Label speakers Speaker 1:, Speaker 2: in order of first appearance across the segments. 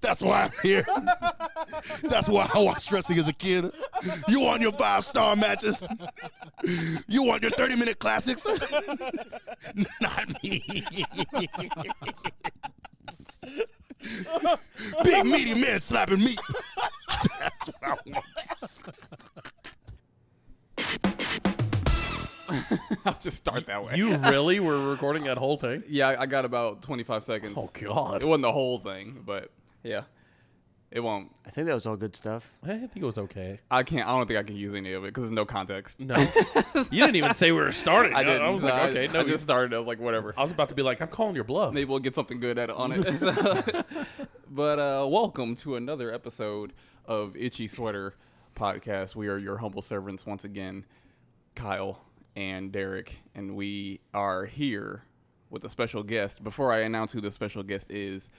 Speaker 1: That's why I'm here. That's why I watched wrestling as a kid. You want your five star matches? You want your 30 minute classics? Not me. Big meaty man slapping meat. That's what I want.
Speaker 2: I'll just start that way.
Speaker 3: You really were recording that whole thing?
Speaker 2: yeah, I- I got about 25 seconds.
Speaker 3: Oh God!
Speaker 2: It wasn't the whole thing, but yeah, it won't.
Speaker 4: I think that was all good stuff.
Speaker 3: I think it was okay.
Speaker 2: I can't. I don't think I can use any of it because there's no context.
Speaker 3: No, you didn't even say we were starting.
Speaker 2: I didn't.
Speaker 3: Mm. I was
Speaker 2: I-
Speaker 3: like, okay, no.
Speaker 2: I
Speaker 3: you-
Speaker 2: just started. I was like, whatever.
Speaker 3: I was about to be like, I'm calling your bluff.
Speaker 2: Maybe we'll get something good at on it. but uh, welcome to another episode of Itchy Sweater Podcast. We are your humble servants once again, Kyle and Derek, and we are here with a special guest. Before I announce who the special guest is,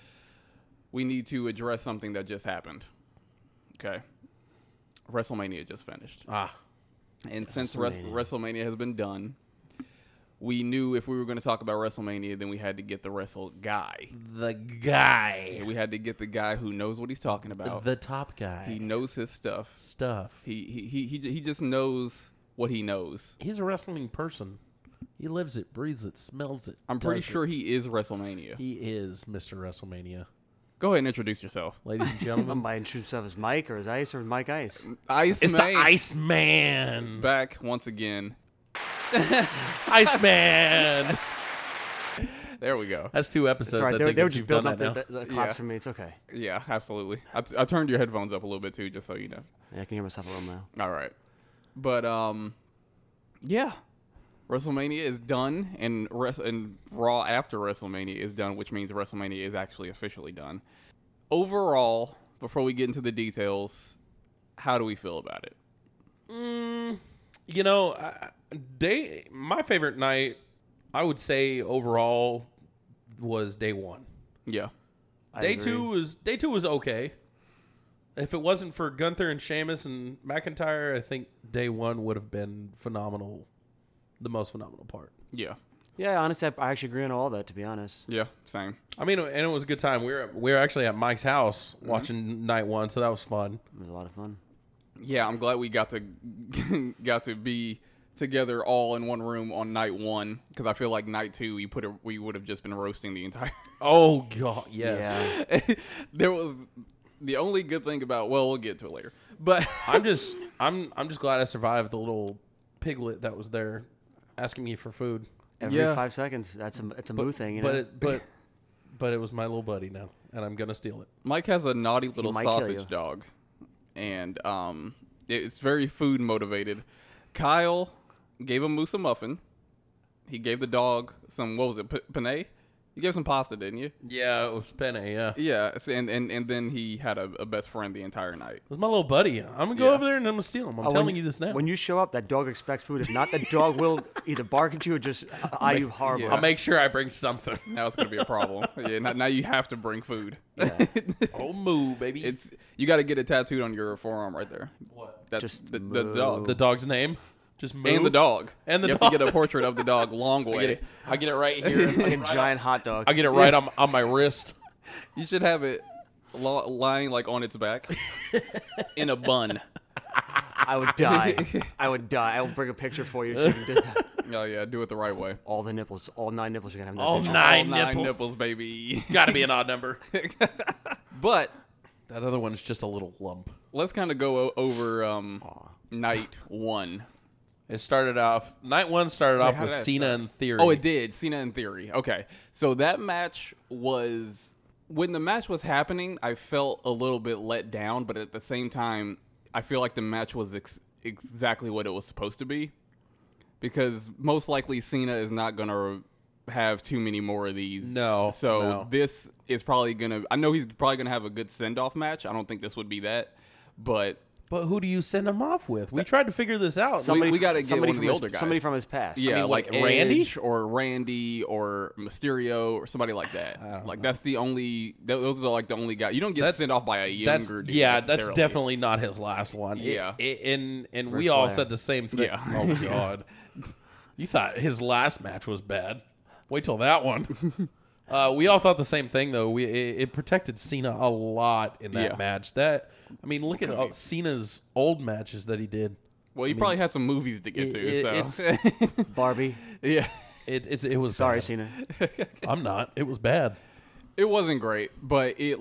Speaker 2: we need to address something that just happened. Okay, WrestleMania just finished.
Speaker 3: Ah,
Speaker 2: And since Wres- WrestleMania has been done, we knew if we were going to talk about WrestleMania, then we had to get the wrestle guy.
Speaker 3: the guy,
Speaker 2: We had to get the guy who knows what he's talking about.
Speaker 3: the top guy,
Speaker 2: he knows his stuff.
Speaker 3: stuff.
Speaker 2: He he he he, j- he just knows what he knows.
Speaker 3: He's a wrestling person. He lives it, breathes it, smells it.
Speaker 2: I'm pretty
Speaker 3: does
Speaker 2: sure
Speaker 3: it.
Speaker 2: he is WrestleMania.
Speaker 3: he is Mr. WrestleMania,
Speaker 2: Go ahead and introduce yourself.
Speaker 3: ladies and
Speaker 4: I'm
Speaker 3: gentlemen.
Speaker 4: buying shoots off his Mike or his ice or his Mike Ice.
Speaker 2: Ice
Speaker 3: it's
Speaker 2: Man
Speaker 3: the Iceman.
Speaker 2: back once again.
Speaker 3: Iceman.
Speaker 2: There we go.
Speaker 3: That's two episodes.
Speaker 4: It's all right.
Speaker 3: I
Speaker 4: They,
Speaker 3: think
Speaker 4: they were
Speaker 3: that
Speaker 4: just
Speaker 3: you've done
Speaker 4: building up
Speaker 3: that
Speaker 4: the, the, the claps for me. It's okay.
Speaker 2: Yeah, absolutely. I, t- I turned your headphones up a little bit too, just so you know.
Speaker 4: Yeah, I can hear myself a little now.
Speaker 2: All right. But um yeah. WrestleMania is done and res- and Raw after WrestleMania is done, which means WrestleMania is actually officially done. Overall, before we get into the details, how do we feel about it?
Speaker 3: you know, I, day my favorite night, I would say overall, was day one.
Speaker 2: Yeah.
Speaker 4: I
Speaker 3: Day
Speaker 4: agree.
Speaker 3: two was day two was okay. If it wasn't for Gunther and Sheamus and McIntyre, I think day one would have been phenomenal, the most phenomenal part.
Speaker 2: Yeah.
Speaker 4: Yeah, honestly, I, I actually agree on all that. To be honest,
Speaker 2: Yeah, same.
Speaker 3: I mean, and it was a good time. We were we were actually at Mike's house watching night one, so that was fun.
Speaker 4: it was a lot of fun.
Speaker 2: Yeah, I'm glad we got to got to be together all in one room on night 1 cuz I feel like night 2 we put a, we would have just been roasting the entire
Speaker 3: Oh god, yes.
Speaker 4: Yeah,
Speaker 2: there was the only good thing about well we'll get to it later but
Speaker 3: I'm just I'm I'm just glad I survived the little piglet that was there asking me for food.
Speaker 4: every
Speaker 2: Yeah.
Speaker 4: five seconds. That's a it's a moo thing. You know?
Speaker 3: But it, but but it was my little buddy now, and I'm gonna steal it.
Speaker 2: mike has a naughty little
Speaker 4: might kill
Speaker 2: sausage
Speaker 4: you.
Speaker 2: dog and um it's very food motivated kyle gave him moose a muffin he gave the dog some what was it p- penne you gave some pasta didn't you
Speaker 3: Yeah, it was Penne. Yeah, it
Speaker 2: yeah s- and and, and then he had a, a best friend the entire night
Speaker 3: was my little buddy. I'm gonna go
Speaker 2: Yeah.
Speaker 3: over there and I'm gonna steal him. I'm
Speaker 4: Oh,
Speaker 3: telling
Speaker 4: when,
Speaker 3: you this now.
Speaker 4: When you show up, that dog expects food. If not, that dog will either bark at you or just uh, eye you horribly.
Speaker 2: yeah.
Speaker 3: I'll make sure I bring something.
Speaker 2: now it's gonna be a problem yeah now, now you have to bring food
Speaker 3: oh, moo, baby.
Speaker 2: it's you got to get it tattooed on your forearm right there
Speaker 3: what?
Speaker 2: that,
Speaker 4: Just
Speaker 2: the, the
Speaker 4: moo.
Speaker 2: dog
Speaker 3: The dog's name? Just moo.
Speaker 2: and the dog.
Speaker 3: And the
Speaker 2: you have to
Speaker 3: dog.
Speaker 2: get a portrait of the dog long
Speaker 3: I get
Speaker 2: way.
Speaker 3: it. I get it right here.
Speaker 4: Fucking giant hot dog.
Speaker 3: I get it right on on my wrist.
Speaker 2: You should have it lo- lying like on its back in a bun.
Speaker 4: I would die. I would die. I will bring a picture for you. If you did that.
Speaker 2: Oh yeah, do it the right way.
Speaker 4: All the nipples, all nine nipples, you're gonna have. in That
Speaker 3: All
Speaker 4: picture.
Speaker 3: nine,
Speaker 2: All nine
Speaker 3: nipples.
Speaker 2: nipples, baby.
Speaker 3: Gotta be an odd number.
Speaker 2: But
Speaker 3: that other one's just a little lump.
Speaker 2: let's kind of go o- over um, night one.
Speaker 3: It started off night one started off
Speaker 2: how
Speaker 3: with
Speaker 2: did that
Speaker 3: Cena
Speaker 2: start?
Speaker 3: and Theory.
Speaker 2: Oh, it did. Cena and Theory. Okay, so that match was when the match was happening. I felt a little bit let down, but at the same time, I feel like the match was ex- exactly what it was supposed to be, because most likely Cena is not gonna have too many more of these.
Speaker 3: No,
Speaker 2: So
Speaker 3: no.
Speaker 2: this is probably gonna. I know he's probably gonna have a good send off match. I don't think this would be that, but
Speaker 3: But who do you send him off with? We tried to figure this out.
Speaker 2: Some- we gotta get one
Speaker 4: somebody
Speaker 2: of
Speaker 4: from
Speaker 2: the
Speaker 4: his-
Speaker 2: older guys.
Speaker 4: Somebody from his past.
Speaker 2: Yeah,
Speaker 3: mean,
Speaker 2: like
Speaker 3: what, Randy?
Speaker 2: Edge or Randy or Mysterio or somebody like that. Like that's the only. tho- Those are like the only guy. You don't get
Speaker 3: That's-
Speaker 2: sent off by a
Speaker 3: that's
Speaker 2: younger dude.
Speaker 3: yeah, that's
Speaker 2: necessarily.
Speaker 3: definitely not his last one. It-
Speaker 2: Yeah.
Speaker 3: it- and and we all
Speaker 4: Flair.
Speaker 3: said the same thing.
Speaker 2: Yeah.
Speaker 3: Oh god, you thought his last match was bad. Wait till that one. Uh, we all thought the same thing though. We it, it protected Cena a lot in that
Speaker 2: Yeah.
Speaker 3: match. That I mean, look at all, Cena's old matches that he did.
Speaker 2: Well, you probably had some movies to get
Speaker 3: It-
Speaker 2: to,
Speaker 3: it-
Speaker 2: so
Speaker 3: it's-
Speaker 4: Barbie.
Speaker 2: yeah,
Speaker 3: It it, it was
Speaker 4: Sorry,
Speaker 3: bad.
Speaker 4: Cena.
Speaker 3: I'm not. It was bad.
Speaker 2: it wasn't great, but it.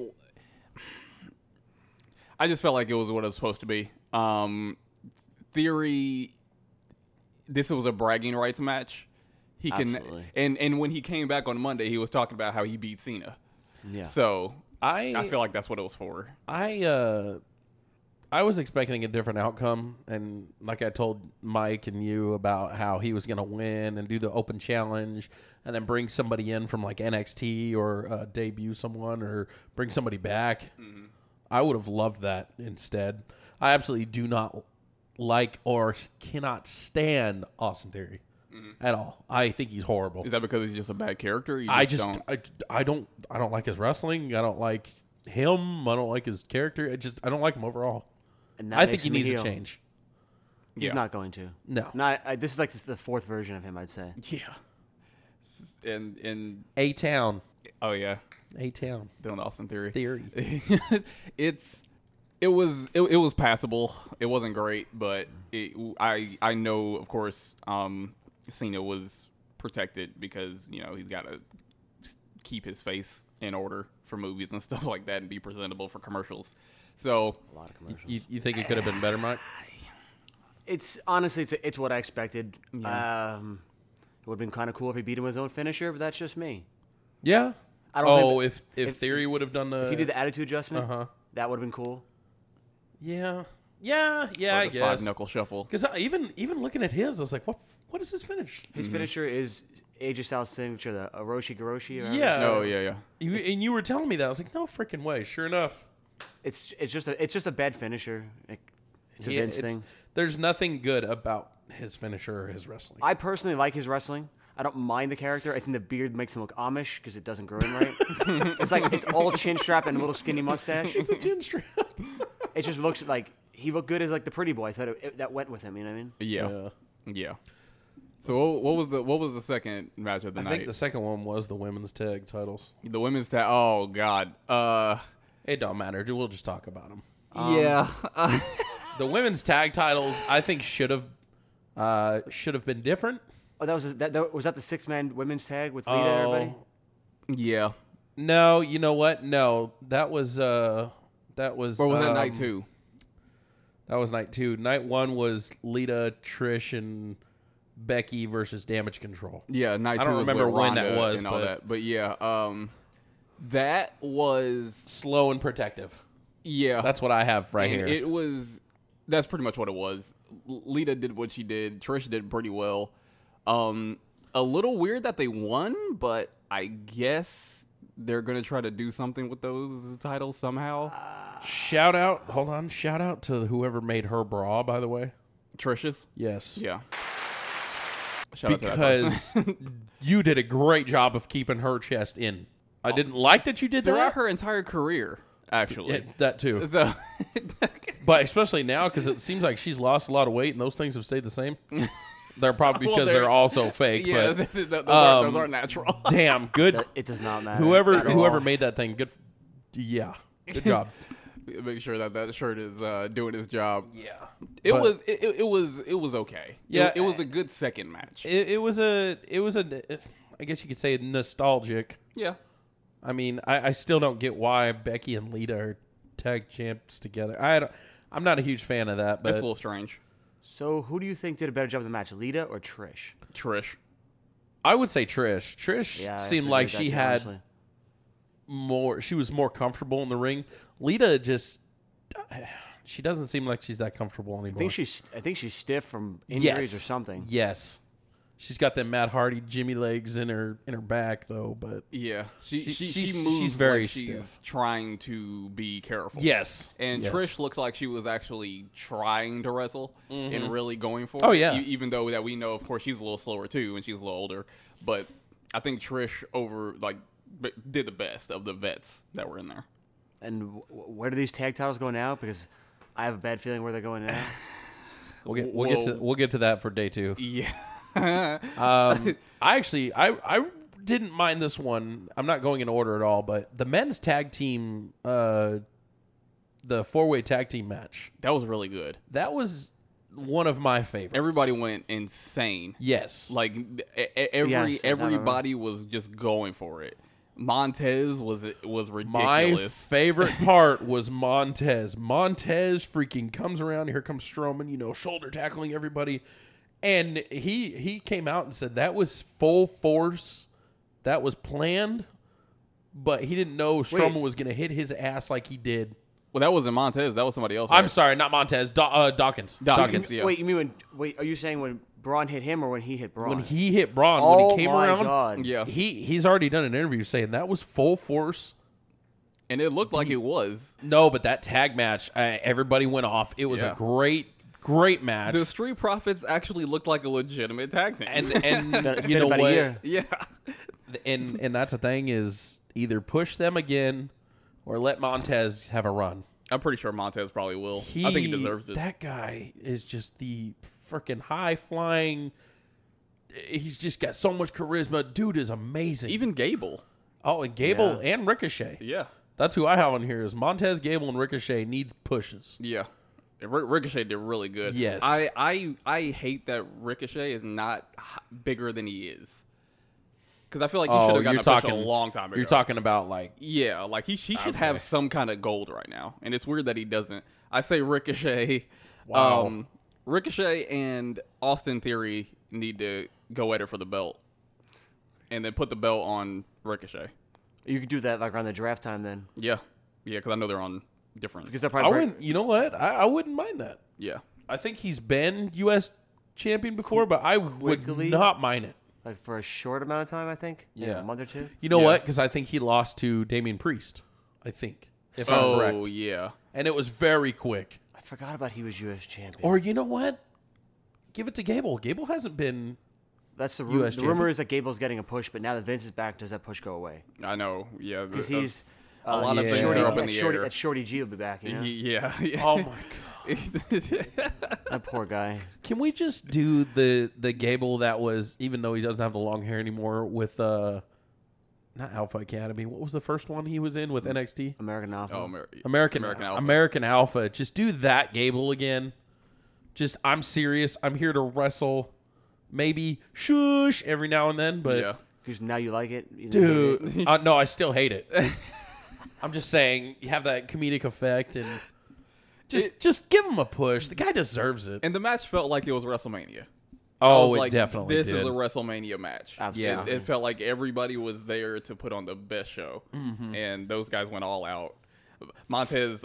Speaker 2: I just felt like it was what it was supposed to be. Um, theory, this was a bragging rights match. He can
Speaker 4: Absolutely.
Speaker 2: and and when he came back on Monday, he was talking about how he beat Cena.
Speaker 4: Yeah.
Speaker 2: So
Speaker 3: I
Speaker 2: I feel like that's what it was for.
Speaker 3: I uh I was expecting a different outcome and like I told Mike and you about how he was going to win and do the open challenge and then bring somebody in from like NXT or uh, debut someone or bring somebody back. I would have loved that instead. I absolutely do not like or cannot stand Austin Theory at all. I think he's horrible.
Speaker 2: Is that because he's just a bad character? You
Speaker 3: I just
Speaker 2: don't-
Speaker 3: I, I don't I don't like his wrestling. I don't like him. I don't like his character. I just I don't like him overall.
Speaker 4: And that
Speaker 3: I think
Speaker 4: makes
Speaker 3: he
Speaker 4: him a
Speaker 3: needs
Speaker 4: heel.
Speaker 3: a change.
Speaker 4: He's
Speaker 2: Yeah.
Speaker 4: not going to.
Speaker 3: No.
Speaker 4: Not. I, this is like the fourth version of him, I'd say.
Speaker 2: yeah. S- And and
Speaker 3: A town.
Speaker 2: oh yeah,
Speaker 3: A town.
Speaker 2: doing Austin
Speaker 3: Theory.
Speaker 2: it's it was it, it was passable. It wasn't great, but it, I I know of course um, Cena was protected because you know he's got to keep his face in order for movies and stuff like that and be presentable for commercials. So
Speaker 4: A lot of commercials.
Speaker 3: You, you think it could have been better, Mike?
Speaker 4: It's honestly, it's it's what I expected. Um, it would have been kind of cool if he beat him with his own finisher, but that's just me.
Speaker 3: Yeah.
Speaker 4: I don't
Speaker 3: oh,
Speaker 4: think-
Speaker 3: if, if
Speaker 4: if-
Speaker 3: Theory would have done the.
Speaker 4: If he did the attitude adjustment,
Speaker 3: Uh-huh.
Speaker 4: that would have been cool.
Speaker 3: Yeah. Yeah. Yeah.
Speaker 2: or
Speaker 3: I
Speaker 2: the five
Speaker 3: guess.
Speaker 2: knuckle shuffle.
Speaker 3: Because even even looking at his, I was like, what what is his finish?
Speaker 4: His finisher is AJ Styles' signature, the Oroshi Garoshi. or whatever.
Speaker 3: Yeah.
Speaker 2: Oh yeah yeah.
Speaker 3: You, and you were telling me that I was like, no freaking way. Sure enough,
Speaker 4: It's it's just a it's just a bad finisher. Like, it's a
Speaker 3: he-
Speaker 4: Vince
Speaker 3: it's-
Speaker 4: thing.
Speaker 3: There's nothing good about his finisher or his wrestling.
Speaker 4: I personally like his wrestling. I don't mind the character. I think the beard makes him look Amish because it doesn't grow in right. it's like it's all chin strap and a little skinny mustache.
Speaker 3: it's a chin strap.
Speaker 4: It just looks like he looked good as like the pretty boy. I thought it, it- that went with him. You know what I mean?
Speaker 2: Yeah. Yeah. So what, what was the what was the second match of the
Speaker 3: I
Speaker 2: night?
Speaker 3: think the second one was the women's tag titles.
Speaker 2: the women's tag. Oh God. Uh. um,
Speaker 3: It don't matter. We'll just talk about them.
Speaker 2: yeah.
Speaker 3: The women's tag titles, I think, should have uh, should have been different.
Speaker 4: Oh, that was that, that was that the six man women's tag with Lita and everybody.
Speaker 3: Oh,
Speaker 2: yeah.
Speaker 3: No, you know what? No, that was uh, that was.
Speaker 2: Or was that night
Speaker 3: um,
Speaker 2: two?
Speaker 3: That was night two. Night one was Lita, Trish, and Becky versus Damage Control.
Speaker 2: Yeah, night
Speaker 3: I
Speaker 2: two
Speaker 3: don't
Speaker 2: was
Speaker 3: remember
Speaker 2: with
Speaker 3: when that
Speaker 2: Ronda
Speaker 3: was,
Speaker 2: and all
Speaker 3: but-
Speaker 2: that. But yeah, um, that was
Speaker 3: Slow and protective.
Speaker 2: yeah.
Speaker 3: That's what I have right
Speaker 2: and
Speaker 3: here.
Speaker 2: it was. That's pretty much what it was. L- Lita did what she did. Trish did pretty well. Um, a little weird that they won, but I guess they're gonna try to do something with those titles somehow.
Speaker 3: shout out. Hold on. Shout out to whoever made her bra. By the way.
Speaker 2: Trish's,
Speaker 3: Yes.
Speaker 2: yeah. Shout out to that person.
Speaker 3: because you did a great job of keeping her chest in. I didn't like that you did
Speaker 2: throughout
Speaker 3: that.
Speaker 2: her entire career, actually.
Speaker 3: Yeah, that too,
Speaker 2: So,
Speaker 3: but especially now because it seems like she's lost a lot of weight and those things have stayed the same. They're probably
Speaker 2: Well,
Speaker 3: because they're,
Speaker 2: they're-
Speaker 3: also fake.
Speaker 2: yeah,
Speaker 3: but
Speaker 2: those, aren't, those
Speaker 3: um,
Speaker 2: aren't natural.
Speaker 3: damn good.
Speaker 4: That- It does not matter.
Speaker 3: Whoever
Speaker 4: at all.
Speaker 3: whoever made that thing, good. f- Yeah, good job.
Speaker 2: Make sure that that shirt is uh, doing its job.
Speaker 3: yeah,
Speaker 2: It
Speaker 3: But-
Speaker 2: was it, it- it was it was okay.
Speaker 3: Yeah, eh,
Speaker 2: it, it was a good second match.
Speaker 3: It, it was a it was a I guess you could say nostalgic.
Speaker 2: yeah,
Speaker 3: I mean, I, I still don't get why Becky and Lita are tag champs together. I don't, I'm not a huge fan of that, but
Speaker 2: that's a little strange.
Speaker 4: So who do you think did a better job of the match, Lita or Trish?
Speaker 2: Trish,
Speaker 3: I would say Trish. Trish
Speaker 4: I
Speaker 3: seemed
Speaker 4: agree
Speaker 3: like
Speaker 4: with that
Speaker 3: she
Speaker 4: too,
Speaker 3: had
Speaker 4: honestly.
Speaker 3: more. She was more comfortable in the ring. Lita just. She doesn't seem like she's that comfortable anymore.
Speaker 4: I think she's I think she's stiff from injuries or something.
Speaker 3: Yes, she's got them Matt Hardy Jimmy legs in her in her back though. But
Speaker 2: yeah, she
Speaker 3: She-
Speaker 2: she, she,
Speaker 3: she's-
Speaker 2: moves
Speaker 3: she's very
Speaker 2: like she's
Speaker 3: stiff.
Speaker 2: trying to be careful.
Speaker 3: yes,
Speaker 2: and
Speaker 3: Yes.
Speaker 2: Trish looks like she was actually trying to wrestle and really going for
Speaker 3: Oh,
Speaker 2: it.
Speaker 3: yeah.
Speaker 2: E- even though that we know, of course, she's a little slower too, and she's a little older. But I think Trish over like b- did the best of the vets that were in there.
Speaker 4: And w- w- where do these tag titles go now? Because I have a bad feeling where they're going now.
Speaker 3: We'll get we'll get to
Speaker 2: Whoa.
Speaker 3: we'll get to that for day two.
Speaker 2: Yeah,
Speaker 3: Um, I actually I I didn't mind this one. I'm not going in order at all, but the men's tag team, uh, the four way tag team match,
Speaker 2: That was really good.
Speaker 3: that was one of my favorites.
Speaker 2: Everybody went insane.
Speaker 3: yes,
Speaker 2: Like e- e- every
Speaker 4: Yes, I remember.
Speaker 2: everybody was just going for it. Montez was was
Speaker 3: my
Speaker 2: ridiculous.
Speaker 3: favorite part was Montez. Montez freaking comes around. Here comes Strowman. You know, shoulder tackling everybody, and he he came out and said that was full force. That was planned, but he didn't know Strowman was going to hit his ass like he did.
Speaker 2: well, that wasn't Montez. That was somebody else.
Speaker 3: I'm
Speaker 2: right?
Speaker 3: sorry, not Montez. Do- uh, Dawkins.
Speaker 2: Dawkins. Yeah.
Speaker 4: Wait, you mean when? Wait, are you saying when Braun hit him or when he hit Braun?
Speaker 3: When he hit Braun,
Speaker 4: oh
Speaker 3: when he came
Speaker 4: my
Speaker 3: around,
Speaker 4: god!
Speaker 2: yeah,
Speaker 3: he he's already done an interview saying that was full force.
Speaker 2: and it looked like it was.
Speaker 3: No, but that tag match, uh, everybody went off. It was
Speaker 2: Yeah.
Speaker 3: a great, great match.
Speaker 2: The Street Profits actually looked like a legitimate tag team.
Speaker 3: and and
Speaker 4: It's
Speaker 3: you
Speaker 4: been
Speaker 3: know
Speaker 4: about a
Speaker 3: what?
Speaker 4: year.
Speaker 2: yeah,
Speaker 3: And and that's the thing is either push them again or let Montez have a run.
Speaker 2: I'm pretty sure Montez probably will.
Speaker 3: He,
Speaker 2: I think he deserves it.
Speaker 3: That guy is just the freaking high flying. He's just got so much charisma. Dude is amazing.
Speaker 2: Even Gable.
Speaker 3: oh, and Gable and Ricochet.
Speaker 2: Yeah,
Speaker 3: That's who I have on here is Montez, Gable, and Ricochet need pushes.
Speaker 2: yeah. And Ri- Ricochet did really good.
Speaker 3: Yes.
Speaker 2: I I I hate that Ricochet is not h- bigger than he is. Because I feel like he should have gotten a push a long time ago.
Speaker 3: You're Oh, talking about like
Speaker 2: Yeah, like he, he should have some kind of gold right now, and it's weird that he doesn't. I say Ricochet,
Speaker 3: Wow.
Speaker 2: um, Ricochet and Austin Theory need to go at it for the belt, and then put the belt on Ricochet.
Speaker 4: You could do that like around the draft time then,
Speaker 2: Yeah, yeah, because I know they're on different.
Speaker 4: because they're
Speaker 3: I
Speaker 4: probably break-
Speaker 3: wouldn't. You know what? I, I wouldn't mind that.
Speaker 2: yeah,
Speaker 3: I think he's been U.S. champion before, but I
Speaker 4: Quickly?
Speaker 3: would not mind it.
Speaker 4: like for a short amount of time. I think, Maybe
Speaker 3: Yeah.
Speaker 4: a month or two.
Speaker 3: You know
Speaker 2: Yeah.
Speaker 3: what? Because I think he lost to Damian Priest. I think, if
Speaker 2: oh
Speaker 3: I'm correct,
Speaker 2: yeah,
Speaker 3: and it was very quick.
Speaker 4: I forgot about he was U.S. champion.
Speaker 3: Or you know what? Give it to Gable. Gable hasn't been.
Speaker 4: That's the, ru-
Speaker 3: US
Speaker 4: the rumor
Speaker 3: champion. Uh,
Speaker 4: is that Gable's getting a push, but now that Vince is back, does that push go away?
Speaker 2: I know, yeah, uh,
Speaker 4: Because he's a
Speaker 2: lot
Speaker 3: of things
Speaker 4: Shorty,
Speaker 3: are up
Speaker 2: in the
Speaker 4: Shorty,
Speaker 2: air.
Speaker 4: that Shorty G will be back. You know?
Speaker 2: yeah, yeah.
Speaker 3: Oh my god!
Speaker 4: that poor guy.
Speaker 3: Can we just do the the Gable that was, even though he doesn't have the long hair anymore, with uh, not Alpha Academy. What was the first one he was in with NXT?
Speaker 4: American Alpha.
Speaker 2: Oh, Amer-
Speaker 3: American
Speaker 2: American Alpha.
Speaker 3: American Alpha. Just do that Gable again. Just I'm serious. I'm here to wrestle. Maybe shush every now and then, but
Speaker 2: yeah,
Speaker 4: Because now you like it, you know, hate it.
Speaker 3: dude, uh, no, I still hate it. I'm just saying you have that comedic effect and just just give him a push. The guy deserves it.
Speaker 2: and the match felt like it was WrestleMania. I
Speaker 3: oh,
Speaker 2: was
Speaker 3: it
Speaker 2: like,
Speaker 3: definitely
Speaker 2: This
Speaker 3: did.
Speaker 2: is a WrestleMania match.
Speaker 4: Absolutely.
Speaker 2: It, it felt like everybody was there to put on the best show,
Speaker 3: Mm-hmm.
Speaker 2: and those guys went all out. Montez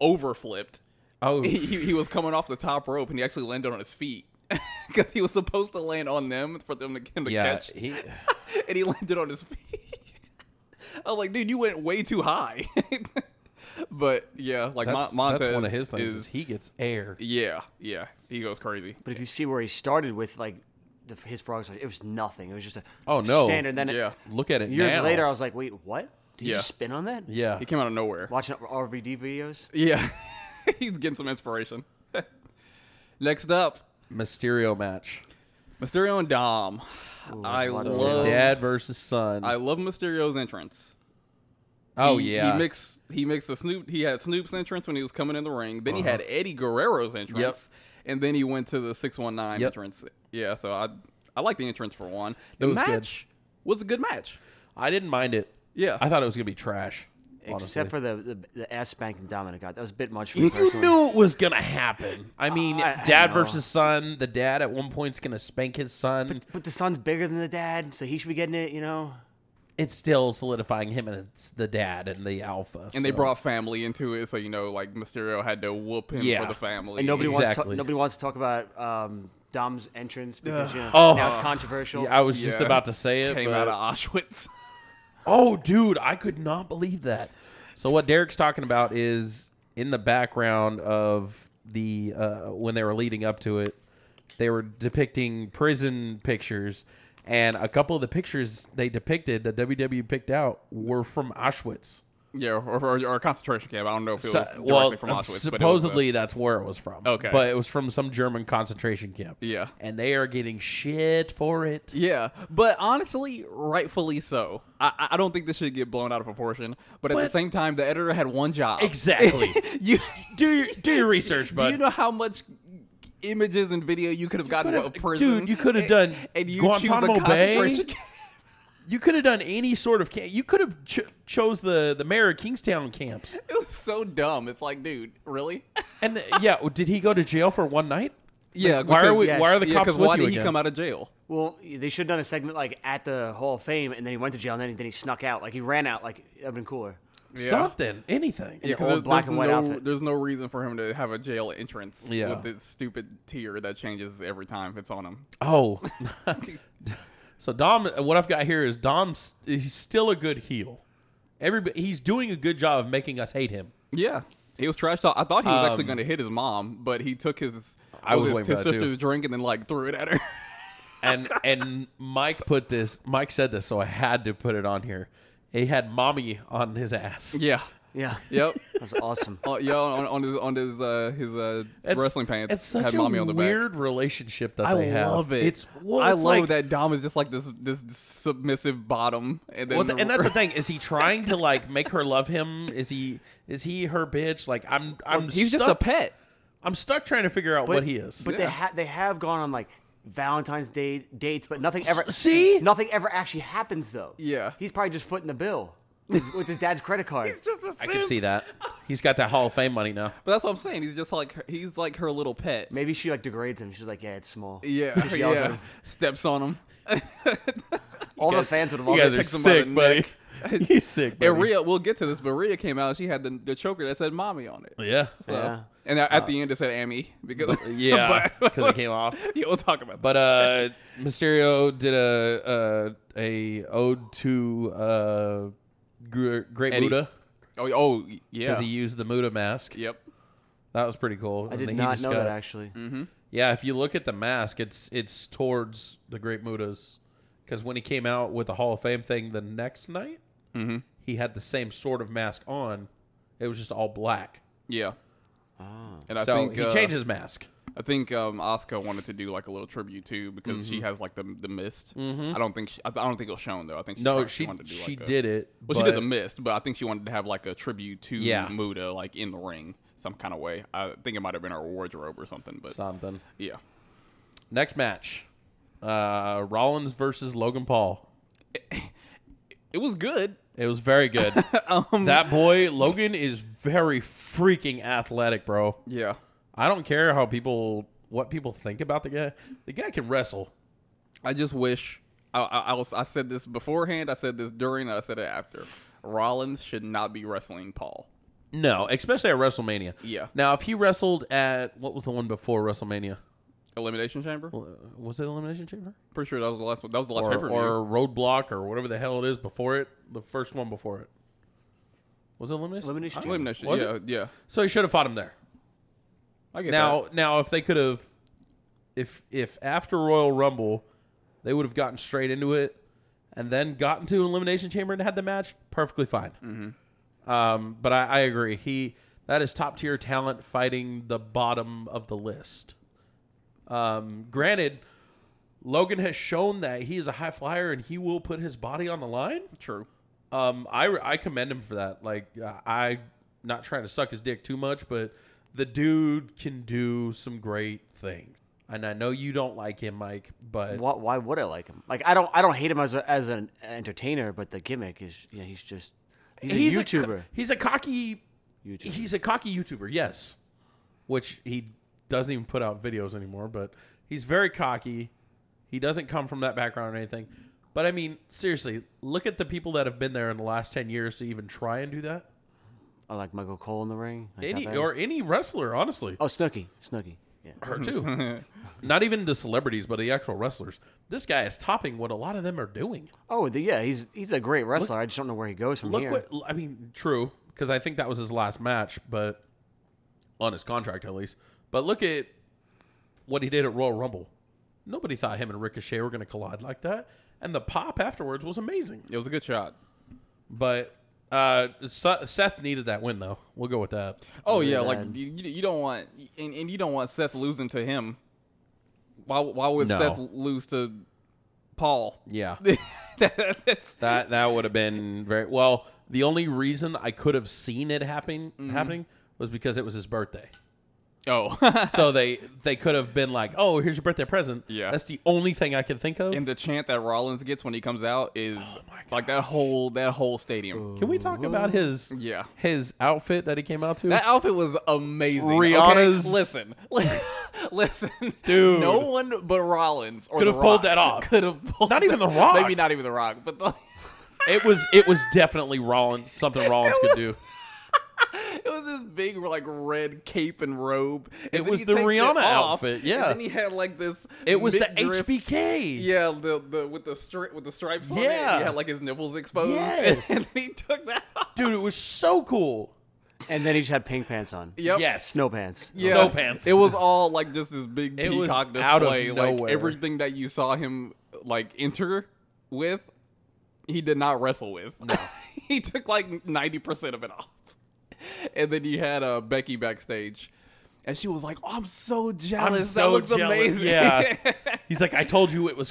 Speaker 2: overflipped.
Speaker 3: oh,
Speaker 2: He, he, he was coming off the top rope, and he actually landed on his feet because he was supposed to land on them for them to, him to
Speaker 3: yeah.
Speaker 2: catch,
Speaker 3: He,
Speaker 2: and he landed on his feet. I was like, dude, you went way too high. but yeah, like Mon-
Speaker 3: that's,
Speaker 2: Montez
Speaker 3: that's one of his
Speaker 2: is,
Speaker 3: things. is he gets air.
Speaker 2: yeah, yeah, he goes crazy.
Speaker 4: But if you see where he started with, like the, his frogs, it was nothing. It was just a
Speaker 3: Oh, no.
Speaker 4: standard. Then it-
Speaker 2: Yeah.
Speaker 3: Look at it
Speaker 4: years
Speaker 3: now.
Speaker 4: later, I was like, wait, what? Did
Speaker 2: Yeah.
Speaker 4: you spin on that?
Speaker 3: yeah.
Speaker 2: He came out of nowhere.
Speaker 4: Watching RVD videos.
Speaker 2: Yeah. He's getting some inspiration. Next up,
Speaker 3: Mysterio match.
Speaker 2: Mysterio and Dom. I
Speaker 4: what a-
Speaker 2: love
Speaker 3: Dad versus son.
Speaker 2: I love Mysterio's entrance.
Speaker 3: oh
Speaker 2: He-
Speaker 3: yeah.
Speaker 2: He mixed he mixed the Snoop he had Snoop's entrance when he was coming in the ring. Then
Speaker 3: Uh-huh.
Speaker 2: he had Eddie Guerrero's entrance. And then he went to the six one nine
Speaker 3: Yep.
Speaker 2: entrance. Yeah, so I I like the entrance for one. The
Speaker 3: was good.
Speaker 2: match was a good match.
Speaker 3: I didn't mind it.
Speaker 2: Yeah.
Speaker 3: I thought it was gonna be trash.
Speaker 4: Except
Speaker 3: honestly.
Speaker 4: for the, the the ass spanking Dominic got. That was a bit much for me
Speaker 3: you
Speaker 4: personally.
Speaker 3: knew it was gonna happen. I mean,
Speaker 4: I- I
Speaker 3: dad
Speaker 4: know.
Speaker 3: versus son. The dad at one point's gonna spank his son.
Speaker 4: But the son's bigger than the dad, so he should be getting it, you know?
Speaker 3: it's still solidifying him as the dad and the alpha.
Speaker 2: and they
Speaker 3: so.
Speaker 2: brought family into it, so you know, like Mysterio had to whoop him
Speaker 3: Yeah.
Speaker 2: for the family.
Speaker 4: And nobody wants
Speaker 3: Exactly.
Speaker 4: to, nobody wants to talk about um, Dom's entrance because you know,
Speaker 3: Oh.
Speaker 4: now it's controversial.
Speaker 3: Yeah, I was just
Speaker 2: Yeah.
Speaker 3: about to say it.
Speaker 2: came
Speaker 3: but-
Speaker 2: out of Auschwitz.
Speaker 3: Oh, dude, I could not believe that. So what Derek's talking about is in the background of the uh, when they were leading up to it, they were depicting prison pictures, E and a couple of the pictures they depicted that WWE picked out were from Auschwitz.
Speaker 2: Yeah, or, or, or a concentration camp. I don't know if it was
Speaker 3: So-
Speaker 2: directly from
Speaker 3: um,
Speaker 2: Auschwitz. but it was uh, a-
Speaker 3: supposedly that's where it was from.
Speaker 2: Okay.
Speaker 3: but it was from some German concentration camp.
Speaker 2: Yeah.
Speaker 3: and they are getting shit for it.
Speaker 2: Yeah, but honestly, rightfully so. I, I- I don't think this should get blown out of proportion. But at the
Speaker 3: But-
Speaker 2: same time, the editor had one job.
Speaker 3: Exactly.
Speaker 2: you
Speaker 3: do your do your research,
Speaker 2: do
Speaker 3: bud.
Speaker 2: you know how much images and video you could have gotten
Speaker 3: could
Speaker 2: out of
Speaker 3: have-
Speaker 2: prison,
Speaker 3: dude, you could have done Guantanamo Bay.
Speaker 2: concentration camp.
Speaker 3: You could have done any sort of camp. You could have ch- chose the the mayor of Kingstown camps.
Speaker 2: It was so dumb. It's like, dude, really?
Speaker 3: And uh, yeah, well, did he go to jail for one night?
Speaker 2: Yeah.
Speaker 3: Why are
Speaker 2: because-
Speaker 3: we?
Speaker 4: yes.
Speaker 3: Why are the
Speaker 2: yeah,
Speaker 3: cops
Speaker 2: 'cause
Speaker 3: with
Speaker 2: why
Speaker 3: you
Speaker 2: did he
Speaker 3: again?
Speaker 2: come out of jail?
Speaker 4: Well, they should have done a segment like at the Hall of Fame, and then he went to jail, and then, then he snuck out. Like he ran out. Like that'd been cooler.
Speaker 2: Yeah.
Speaker 3: Something, anything.
Speaker 2: Yeah, 'cause
Speaker 4: old
Speaker 2: there-
Speaker 4: black
Speaker 2: there's
Speaker 4: and white
Speaker 2: no,
Speaker 4: outfit.
Speaker 2: There's no reason for him to have a jail entrance
Speaker 3: Yeah.
Speaker 2: with this stupid tier that changes every time it's on him.
Speaker 3: Oh. so Dom, what I've got here is Dom's. He's still a good heel. Everybody, he's doing a good job of making us hate him.
Speaker 2: Yeah, he was trash talk. I thought he was actually going to hit his mom, but he took his
Speaker 3: Um, I was
Speaker 2: his,
Speaker 3: waiting for
Speaker 2: his
Speaker 3: that, too.
Speaker 2: sister's drink and then like threw it at her.
Speaker 3: And and Mike put this. Mike said this, so I had to put it on here. He had mommy on his ass.
Speaker 2: yeah.
Speaker 4: Yeah,
Speaker 2: Yep.
Speaker 4: that's awesome.
Speaker 2: Oh, yeah, on, on his on his uh, his uh,
Speaker 3: It's-
Speaker 2: wrestling pants.
Speaker 3: It's such
Speaker 2: had
Speaker 3: a
Speaker 2: mommy on the back.
Speaker 3: weird relationship that
Speaker 2: I
Speaker 3: they have.
Speaker 2: love it.
Speaker 3: It's well,
Speaker 2: I
Speaker 3: it's
Speaker 2: love
Speaker 3: like-
Speaker 2: that Dom is just like this this submissive bottom, and then
Speaker 3: Well, th- and that's the thing. Is he trying to like make her love him? Is he is he her bitch? Like I'm I'm
Speaker 2: he's
Speaker 3: stuck,
Speaker 2: just a pet.
Speaker 3: I'm stuck trying to figure out what he is.
Speaker 4: But they ha- they have gone on like Valentine's Day dates, but nothing ever.
Speaker 3: see?
Speaker 4: nothing ever actually happens though.
Speaker 2: Yeah.
Speaker 4: he's probably just footing the bill with his- with his dad's credit card.
Speaker 2: He's just a
Speaker 3: I can see that. He's got that Hall of Fame money now.
Speaker 2: But that's what I'm saying. He's just like her, he's like her little pet.
Speaker 4: Maybe she like degrades him. She's like, yeah, it's small.
Speaker 2: Yeah,
Speaker 4: She yells at
Speaker 2: yeah.
Speaker 4: him.
Speaker 2: Steps on him.
Speaker 4: All the fans would have all
Speaker 3: You guys
Speaker 4: been
Speaker 3: are
Speaker 4: like,
Speaker 2: him by the
Speaker 3: sick, buddy. you sick, buddy.
Speaker 2: And Rhea, we'll get to this, but Rhea came out. and She had the, the choker that said "mommy" on it.
Speaker 3: yeah, Uh,
Speaker 2: So-
Speaker 4: Yeah.
Speaker 2: And at at the end, it said "Amy" because
Speaker 3: yeah,
Speaker 2: but-
Speaker 3: because it came off.
Speaker 2: yeah, we'll talk about that.
Speaker 3: But uh, Mysterio did a uh, a ode to uh, Gr- Great
Speaker 2: Eddie.
Speaker 3: Muda
Speaker 2: Oh, oh yeah.
Speaker 3: because he used the Muda mask.
Speaker 2: yep.
Speaker 3: That was pretty cool.
Speaker 4: I did not know that actually.
Speaker 3: Yeah, if you look at the mask, it's it's towards the Great Mudas because when he came out with the Hall of Fame thing the next night, he had the same sort of mask on. It was just all black.
Speaker 2: Yeah. And I
Speaker 3: Ah. so
Speaker 2: think
Speaker 3: he
Speaker 2: uh,
Speaker 3: changed his mask.
Speaker 2: I think um, Asuka wanted to do like a little tribute too because she
Speaker 3: Mm-hmm.
Speaker 2: has like the the mist. I don't think she, I, I don't think it was shown though. I think she
Speaker 3: No,
Speaker 2: tried-
Speaker 3: she
Speaker 2: wanted to do
Speaker 3: she
Speaker 2: like a-
Speaker 3: did it.
Speaker 2: Well, she did
Speaker 3: but-
Speaker 2: the mist, but I think she wanted to have like a tribute to
Speaker 3: Yeah.
Speaker 2: Muda like in the ring some kind of way. I think it might have been her wardrobe or something. But
Speaker 3: something.
Speaker 2: yeah,
Speaker 3: Next match, uh, Rollins versus Logan Paul.
Speaker 2: it was good.
Speaker 3: It was very good. that boy Logan is very freaking athletic, bro.
Speaker 2: Yeah.
Speaker 3: I don't care how people what people think about the guy. The guy can wrestle.
Speaker 2: I just wish I, I, I was. I said this beforehand. I said this during. and I said it after. Rollins should not be wrestling Paul.
Speaker 3: No, especially at WrestleMania.
Speaker 2: Yeah.
Speaker 3: Now, if he wrestled at what was the one before WrestleMania?
Speaker 2: Elimination Chamber.
Speaker 3: Uh, Was it Elimination Chamber
Speaker 2: Pretty sure that was the last one. That was the last pay per
Speaker 3: or, or
Speaker 2: view.
Speaker 3: Roadblock or whatever the hell it is before it? The first one before it was it Elimination.
Speaker 4: Elimination
Speaker 3: I don't-
Speaker 2: Elimination.
Speaker 3: was
Speaker 2: yeah,
Speaker 3: it?
Speaker 2: yeah.
Speaker 3: So he should have fought him there.
Speaker 2: I get
Speaker 3: Now,
Speaker 2: that.
Speaker 3: now if they could have, if if after Royal Rumble, they would have gotten straight into it, and then gotten to Elimination Chamber and had the match, perfectly fine.
Speaker 2: Mm-hmm.
Speaker 3: Um, but I, I agree. He that is top tier talent fighting the bottom of the list. Um, granted, Logan has shown that he is a high flyer and he will put his body on the line.
Speaker 2: True.
Speaker 3: Um, I I commend him for that. Like uh, I, not trying to suck his dick too much, but the dude can do some great things. And I know you don't like him, Mike, but
Speaker 4: Why, why would I like him? Like I don't I don't hate him as a, as an entertainer, but the gimmick is you know, he's just he's a
Speaker 3: he's co-
Speaker 4: YouTuber.
Speaker 3: he's a cocky.
Speaker 4: YouTuber.
Speaker 3: He's a cocky YouTuber. Yes, which he doesn't even put out videos anymore. But he's very cocky. He doesn't come from that background or anything. But I mean, seriously, look at the people that have been there in the last ten years to even try and do that.
Speaker 4: I like Michael Cole in the ring. Like
Speaker 3: Any
Speaker 4: that bad.
Speaker 3: or any wrestler, honestly.
Speaker 4: oh Snooki, Snooki. Yeah.
Speaker 3: her too. Not even the celebrities, but the actual wrestlers. This guy is topping what a lot of them are doing.
Speaker 4: Oh the, yeah, he's he's a great wrestler. I just don't know where he goes from
Speaker 3: Look
Speaker 4: here.
Speaker 3: what I mean. True, because I think that was his last match, but on his contract at least. But look at what he did at Royal Rumble. Nobody thought him and Ricochet were going to collide like that, and the pop afterwards was amazing.
Speaker 2: It was a good shot.
Speaker 3: But Uh, Se- Seth needed that win though. We'll go with that.
Speaker 2: Oh yeah, like
Speaker 4: bad.
Speaker 2: you, you you don't want and, and you don't want Seth losing to him. Why why would
Speaker 3: No.
Speaker 2: Seth lose to Paul?
Speaker 3: Yeah,
Speaker 2: That's
Speaker 3: that that would have been very well. The only reason I could have seen it happening
Speaker 2: Mm-hmm.
Speaker 3: happening was because it was his birthday.
Speaker 2: oh.
Speaker 3: So they they could have been like, "Oh, here's your birthday present."
Speaker 2: Yeah.
Speaker 3: that's the only thing I can think of.
Speaker 2: and the chant that Rollins gets when he comes out is
Speaker 3: Oh
Speaker 2: like that whole that whole stadium.
Speaker 3: can we talk about his
Speaker 2: Yeah.
Speaker 3: his outfit that he came out to?
Speaker 2: That outfit was amazing.
Speaker 3: Rihanna's-
Speaker 2: Okay, listen, listen,
Speaker 3: Dude.
Speaker 2: No one but Rollins or
Speaker 3: Could
Speaker 2: The
Speaker 3: have pulled
Speaker 2: Rock
Speaker 3: that off.
Speaker 2: Could have pulled
Speaker 3: Not even
Speaker 2: that-
Speaker 3: The Rock.
Speaker 2: Maybe not even the Rock, but the,
Speaker 3: it was it was definitely Rollins something Rollins could do.
Speaker 2: it was this big like red cape and robe. And then
Speaker 3: was
Speaker 2: he
Speaker 3: the
Speaker 2: takes it
Speaker 3: Rihanna
Speaker 2: off,
Speaker 3: outfit,
Speaker 2: and
Speaker 3: yeah.
Speaker 2: then he had like this.
Speaker 3: It was the
Speaker 2: mid-drift-
Speaker 3: HBK.
Speaker 2: Yeah, the, the with the stri- with the stripes on it.
Speaker 3: Yeah.
Speaker 2: and he had like his nipples exposed.
Speaker 3: Yes.
Speaker 2: and he took that off.
Speaker 3: dude, it was so cool.
Speaker 4: And then he just had pink pants on.
Speaker 2: Yep.
Speaker 3: Yes,
Speaker 4: Snow pants.
Speaker 2: Yeah.
Speaker 3: Snow pants.
Speaker 2: It was all like just this big
Speaker 3: It was
Speaker 2: peacock display.
Speaker 3: out of
Speaker 2: Like
Speaker 3: nowhere.
Speaker 2: everything that you saw him like enter with, he did not wrestle with. he took like ninety percent of it off. And then you had uh, Becky backstage, and she was like, oh, "I'm so jealous. that looks amazing."
Speaker 3: Yeah. He's like, I told you it was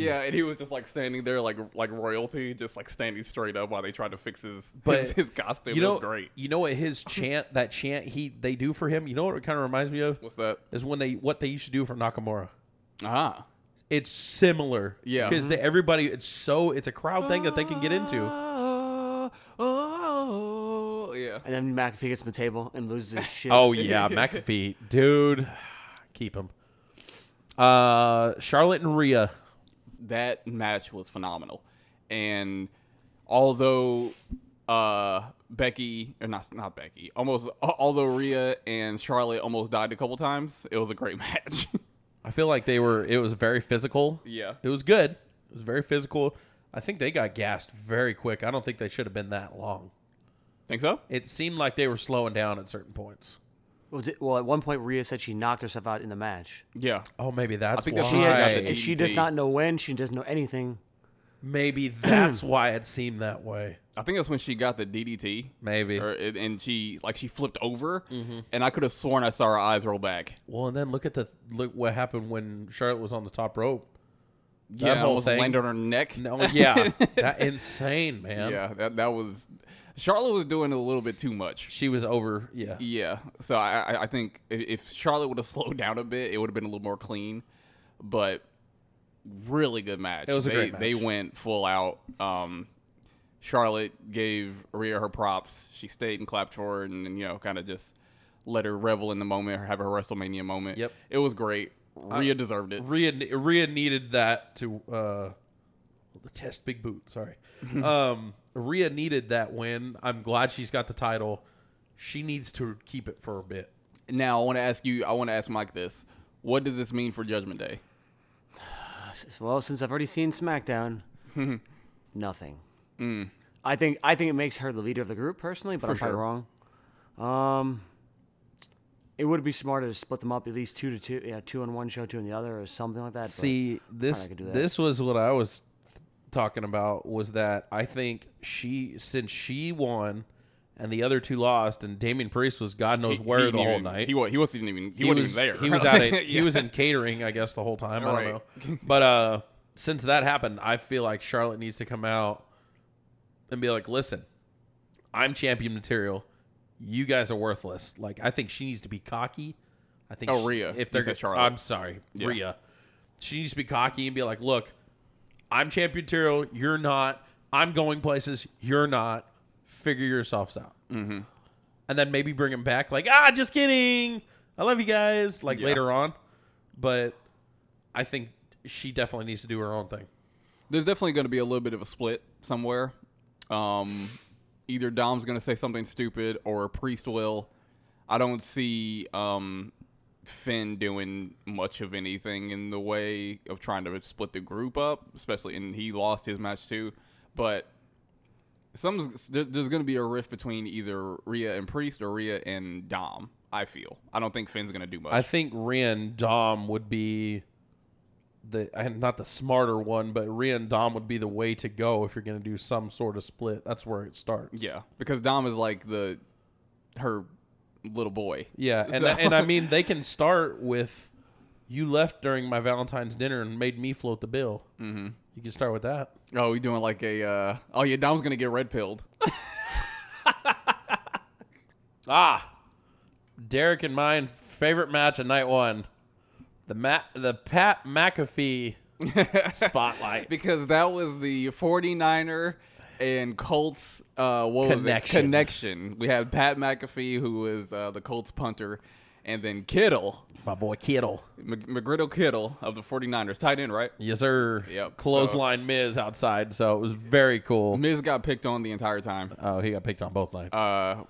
Speaker 2: Yeah, and he was just like standing there, like like royalty, just like standing straight up while they tried to fix his
Speaker 3: But
Speaker 2: his, his costume.
Speaker 3: You know,
Speaker 2: it was great.
Speaker 3: you know what his chant, that chant he they do for him. You know what it kind of reminds me of
Speaker 2: What's that?
Speaker 3: is when they what they used to do for Nakamura.
Speaker 2: Ah,
Speaker 3: It's similar,
Speaker 2: Yeah.
Speaker 3: because they- everybody it's so it's a crowd thing that they can get into.
Speaker 2: Oh, oh, yeah.
Speaker 4: And then McAfee gets on the table and loses his shit.
Speaker 3: Oh yeah, McAfee, dude, keep him. Uh, Charlotte and Rhea.
Speaker 2: That match was phenomenal, and although uh, Becky or not not Becky, almost al- although Rhea and Charlotte almost died a couple times, it was a great match.
Speaker 3: I feel like they were. It was very physical.
Speaker 2: Yeah.
Speaker 3: it was good. It was very physical. I think they got gassed very quick. I don't think they should have been that long.
Speaker 2: Think so?
Speaker 3: It seemed like they were slowing down at certain points.
Speaker 4: Well, di- well, at one point, Rhea said she knocked herself out in the match.
Speaker 2: Yeah.
Speaker 3: Oh, maybe that's
Speaker 2: think
Speaker 3: why.
Speaker 2: that's
Speaker 4: She
Speaker 2: what
Speaker 4: had-
Speaker 2: Right.
Speaker 4: and she does
Speaker 2: AED.
Speaker 4: not know when. She doesn't know anything.
Speaker 3: maybe that's why it seemed that way.
Speaker 2: I think that's when she got the DDT.
Speaker 3: Maybe. Mm-hmm.
Speaker 2: Or, and and she like she flipped over, and I could have sworn I saw her eyes roll back.
Speaker 3: Well, and then look at the look what happened when Charlotte was on the top rope. That
Speaker 2: yeah,
Speaker 3: whole
Speaker 2: almost
Speaker 3: thing.
Speaker 2: landed on her neck.
Speaker 3: No, Oh, yeah, that insane man.
Speaker 2: Yeah, that that was Charlotte was doing a little bit too much.
Speaker 3: She was over. Yeah,
Speaker 2: Yeah, so I I- I think i- if Charlotte would have slowed down a bit, it would have been a little more clean. But really good match. It
Speaker 3: was a
Speaker 2: they,
Speaker 3: great match.
Speaker 2: They went full out. Um, Charlotte gave Rhea her props. She stayed and clapped for her, and, and, you know, kind of just let her revel in the moment, have her WrestleMania moment.
Speaker 3: Yep. Uh,
Speaker 2: it was great. Rhea deserved it.
Speaker 3: Rhea Rhea needed that to uh, the test big boot. Sorry, um, Rhea needed that win. I'm glad she's got the title. She needs to keep it for a bit.
Speaker 2: Now I want to ask you. I want to ask Mike this. What does this mean for Judgment Day?
Speaker 4: S- Well, since I've already seen SmackDown, nothing.
Speaker 3: Mm.
Speaker 4: I think I think it makes her the leader of the group personally, but I'm probably wrong. Um, it would be smarter to split them up at least two to two, yeah, two on one show, two on the other, or something like that. but
Speaker 3: See, this
Speaker 4: could do that.
Speaker 3: this was what I was talking about was that I think she since she won and the other two lost and Damien Priest was God knows where
Speaker 2: he
Speaker 3: the
Speaker 2: didn't
Speaker 3: whole
Speaker 2: even-
Speaker 3: night.
Speaker 2: He, wa- he wasn't even he, wasn't even there.
Speaker 3: He was out. At,
Speaker 2: Yeah.
Speaker 3: He was in catering, I guess, the whole time. I don't
Speaker 2: Right.
Speaker 3: know. But uh, since that happened, I feel like Charlotte needs to come out and be like, "Listen, I'm champion material. You guys are worthless." Like, I think she needs to be cocky. I think
Speaker 2: Oh,
Speaker 3: she-
Speaker 2: Rhea.
Speaker 3: If
Speaker 2: You
Speaker 3: they're
Speaker 2: said
Speaker 3: gonna-
Speaker 2: Charlotte.
Speaker 3: I'm sorry, Rhea. She needs to be cocky and be like, "Look, I'm champion material. You're not. I'm going places. You're not. Figure yourselves out."
Speaker 2: Mm-hmm.
Speaker 3: and then maybe bring him back like ah just kidding i love you guys like
Speaker 2: Yeah.
Speaker 3: later on but i think she definitely needs to do her own thing
Speaker 2: There's definitely going to be a little bit of a split somewhere. Um, either Dom's going to say something stupid or Priest will. I don't see um, Finn doing much of anything in the way of trying to split the group up, especially and he lost his match too. But some's there, there's going to be a rift between either Rhea and Priest or Rhea and Dom. I feel. I don't think Finn's going to do much.
Speaker 3: i think Rhea and dom would be the and not the smarter one, but Rhea and Dom would be the way to go if you're going to do some sort of split. That's where it starts.
Speaker 2: Yeah, because Dom is like the her little boy.
Speaker 3: Yeah, and
Speaker 2: So-
Speaker 3: and I mean they can start with you left during my Valentine's dinner and made me float the bill. Mm-hmm. You can start with that.
Speaker 2: Oh, you doing like a? Uh, oh yeah, Dom's gonna get red pilled.
Speaker 3: Ah, Derek and mine favorite match of night one, the Matt the Pat McAfee spotlight.
Speaker 2: because that was the 49er and Colts uh, what
Speaker 3: Connection.
Speaker 2: Was it? connection. We had Pat McAfee, who was uh, the Colts punter, and then Kittle,
Speaker 3: My boy Kittle,
Speaker 2: Mc- McGriddle Kittle of the 49ers, tight end, right?
Speaker 3: yes sir.
Speaker 2: Yep,
Speaker 3: Clothesline Miz outside, so it was very cool.
Speaker 2: Miz got picked on the entire time.
Speaker 3: Oh, he got picked on both nights.
Speaker 2: Uh,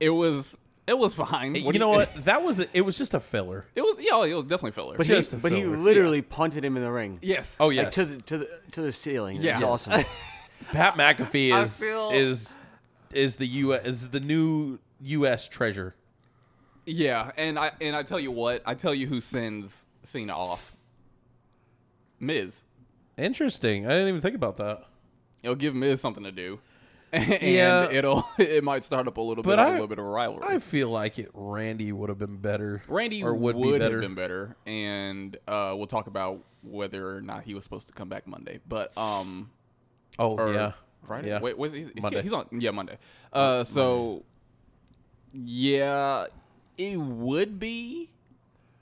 Speaker 2: it was it was fine.
Speaker 3: you,
Speaker 2: What do
Speaker 3: know what? That was it. Was just a filler.
Speaker 2: It was yeah, it was definitely filler.
Speaker 4: But
Speaker 3: Just a
Speaker 4: he, but he
Speaker 3: filler.
Speaker 4: literally punted him in the ring.
Speaker 2: yes.
Speaker 3: Oh
Speaker 4: Like
Speaker 3: yes,
Speaker 4: to the to the to the ceiling.
Speaker 2: Yeah.
Speaker 4: Yeah, awesome.
Speaker 3: Pat McAfee
Speaker 2: I
Speaker 3: is
Speaker 2: feel-
Speaker 3: is is the U is the new U.S. treasure.
Speaker 2: Yeah, and I and I tell you what, I tell you who sends Cena off. Miz.
Speaker 3: Interesting. I didn't even think about that.
Speaker 2: It'll give Miz something to do. and
Speaker 3: Yeah.
Speaker 2: it'll it might start up a little
Speaker 3: But
Speaker 2: bit of
Speaker 3: I-
Speaker 2: a little bit of a rivalry.
Speaker 3: I feel like it. Randy would have been better.
Speaker 2: Randy
Speaker 3: or would,
Speaker 2: would,
Speaker 3: be better.
Speaker 2: have been better, and uh, we'll talk about whether or not he was supposed to come back Monday. But um,
Speaker 3: oh
Speaker 2: or
Speaker 3: yeah,
Speaker 2: Friday.
Speaker 3: Yeah.
Speaker 2: Wait, was he, is he-
Speaker 3: Monday.
Speaker 2: he's on? Yeah, Monday. Uh, so yeah, it would be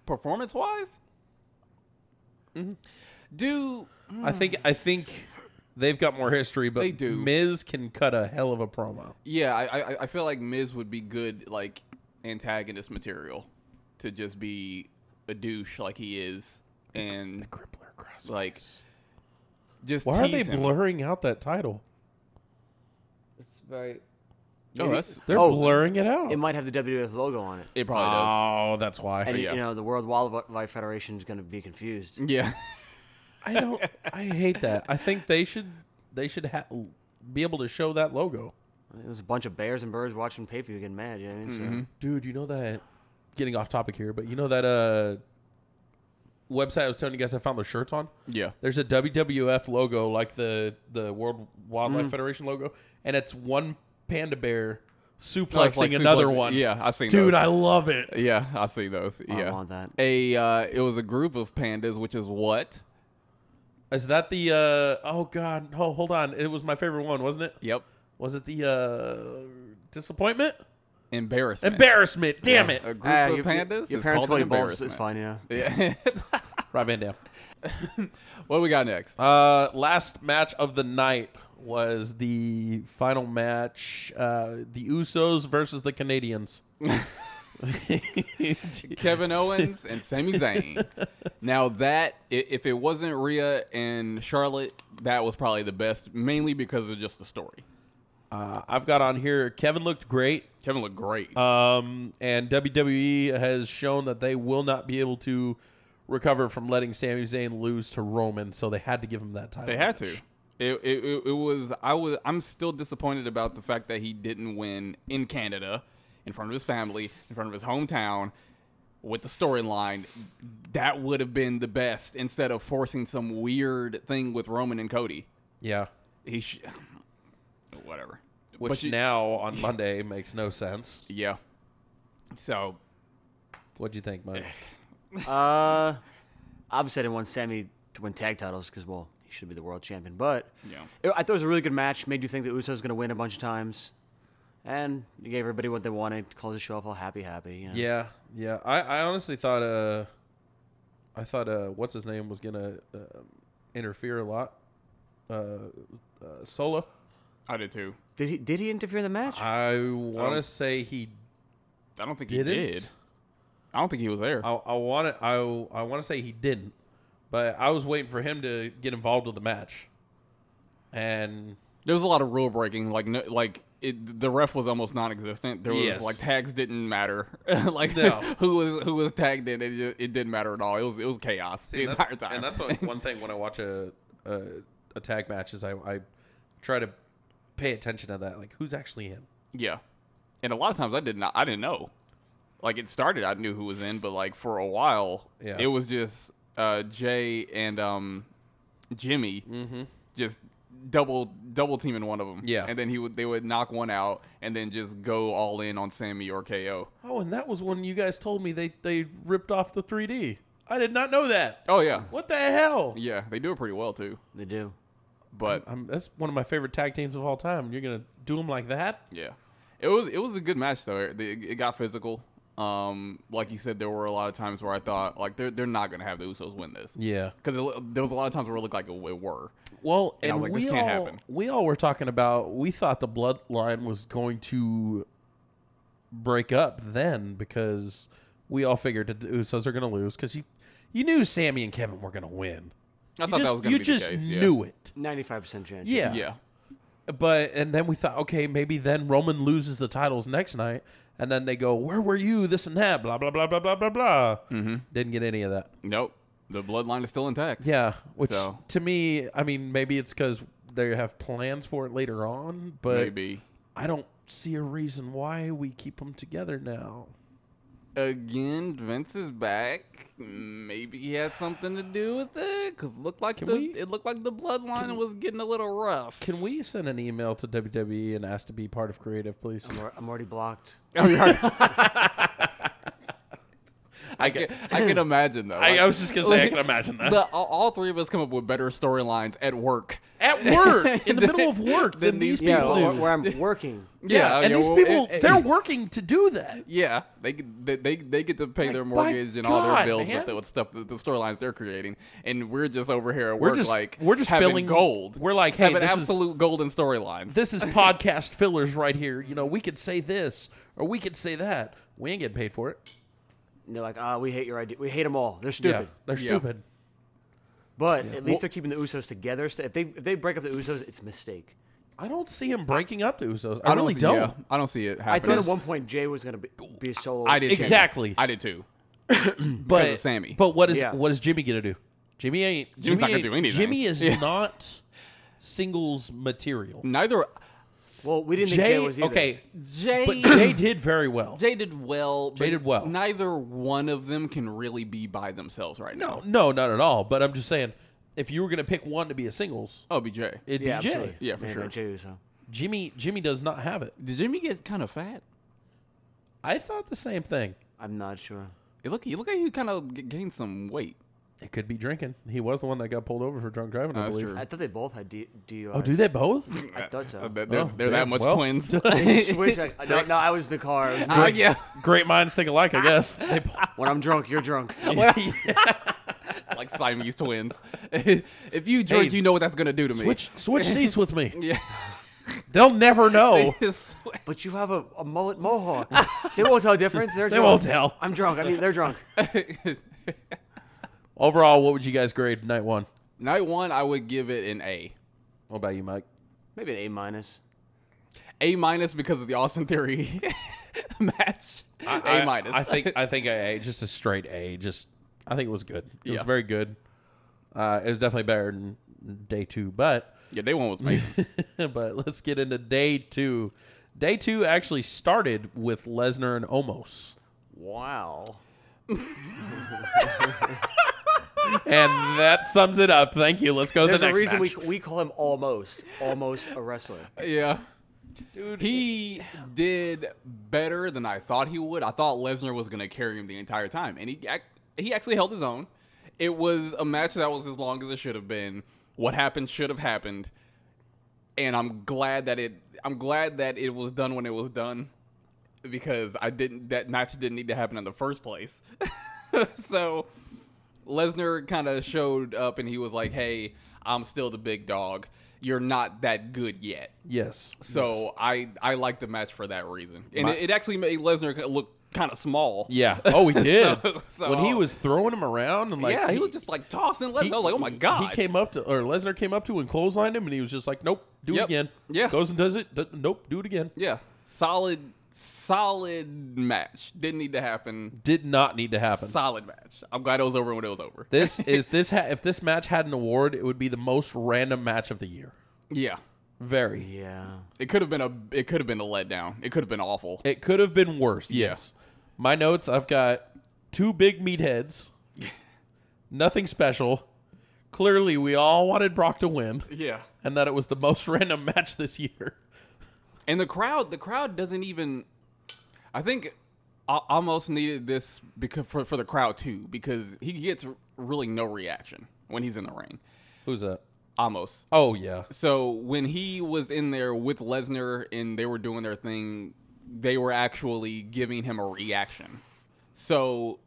Speaker 2: performance wise.
Speaker 3: Mm-hmm.
Speaker 2: Do
Speaker 3: I think I think they've got more history, but
Speaker 2: They do.
Speaker 3: Miz can cut a hell of a promo.
Speaker 2: yeah, I, I I feel like Miz would be good like antagonist material to just be a douche like he is and
Speaker 3: Crippler cross.
Speaker 2: like just
Speaker 3: Why are they
Speaker 2: tease him.
Speaker 3: blurring out that title?
Speaker 4: it's very.
Speaker 2: Oh, that's
Speaker 3: They're
Speaker 4: Oh.
Speaker 3: blurring it out.
Speaker 4: It might have the WWF logo on it,
Speaker 2: it. Probably does.
Speaker 3: oh, that's why.
Speaker 4: and
Speaker 2: yeah.
Speaker 4: you know the World Wildlife Federation is going to be confused.
Speaker 2: Yeah.
Speaker 3: I don't. I hate that. I think they should. They should ha- be able to show that logo.
Speaker 4: It was a bunch of bears and birds watching pay per view getting mad. You know what I mean? So,
Speaker 3: Dude, you know that. Getting off topic here, but you know that uh, website I was telling you guys I found those shirts on.
Speaker 2: Yeah.
Speaker 3: There's a WWF logo, like the the World
Speaker 2: Mm.
Speaker 3: Wildlife Federation logo, and it's one panda bear suplexing
Speaker 2: Like,
Speaker 3: another
Speaker 2: suplex-
Speaker 3: one.
Speaker 2: Yeah, I've seen
Speaker 3: dude,
Speaker 2: those.
Speaker 3: I love it.
Speaker 2: Yeah, I've seen those.
Speaker 4: I
Speaker 2: yeah.
Speaker 4: want that.
Speaker 2: A uh, it was a group of pandas, which is what?
Speaker 3: Is that the? uh Oh God, oh hold on, it was my favorite one, wasn't it?
Speaker 2: Yep.
Speaker 3: Was it the uh disappointment?
Speaker 2: Embarrassment.
Speaker 3: Embarrassment. Damn
Speaker 2: A
Speaker 3: it,
Speaker 2: group
Speaker 4: Ah,
Speaker 2: of
Speaker 4: your,
Speaker 2: Uh, pandas.
Speaker 4: Your
Speaker 2: is called
Speaker 4: parents call
Speaker 2: an
Speaker 4: you balls. It's
Speaker 2: embarrassment.
Speaker 4: fine. Yeah.
Speaker 2: Yeah.
Speaker 3: Rob Van Dam.
Speaker 2: what do we got next?
Speaker 3: Uh, last match of the night was the final match, uh, the Usos versus the Canadians.
Speaker 2: Kevin Owens and Sami Zayn. now that i- if it wasn't Rhea and Charlotte, that was probably the best, mainly because of just the story.
Speaker 3: Uh, I've got on here. Kevin looked great,
Speaker 2: Kevin looked great.
Speaker 3: um, and WWE has shown that they will not be able to recover from letting Sami Zayn lose to Roman, so they had to give him that title.
Speaker 2: They had to.
Speaker 3: match.
Speaker 2: It, it, it, it was I was I'm still disappointed about the fact that he didn't win in Canada, in front of his family, in front of his hometown, with the storyline. That would have been the best instead of forcing some weird thing with Roman and Cody.
Speaker 3: Yeah,
Speaker 2: He sh- whatever.
Speaker 3: which
Speaker 2: But you-
Speaker 3: now on Monday makes no sense.
Speaker 2: yeah. So
Speaker 3: What do you think, Mike?
Speaker 4: Uh, I'm setting one Sammy to win tag titles because well he should be the world champion. But
Speaker 2: Yeah.
Speaker 4: it, I thought it was a really good match. Made you think that Usos going to win a bunch of times, and you gave everybody what they wanted. Close the show off all happy, happy. You know?
Speaker 3: Yeah, yeah. I, I honestly thought uh, I thought uh, what's his name was gonna uh, interfere a lot. Uh, uh Solo.
Speaker 2: I did too.
Speaker 4: Did he did he interfere in the match?
Speaker 3: I want to
Speaker 2: Um,
Speaker 3: say he
Speaker 2: I don't think he
Speaker 3: didn't.
Speaker 2: did. I don't think he was there.
Speaker 3: I I want to I I want to say he didn't, but I was waiting for him to get involved with the match, and
Speaker 2: There was a lot of rule breaking, like no, like it, the ref was almost non-existent. There was
Speaker 3: Yes.
Speaker 2: like tags didn't matter, like
Speaker 3: No.
Speaker 2: who was who was tagged in. It, ju- it didn't matter at all. It was it was chaos the
Speaker 3: and
Speaker 2: entire
Speaker 3: that's-
Speaker 2: time.
Speaker 3: And that's what, one thing when I watch a, a a tag match is I I try to pay attention to that like who's actually in.
Speaker 2: yeah. And a lot of times I did not I didn't know. Like it started, I knew who was in, but like for a while,
Speaker 3: Yeah.
Speaker 2: it was just uh, Jay and um, Jimmy just double double teaming one of them.
Speaker 3: Mm-hmm. Yeah.
Speaker 2: and then he would they would knock one out and then just go all in on Sammy or KO.
Speaker 3: Oh, and that was when you guys told me they they ripped off the 3D. I did not know that.
Speaker 2: Oh yeah,
Speaker 3: What the hell?
Speaker 2: yeah, they do it pretty well too.
Speaker 4: They do.
Speaker 2: But
Speaker 3: Um, that's one of my favorite tag teams of all time. You're gonna do them like that?
Speaker 2: Yeah, it was it was a good match though. It, it got physical. Um, like you said, there were a lot of times where I thought like they're they're not gonna have the Usos win this
Speaker 3: Yeah.
Speaker 2: because there was a lot of times where it looked like it, it were.
Speaker 3: Well,
Speaker 2: And
Speaker 3: and,
Speaker 2: I was like,
Speaker 3: we
Speaker 2: this can't
Speaker 3: all
Speaker 2: happen.
Speaker 3: we all were talking about. We thought the bloodline was going to break up then because we all figured that the Usos are going to lose because you you knew Sammy and Kevin were going to win.
Speaker 2: I
Speaker 3: you
Speaker 2: thought
Speaker 3: just,
Speaker 2: that was gonna
Speaker 3: you
Speaker 2: be
Speaker 3: just
Speaker 2: the case.
Speaker 3: knew it.
Speaker 4: Ninety-five percent chance.
Speaker 3: Yeah.
Speaker 2: yeah. yeah,
Speaker 3: But and then we thought, okay, maybe then Roman loses the titles next night, and then they go, "Where were you?" This and that, blah blah blah blah blah blah blah. Mm-hmm. Didn't get any of that.
Speaker 2: Nope, the bloodline is still intact.
Speaker 3: Yeah, which
Speaker 2: So-
Speaker 3: to me, I mean, maybe it's because they have plans for it later on, but
Speaker 2: maybe
Speaker 3: I don't see a reason why we keep them together now.
Speaker 2: again. Vince is back. Maybe he had something to do with it because looked like the,
Speaker 3: we-
Speaker 2: it looked like the bloodline was getting a little rough.
Speaker 3: Can we send an email to WWE and ask to be part of creative, please?
Speaker 4: I'm, al- I'm already blocked.
Speaker 2: I can I can imagine though. Like-
Speaker 3: was just gonna say I can imagine
Speaker 2: The, all, all three of us come up with better storylines at work.
Speaker 3: At work, in the middle of work,
Speaker 2: Then
Speaker 3: then these
Speaker 2: these
Speaker 4: Yeah,
Speaker 3: people,
Speaker 4: where,
Speaker 3: do.
Speaker 4: where I'm working.
Speaker 3: yeah, and
Speaker 2: yeah,
Speaker 3: these
Speaker 2: well,
Speaker 3: people,
Speaker 2: it- it-
Speaker 3: they're working to do that.
Speaker 2: yeah, they get- they they, they get to pay their
Speaker 3: Like, by
Speaker 2: mortgage and all their
Speaker 3: God,
Speaker 2: bills
Speaker 3: man.
Speaker 2: with the, with stuff that the storylines they're creating, and we're just over here. At
Speaker 3: We're
Speaker 2: work,
Speaker 3: just-
Speaker 2: like
Speaker 3: we're just
Speaker 2: having
Speaker 3: filling-
Speaker 2: gold.
Speaker 3: we're like, hey,
Speaker 2: having
Speaker 3: this is-
Speaker 2: absolute golden storylines.
Speaker 3: This is podcast fillers right here. You know, we could say this or we could say that. We ain't getting paid for it.
Speaker 4: And they're like, ah, we hate your idea. We hate them all. They're stupid.
Speaker 3: Yeah, they're
Speaker 2: Yeah.
Speaker 3: stupid.
Speaker 4: But at least
Speaker 3: Well-
Speaker 4: they're keeping the Usos together. So if they if they break up the Usos, it's a mistake.
Speaker 3: I don't see him breaking up the Usos. I, really
Speaker 2: see,
Speaker 3: don't.
Speaker 2: yeah, I don't see it
Speaker 4: I
Speaker 2: happening.
Speaker 4: thought at one point Jay was gonna be, be a solo.
Speaker 2: I did too.
Speaker 4: champion.
Speaker 3: Exactly.
Speaker 2: I did too.
Speaker 3: but
Speaker 2: of Sammy.
Speaker 3: But what is
Speaker 4: Yeah.
Speaker 3: what is Jimmy gonna do? Jimmy ain't.
Speaker 2: Jimmy's
Speaker 3: Jimmy
Speaker 2: not gonna
Speaker 3: ain't-
Speaker 2: do anything.
Speaker 3: Jimmy is
Speaker 2: Yeah.
Speaker 3: not singles material.
Speaker 2: Neither
Speaker 4: Well, we didn't think Jay
Speaker 3: Jay,
Speaker 4: was either.
Speaker 3: okay,
Speaker 2: Jay
Speaker 3: but Jay did very well.
Speaker 2: Jay did well. but
Speaker 3: Jay did well.
Speaker 2: Neither one of them can really be by themselves right now.
Speaker 3: no, no, not at all. But I'm just saying, if you were gonna pick one to be a singles,
Speaker 2: Oh, be Jay.
Speaker 3: it'd
Speaker 4: Yeah,
Speaker 3: be Jay.
Speaker 4: absolutely.
Speaker 2: Yeah, for
Speaker 4: Man,
Speaker 2: sure.
Speaker 4: no, Jay Uso.
Speaker 3: Jimmy, Jimmy does not have it.
Speaker 2: Did Jimmy get kind of fat?
Speaker 3: I thought the same thing.
Speaker 4: I'm not sure.
Speaker 2: It look, you look like he kind of g- gained some weight.
Speaker 3: It could be drinking. He was the one that got pulled over for drunk driving,
Speaker 2: Oh,
Speaker 3: I
Speaker 2: that's
Speaker 3: believe.
Speaker 2: true.
Speaker 4: I thought they both had D- DUIs.
Speaker 3: Oh, do they both?
Speaker 4: I thought so.
Speaker 2: Uh, They're, they're,
Speaker 3: Oh,
Speaker 2: they're that
Speaker 3: damn.
Speaker 2: much
Speaker 3: Well,
Speaker 2: twins.
Speaker 4: They switch. I, no, no, I was the car. I was-
Speaker 2: Ah, yeah.
Speaker 3: Great minds think alike,
Speaker 2: Ah.
Speaker 3: I guess. They pull-
Speaker 4: When I'm drunk, you're drunk.
Speaker 2: like Siamese twins. if you drink,
Speaker 3: Hey,
Speaker 2: you know what that's gonna do to me.
Speaker 3: switch switch seats with me.
Speaker 2: Yeah.
Speaker 3: They'll never know.
Speaker 4: But you have a, a mullet mohawk. They won't tell the difference. They're
Speaker 3: They
Speaker 4: drunk.
Speaker 3: won't tell.
Speaker 4: I'm drunk. I mean, they're drunk.
Speaker 3: Overall, what would you guys grade night one?
Speaker 2: Night one, I would give it an A.
Speaker 3: What about you, Mike?
Speaker 4: Maybe an A minus.
Speaker 2: A minus because of the Austin Theory match. A minus.
Speaker 3: I, think I think a, a just a straight A. Just I think it was good.
Speaker 2: Yeah.
Speaker 3: It was very good. Uh, it was definitely better than day two, but
Speaker 2: yeah, day one was amazing.
Speaker 3: but let's get into day two. Day two actually started with Lesnar and Omos,
Speaker 4: Wow.
Speaker 3: and that sums it up. Thank you. Let's go to
Speaker 4: There's
Speaker 3: the
Speaker 4: a
Speaker 3: next
Speaker 4: reason
Speaker 3: match.
Speaker 4: we, we call him almost almost a wrestler.
Speaker 2: Yeah. Dude, he did better than I thought he would. I thought Lesnar was going to carry him the entire time, and he ac- he actually held his own. It was a match that was as long as it should have been. What happened should have happened, and I'm glad that it. I'm glad that it was done when it was done, because I didn't. That match didn't need to happen in the first place. so Lesnar kind of showed up, and he was like, "Hey, I'm still the big dog. You're not that good yet."
Speaker 3: yes.
Speaker 2: So I I like the match for that reason, and it, it actually made Lesnar look kind of small.
Speaker 3: Yeah. Oh, he did.
Speaker 2: So- so-
Speaker 3: when he was throwing him around and like
Speaker 2: yeah, he was just like tossing Lesnar. I was like, oh my
Speaker 3: he-
Speaker 2: god,
Speaker 3: He came up to, or Lesnar came up to and clotheslined him, and he was just like, "Nope, do
Speaker 2: Yep.
Speaker 3: it again."
Speaker 2: Yeah.
Speaker 3: goes and does it. D- nope, do it again.
Speaker 2: yeah, solid solid match. Didn't need to happen.
Speaker 3: Did not need to happen.
Speaker 2: Solid match. I'm glad it was over when it was over.
Speaker 3: this is this. Ha- if this match had an award, it would be the most random match of the year.
Speaker 2: yeah,
Speaker 3: Very.
Speaker 4: Yeah.
Speaker 2: it could have been a it could have been a letdown. It could have been awful.
Speaker 3: It could have been worse.
Speaker 2: Yeah.
Speaker 3: Yes. My notes. I've got two big meatheads. Nothing special. Clearly, we all wanted Brock to win,
Speaker 2: Yeah.
Speaker 3: and that it was the most random match this year.
Speaker 2: And the crowd, the crowd doesn't even. I think I almost needed this because for for the crowd too, because he gets really no reaction when he's in the ring.
Speaker 3: Who's that?
Speaker 2: Almost.
Speaker 3: Oh yeah,
Speaker 2: So when he was in there with Lesnar and they were doing their thing, they were actually giving him a reaction. So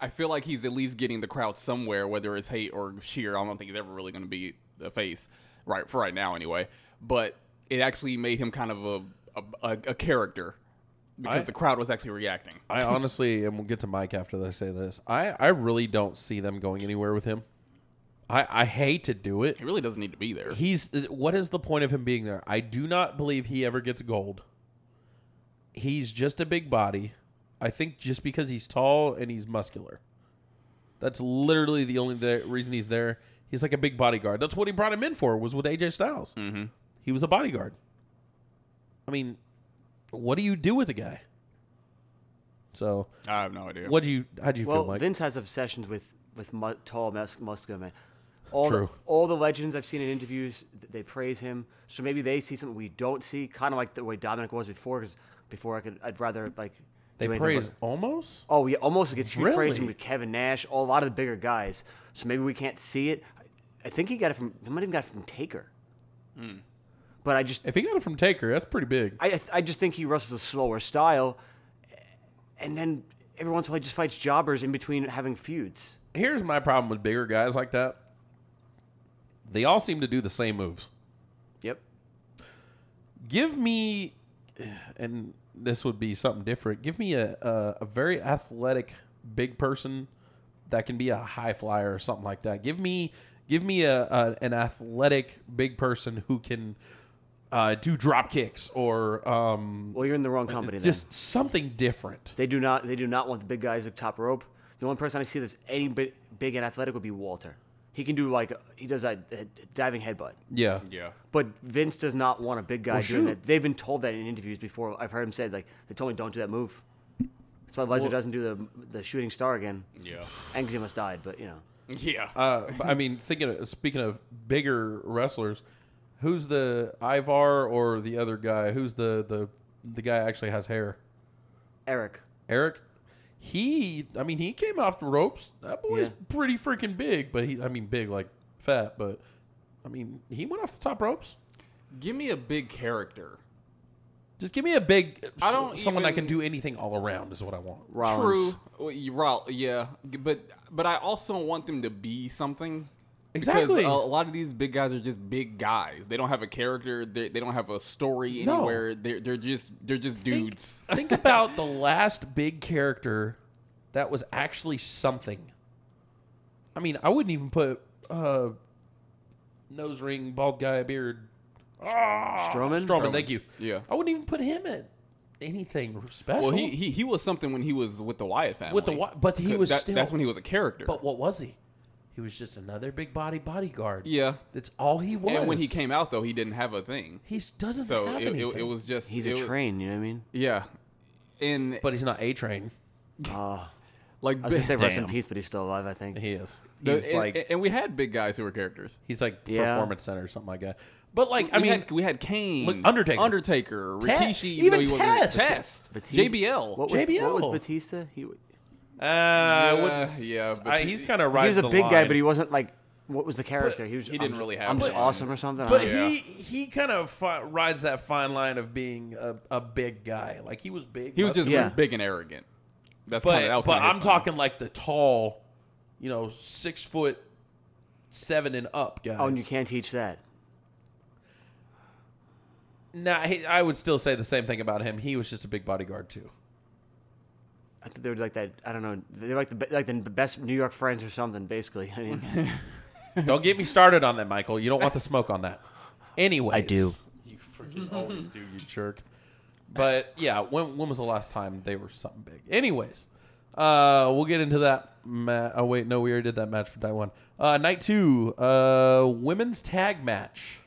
Speaker 2: I feel like he's at least getting the crowd somewhere, whether it's hate or cheer. I don't think he's ever really going to be the face, right? For right now, anyway. But it actually made him kind of a a, a, a character because
Speaker 3: I-
Speaker 2: the crowd was actually reacting.
Speaker 3: I honestly, and we'll get to Mike after I say this. I I really don't see them going anywhere with him. I I hate to do it.
Speaker 2: He really doesn't need to be there.
Speaker 3: He's what is the point of him being there? I do not believe he ever gets gold. He's just a big body. I think just because he's tall and he's muscular. That's literally the only the reason he's there. He's like a big bodyguard. That's what he brought him in for was with AJ Styles. Mm-hmm. He was a bodyguard. I mean, what do you do with a guy? So,
Speaker 2: I have no idea.
Speaker 3: what do you? How do you
Speaker 4: Well,
Speaker 3: feel, Mike?
Speaker 4: Vince has obsessions with with mu- tall mus- muscular men. All
Speaker 3: True.
Speaker 4: The, all the legends I've seen in interviews, th- they praise him. So maybe they see something we don't see, kind of like the way Dominic was before. Because before I could, I'd rather like
Speaker 3: they
Speaker 4: do anything
Speaker 3: praise
Speaker 4: but-
Speaker 3: almost.
Speaker 4: Oh, yeah, almost gets huge praise
Speaker 3: Really?
Speaker 4: from Kevin Nash, all, a lot of the bigger guys. So maybe we can't see it. I- I think he got it from. He might even got it from Taker.
Speaker 3: Hmm.
Speaker 4: But I just,
Speaker 3: If he got it from Taker, that's pretty big.
Speaker 4: I, I- I just think he wrestles a slower style, and then every once in a while he just fights jobbers in between having feuds.
Speaker 3: here's my problem with bigger guys like that. They all seem to do the same moves.
Speaker 4: Yep.
Speaker 3: Give me, and this would be something different. Give me a a, a very athletic big person that can be a high flyer or something like that. Give me give me a, a an athletic big person who can uh, do drop kicks or um,
Speaker 4: Well, you're in the wrong company. Then.
Speaker 3: just something different.
Speaker 4: they do not they do not want the big guys at top rope. The only person I see that's any bit big and athletic would be Walter. He can do like he does that uh, diving headbutt.
Speaker 3: Yeah.
Speaker 2: yeah.
Speaker 4: But Vince does not want a big guy
Speaker 3: Well,
Speaker 4: doing
Speaker 3: Oh, shoot.
Speaker 4: that. They've been told that in interviews before. I've heard him say like they told me don't do that move. That's why Lesnar doesn't do the the shooting star again.
Speaker 2: Yeah.
Speaker 4: And 'cause he must died, but you know.
Speaker 2: Yeah.
Speaker 3: Uh, but, I mean, thinking of, speaking of bigger wrestlers, who's the Ivar or the other guy? Who's the the the guy actually has hair?
Speaker 4: Eric.
Speaker 3: Eric. He, I mean, he came off the ropes. That boy's
Speaker 4: Yeah.
Speaker 3: pretty freaking big, but he, I mean, big like fat, but I mean, he went off the top ropes.
Speaker 2: Give me a big character.
Speaker 3: Just give me a big,
Speaker 2: I don't
Speaker 3: someone that
Speaker 2: even-
Speaker 3: can do anything all around is what I want.
Speaker 4: Rollins.
Speaker 2: True. Well, you- Roll, yeah, G- but but I also want them to be something.
Speaker 3: Exactly.
Speaker 2: Because a lot of these big guys are just big guys. They don't have a character. They, they don't have a story
Speaker 3: No.
Speaker 2: anywhere. They're they're just they're just dudes.
Speaker 3: Think about the last big character that was actually something. I mean, I wouldn't even put uh, nose ring, bald guy, beard.
Speaker 4: Strowman.
Speaker 3: Strowman, thank you.
Speaker 2: Yeah.
Speaker 3: I wouldn't even put him at anything special.
Speaker 2: Well, he, he he was something when he was with the Wyatt family.
Speaker 3: With the Wy- but he
Speaker 2: Th-
Speaker 3: was
Speaker 2: that-
Speaker 3: still-
Speaker 2: That's when he was a character.
Speaker 3: but what was he? He was just another big body bodyguard.
Speaker 2: yeah.
Speaker 3: That's all he was.
Speaker 2: And when he came out though, he didn't have a thing.
Speaker 3: he doesn't
Speaker 2: So
Speaker 3: have
Speaker 2: it, it,
Speaker 3: anything.
Speaker 2: it was just
Speaker 4: He's
Speaker 2: it
Speaker 4: a
Speaker 2: was-
Speaker 4: train, you know what I mean?
Speaker 2: Yeah. And
Speaker 3: but he's not A Train.
Speaker 2: like
Speaker 4: I was gonna say rest in
Speaker 3: Damn.
Speaker 4: peace, but he's still alive, I think.
Speaker 3: He is.
Speaker 2: the-
Speaker 3: He's
Speaker 2: and-
Speaker 3: like
Speaker 2: and we had big guys who were characters.
Speaker 3: he's like
Speaker 4: Yeah.
Speaker 3: performance center or something like that. But like, I
Speaker 2: we
Speaker 3: mean,
Speaker 2: had, we had Kane,
Speaker 3: Look, Undertaker.
Speaker 2: Undertaker, Rikishi, even
Speaker 3: even
Speaker 2: though he wasn't
Speaker 3: Test.
Speaker 2: Test,
Speaker 4: Batista-
Speaker 2: JBL.
Speaker 4: What was, What was
Speaker 3: JBL.
Speaker 4: Batista? He, w-
Speaker 3: Uh, I wouldn't
Speaker 2: Yeah,
Speaker 3: s-
Speaker 2: yeah, but
Speaker 3: I-
Speaker 2: he-
Speaker 3: he's kind of
Speaker 4: he
Speaker 3: right.
Speaker 4: was a big guy, but he wasn't like what was the character? he was.
Speaker 2: he didn't
Speaker 4: I'm-
Speaker 2: really have
Speaker 4: I'm just
Speaker 2: one.
Speaker 4: awesome or something. I
Speaker 3: But
Speaker 4: don't know.
Speaker 2: Yeah.
Speaker 3: he he kind of fi- rides that fine line of being a, a big guy. Like he was big.
Speaker 2: he was just
Speaker 4: Yeah.
Speaker 2: big and arrogant. That's
Speaker 3: but
Speaker 2: kinda, that was
Speaker 3: but
Speaker 2: kinda his
Speaker 3: I'm
Speaker 2: thing.
Speaker 3: talking like the tall, you know, six foot seven and up guys.
Speaker 4: Oh, and you can't teach that.
Speaker 3: Nah, he, I would still say the same thing about him. He was just a big bodyguard too.
Speaker 4: I think they were like that. I don't know. They're like the be- like the best New York friends or something. Basically, I mean,
Speaker 3: don't get me started on that, Michael. You don't want the smoke on that. Anyway,
Speaker 4: I do.
Speaker 3: You freaking always do, you jerk. But yeah, when when was the last time they were something big? Anyways, uh, we'll get into that. Ma- oh wait, no, we already did that match for night one. Uh, night two, uh, women's tag match,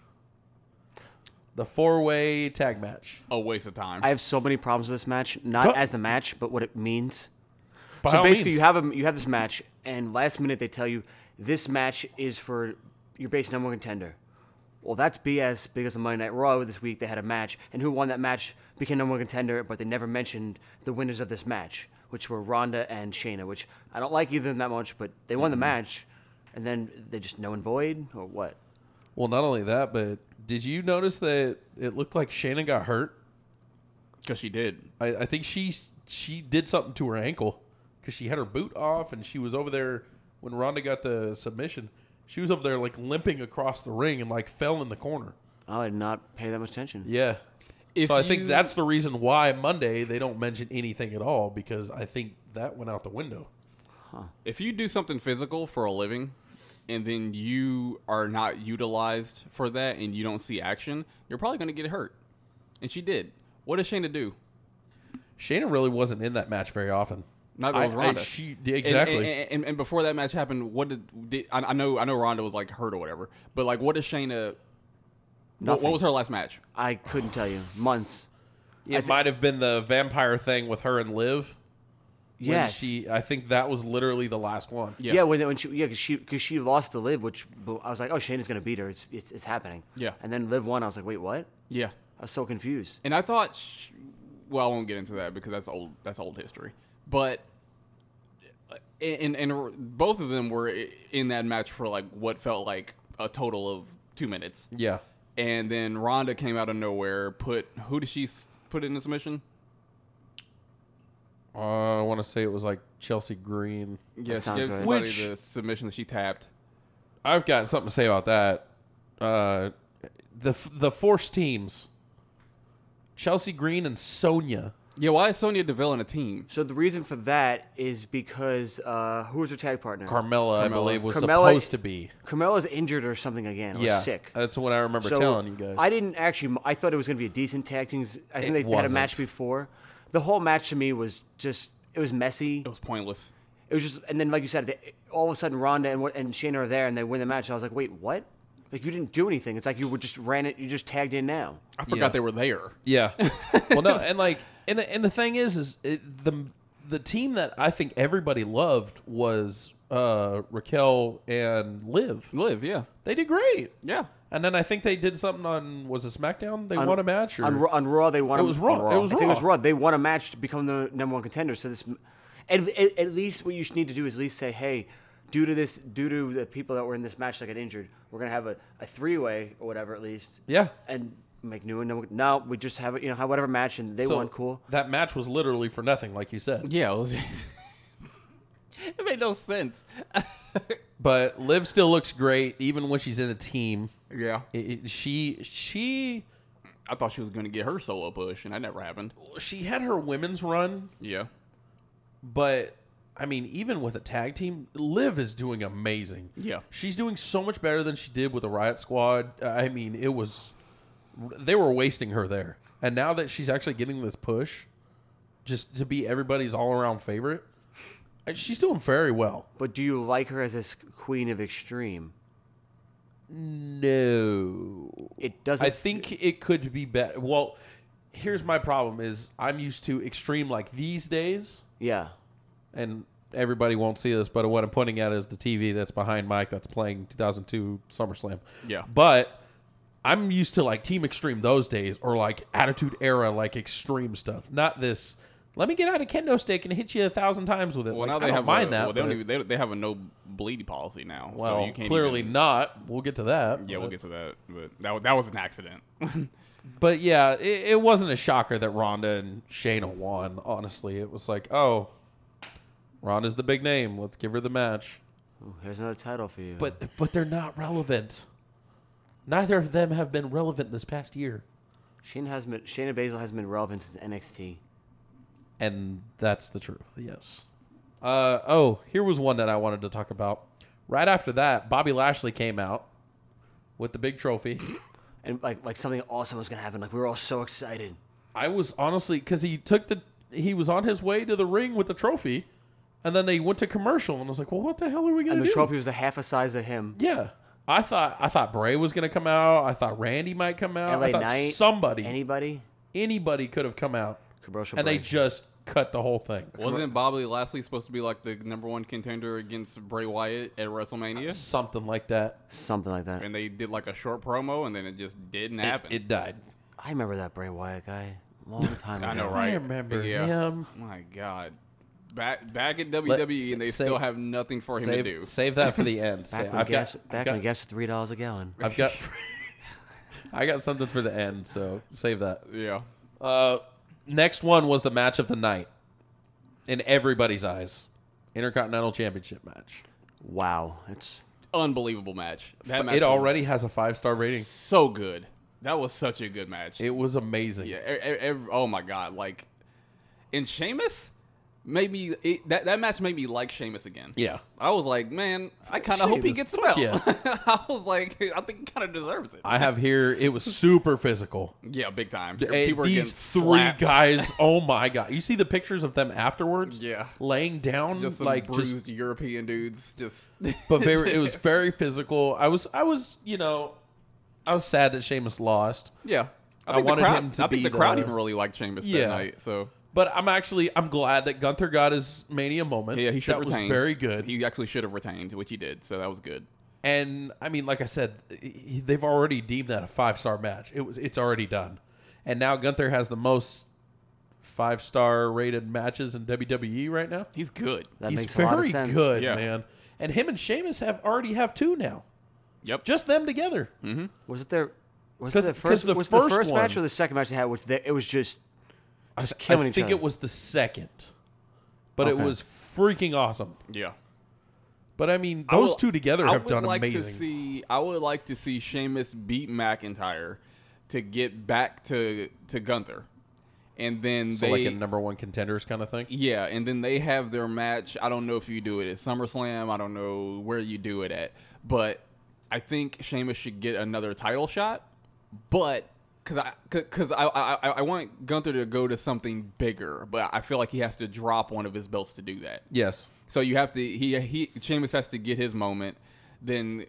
Speaker 3: the four way tag match.
Speaker 2: a waste of time.
Speaker 4: I have so many problems with this match. Not as the match, but what it means.
Speaker 3: By
Speaker 4: so
Speaker 3: all
Speaker 4: basically,
Speaker 3: means.
Speaker 4: you have a, you have this match, and last minute they tell you this match is for your base number one contender. Well, that's BS because on Monday Night Raw this week they had a match, and who won that match became number one contender, but they never mentioned the winners of this match, which were Ronda and Shayna. Which I don't like either of them that much, but they won the match, and then they just no and void or what?
Speaker 3: Well, not only that, but did you notice that it looked like Shannon got hurt?
Speaker 2: Because she did.
Speaker 3: I, I think she she did something to her ankle because she had her boot off and she was over there when Ronda got the submission. She was over there like limping across the ring and like fell in the corner.
Speaker 4: I did not pay that much attention.
Speaker 3: Yeah.
Speaker 2: If
Speaker 3: so I
Speaker 2: you-
Speaker 3: think that's the reason why Monday they don't mention anything at all because I think that went out the window.
Speaker 2: If you do something physical for a living and then you are not utilized for that and you don't see action, you're probably going to get hurt. And she did. What does Shayna do?
Speaker 3: Shayna really wasn't in that match very often.
Speaker 2: Not
Speaker 3: I-
Speaker 2: with Ronda.
Speaker 3: I- she
Speaker 2: And-
Speaker 3: exactly.
Speaker 2: And, and, and before that match happened, what did, did I, I know? I know Ronda was like hurt or whatever, but like, what does Shayna? What,
Speaker 4: Nothing.
Speaker 2: what was her last match?
Speaker 4: I couldn't tell you. Months.
Speaker 3: it might have been the vampire thing with her and Liv. when
Speaker 4: Yes.
Speaker 3: she, I think that was literally the last one.
Speaker 2: Yeah.
Speaker 4: Yeah. when, when she yeah, cause she cause she lost to Liv, which bl- I was like, oh, Shayna's gonna beat her. It's it's, it's happening.
Speaker 2: Yeah.
Speaker 4: And then Liv won. I was like, wait, what?
Speaker 2: Yeah,
Speaker 4: I was so confused.
Speaker 2: and I thought, sh well, I won't get into that because that's old. That's old history. But uh, and and both of them were i- in that match for like what felt like a total of two minutes,
Speaker 3: Yeah.
Speaker 2: and then Ronda came out of nowhere. Put who did she s- put in the submission?
Speaker 3: Uh, I want to say it was like Chelsea Green.
Speaker 2: Yeah, she
Speaker 4: sounds
Speaker 2: gave
Speaker 4: right.
Speaker 2: somebody
Speaker 3: Which-
Speaker 2: the submission that she tapped.
Speaker 3: I've got something to say about that. Uh, the f- the force teams, Chelsea Green and Sonya.
Speaker 2: Yeah, why is Sonya Deville on a team?
Speaker 4: So the reason for that is because uh, who was her tag partner?
Speaker 3: Carmella, I
Speaker 2: Carmella.
Speaker 3: believe, was
Speaker 4: Carmella-
Speaker 3: supposed to be.
Speaker 4: Carmella's injured or something again. Or
Speaker 3: Yeah,
Speaker 4: sick.
Speaker 3: That's what I remember telling you guys.
Speaker 4: I didn't actually. I thought it was going to be a decent tag team. I
Speaker 3: It
Speaker 4: think they have had a
Speaker 3: wasn't.
Speaker 4: match before. The whole match to me was just it was messy.
Speaker 2: It was pointless.
Speaker 4: It was just and then like you said, they, all of a sudden Ronda and and Shayna are there and they win the match. I was like, wait, what? Like you didn't do anything. It's like you were just ran it. You just tagged in now.
Speaker 2: I forgot
Speaker 3: Yeah.
Speaker 2: they were there.
Speaker 3: Yeah. well, no, and like, and and the thing is, is it, the the team that I think everybody loved was uh, Raquel and Liv.
Speaker 2: Live, yeah,
Speaker 3: They did great.
Speaker 2: yeah.
Speaker 3: And then I think they did something on was it SmackDown? They won a match. Or,
Speaker 4: on, Ra- on Raw, they won.
Speaker 3: It
Speaker 4: a-
Speaker 3: was Raw.
Speaker 4: on
Speaker 3: It was
Speaker 4: I think it was
Speaker 3: Raw.
Speaker 4: Raw. They won a match to become the number one contender. So this, at, at, at least what you should need to do is at least say, hey, due to this, due to the people that were in this match that got injured, we're gonna have a, a three way or whatever at least.
Speaker 3: Yeah.
Speaker 4: And make new one. No, no, we just have it. You know, have whatever match, and they
Speaker 3: So
Speaker 4: won. Cool.
Speaker 3: That match was literally for nothing, like you said.
Speaker 2: Yeah, it was. it made no sense.
Speaker 3: But Liv still looks great, even when she's in a team.
Speaker 2: yeah,
Speaker 3: It- it- she she
Speaker 2: I thought she was going to get her solo push, and that never happened.
Speaker 3: she had her women's run,
Speaker 2: Yeah,
Speaker 3: but I mean, even with a tag team, Liv is doing amazing.
Speaker 2: Yeah.
Speaker 3: she's doing so much better than she did with the Riot Squad. Uh, I mean, it was they were wasting her there, and now that she's actually getting this push, just to be everybody's all around favorite, uh, she's doing very well.
Speaker 4: But do you like her as this queen of extreme?
Speaker 3: No,
Speaker 4: It doesn't.
Speaker 3: I think it could be better. Well, here's my problem: is I'm used to extreme like these days,
Speaker 4: Yeah.
Speaker 3: and everybody won't see this, but what I'm pointing at is the TV that's behind Mike that's playing 2002 SummerSlam.
Speaker 2: Yeah.
Speaker 3: but I'm used to like Team Extreme those days, or like Attitude Era, like extreme stuff. Not this. Let me get out a kendo stick and hit you a thousand times with it.
Speaker 2: well
Speaker 3: Like,
Speaker 2: now
Speaker 3: I
Speaker 2: they
Speaker 3: don't
Speaker 2: have
Speaker 3: mind
Speaker 2: a,
Speaker 3: that.
Speaker 2: Well, they, don't
Speaker 3: but-
Speaker 2: even, they, they have a no bleed policy now.
Speaker 3: well,
Speaker 2: so you can't
Speaker 3: clearly
Speaker 2: even-
Speaker 3: not. We'll get to that.
Speaker 2: Yeah,
Speaker 3: but-
Speaker 2: we'll get to that, but that wa- that was an accident.
Speaker 3: But yeah, it, it wasn't a shocker that Ronda and Shayna won. Honestly, it was like, oh, Ronda's the big name. Let's give her the match.
Speaker 4: Ooh, here's another title for you.
Speaker 3: But but they're not relevant. Neither of them have been relevant this past year,
Speaker 4: Shayna has been, Shayna Baszler has been relevant since NXT.
Speaker 3: and that's the truth. Yes. Uh oh, here was one that I wanted to talk about. Right after that, Bobby Lashley came out with the big trophy.
Speaker 4: and like like something awesome was gonna happen. Like we were all so excited.
Speaker 3: I was honestly because he took the he was on his way to the ring with the trophy, and then they went to commercial, and I was like, well, what the hell are we gonna
Speaker 4: And the
Speaker 3: do?
Speaker 4: trophy was the half a size of him.
Speaker 3: Yeah. I thought I thought Bray was gonna come out. I thought Randy might come out.
Speaker 4: LA
Speaker 3: I thought
Speaker 4: Knight,
Speaker 3: somebody
Speaker 4: Anybody?
Speaker 3: anybody could have come out.
Speaker 4: Commercial
Speaker 3: and they
Speaker 4: break.
Speaker 3: just cut the whole thing.
Speaker 2: Wasn't Bobby Lashley supposed to be like the number one contender against Bray Wyatt at WrestleMania?
Speaker 3: Something like that.
Speaker 4: Something like that.
Speaker 2: And they did like a short promo, and then it just didn't
Speaker 3: It-
Speaker 2: happen.
Speaker 3: It, died.
Speaker 4: I remember that Bray Wyatt guy a long time ago.
Speaker 2: I know, right?
Speaker 3: I remember
Speaker 2: yeah.
Speaker 3: him.
Speaker 2: My God, back back at WWE, and they
Speaker 3: s- save-
Speaker 2: still have nothing for him to do.
Speaker 3: Save, save that for the end.
Speaker 4: Back
Speaker 3: Sa-
Speaker 4: when
Speaker 3: I've
Speaker 4: gas,
Speaker 3: got,
Speaker 4: back
Speaker 3: I've got,
Speaker 4: when gas was three dollars a gallon.
Speaker 3: I've got, I got something for the end, so save that.
Speaker 2: Yeah,
Speaker 3: Uh, next one was the match of the night in everybody's eyes. Intercontinental Championship match.
Speaker 4: Wow, it's
Speaker 2: unbelievable match. That match
Speaker 3: it
Speaker 2: was
Speaker 3: already has a five star rating.
Speaker 2: so good. That was such a good match.
Speaker 3: It was amazing.
Speaker 2: Yeah. e- e- ev- oh my God. Like, and Sheamus made me it, that that match made me like Sheamus again.
Speaker 3: Yeah.
Speaker 2: I was like, man, I kind of hope he
Speaker 3: Sheamus,
Speaker 2: gets the
Speaker 3: fuck
Speaker 2: belt. I was like, I think he kind of deserves it.
Speaker 3: I have here. It was super physical.
Speaker 2: yeah, big time.
Speaker 3: Hey,
Speaker 2: People are getting
Speaker 3: eh, these three
Speaker 2: slapped.
Speaker 3: guys. Oh my god! You see the pictures of them afterwards?
Speaker 2: Yeah.
Speaker 3: laying down
Speaker 2: just some
Speaker 3: like just
Speaker 2: bruised European dudes. Just
Speaker 3: but very it was very physical. I was I was you know I was sad that Sheamus lost,
Speaker 2: yeah. I
Speaker 3: I
Speaker 2: think
Speaker 3: wanted
Speaker 2: the crowd,
Speaker 3: him to
Speaker 2: I think
Speaker 3: be
Speaker 2: the crowd
Speaker 3: the-
Speaker 2: even really liked Sheamus
Speaker 3: Yeah.
Speaker 2: that night. So
Speaker 3: but I'm actually I'm glad that Gunther got his mania moment.
Speaker 2: yeah, he should
Speaker 3: that
Speaker 2: retain.
Speaker 3: was very good.
Speaker 2: He actually should have retained, which he did. So that was good.
Speaker 3: and I mean, like I said, he- they've already deemed that a five star match. It was it's already done, and now Gunther has the most five star rated matches in WWE right now.
Speaker 2: He's good.
Speaker 4: that
Speaker 3: He's
Speaker 4: makes a
Speaker 3: very
Speaker 4: lot of sense.
Speaker 3: good,
Speaker 2: Yeah.
Speaker 3: man. And him and Sheamus have already have two now.
Speaker 2: Yep.
Speaker 3: Just them together.
Speaker 4: Was it their? Was
Speaker 3: 'Cause-
Speaker 4: it the
Speaker 3: 'cause
Speaker 4: first?
Speaker 3: the
Speaker 4: was it
Speaker 3: first
Speaker 4: the first match
Speaker 3: one-
Speaker 4: or the second match they had? Which they, it was just just
Speaker 3: I
Speaker 4: killing each
Speaker 3: think
Speaker 4: other.
Speaker 3: it was the second, but
Speaker 4: Okay.
Speaker 3: it was freaking awesome.
Speaker 2: yeah.
Speaker 3: But I mean,
Speaker 2: I
Speaker 3: those
Speaker 2: would-
Speaker 3: two together
Speaker 2: I
Speaker 3: have
Speaker 2: would
Speaker 3: done
Speaker 2: like
Speaker 3: amazing.
Speaker 2: To see, I would like to see Sheamus beat McIntyre to get back to to Gunther, and then
Speaker 3: so
Speaker 2: they
Speaker 3: like a number one contenders kind of thing.
Speaker 2: yeah, and then they have their match. I don't know if you do it at SummerSlam. I don't know where you do it at, but I think Sheamus should get another title shot. But because I because I, I I- I want Gunther to go to something bigger, but I feel like he has to drop one of his belts to do that.
Speaker 3: Yes,
Speaker 2: So you have to he he Sheamus has to get his moment. Then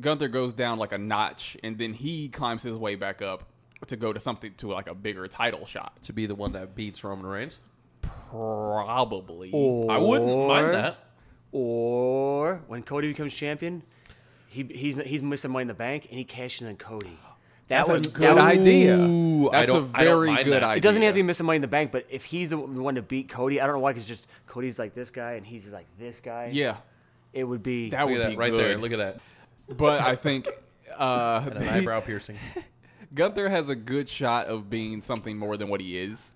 Speaker 2: Gunther goes down like a notch, and then he climbs his way back up to go to something to like a bigger title shot.
Speaker 3: to be the one that beats Roman Reigns.
Speaker 2: Probably.
Speaker 3: I wouldn't
Speaker 4: Or-
Speaker 3: mind that.
Speaker 4: Or when Cody becomes champion, he he's he's missing money in the bank and he cashes in on Cody. That
Speaker 2: That's
Speaker 4: would
Speaker 2: a good
Speaker 4: that would-
Speaker 2: idea.
Speaker 3: Ooh, I
Speaker 2: That's a
Speaker 3: don't- I don't
Speaker 2: very
Speaker 3: mind
Speaker 2: good
Speaker 3: that.
Speaker 2: idea.
Speaker 4: It doesn't have to be missing money in the bank, but if he's the one to beat Cody, I don't know why. Because just Cody's like this guy and he's like this guy.
Speaker 2: Yeah,
Speaker 4: it would be.
Speaker 2: that
Speaker 3: Look
Speaker 2: would
Speaker 3: at
Speaker 2: be
Speaker 3: that right
Speaker 2: good.
Speaker 3: there. Look at that.
Speaker 2: but I think uh,
Speaker 3: And an eyebrow piercing.
Speaker 2: Gunther has a good shot of being something more than what he is.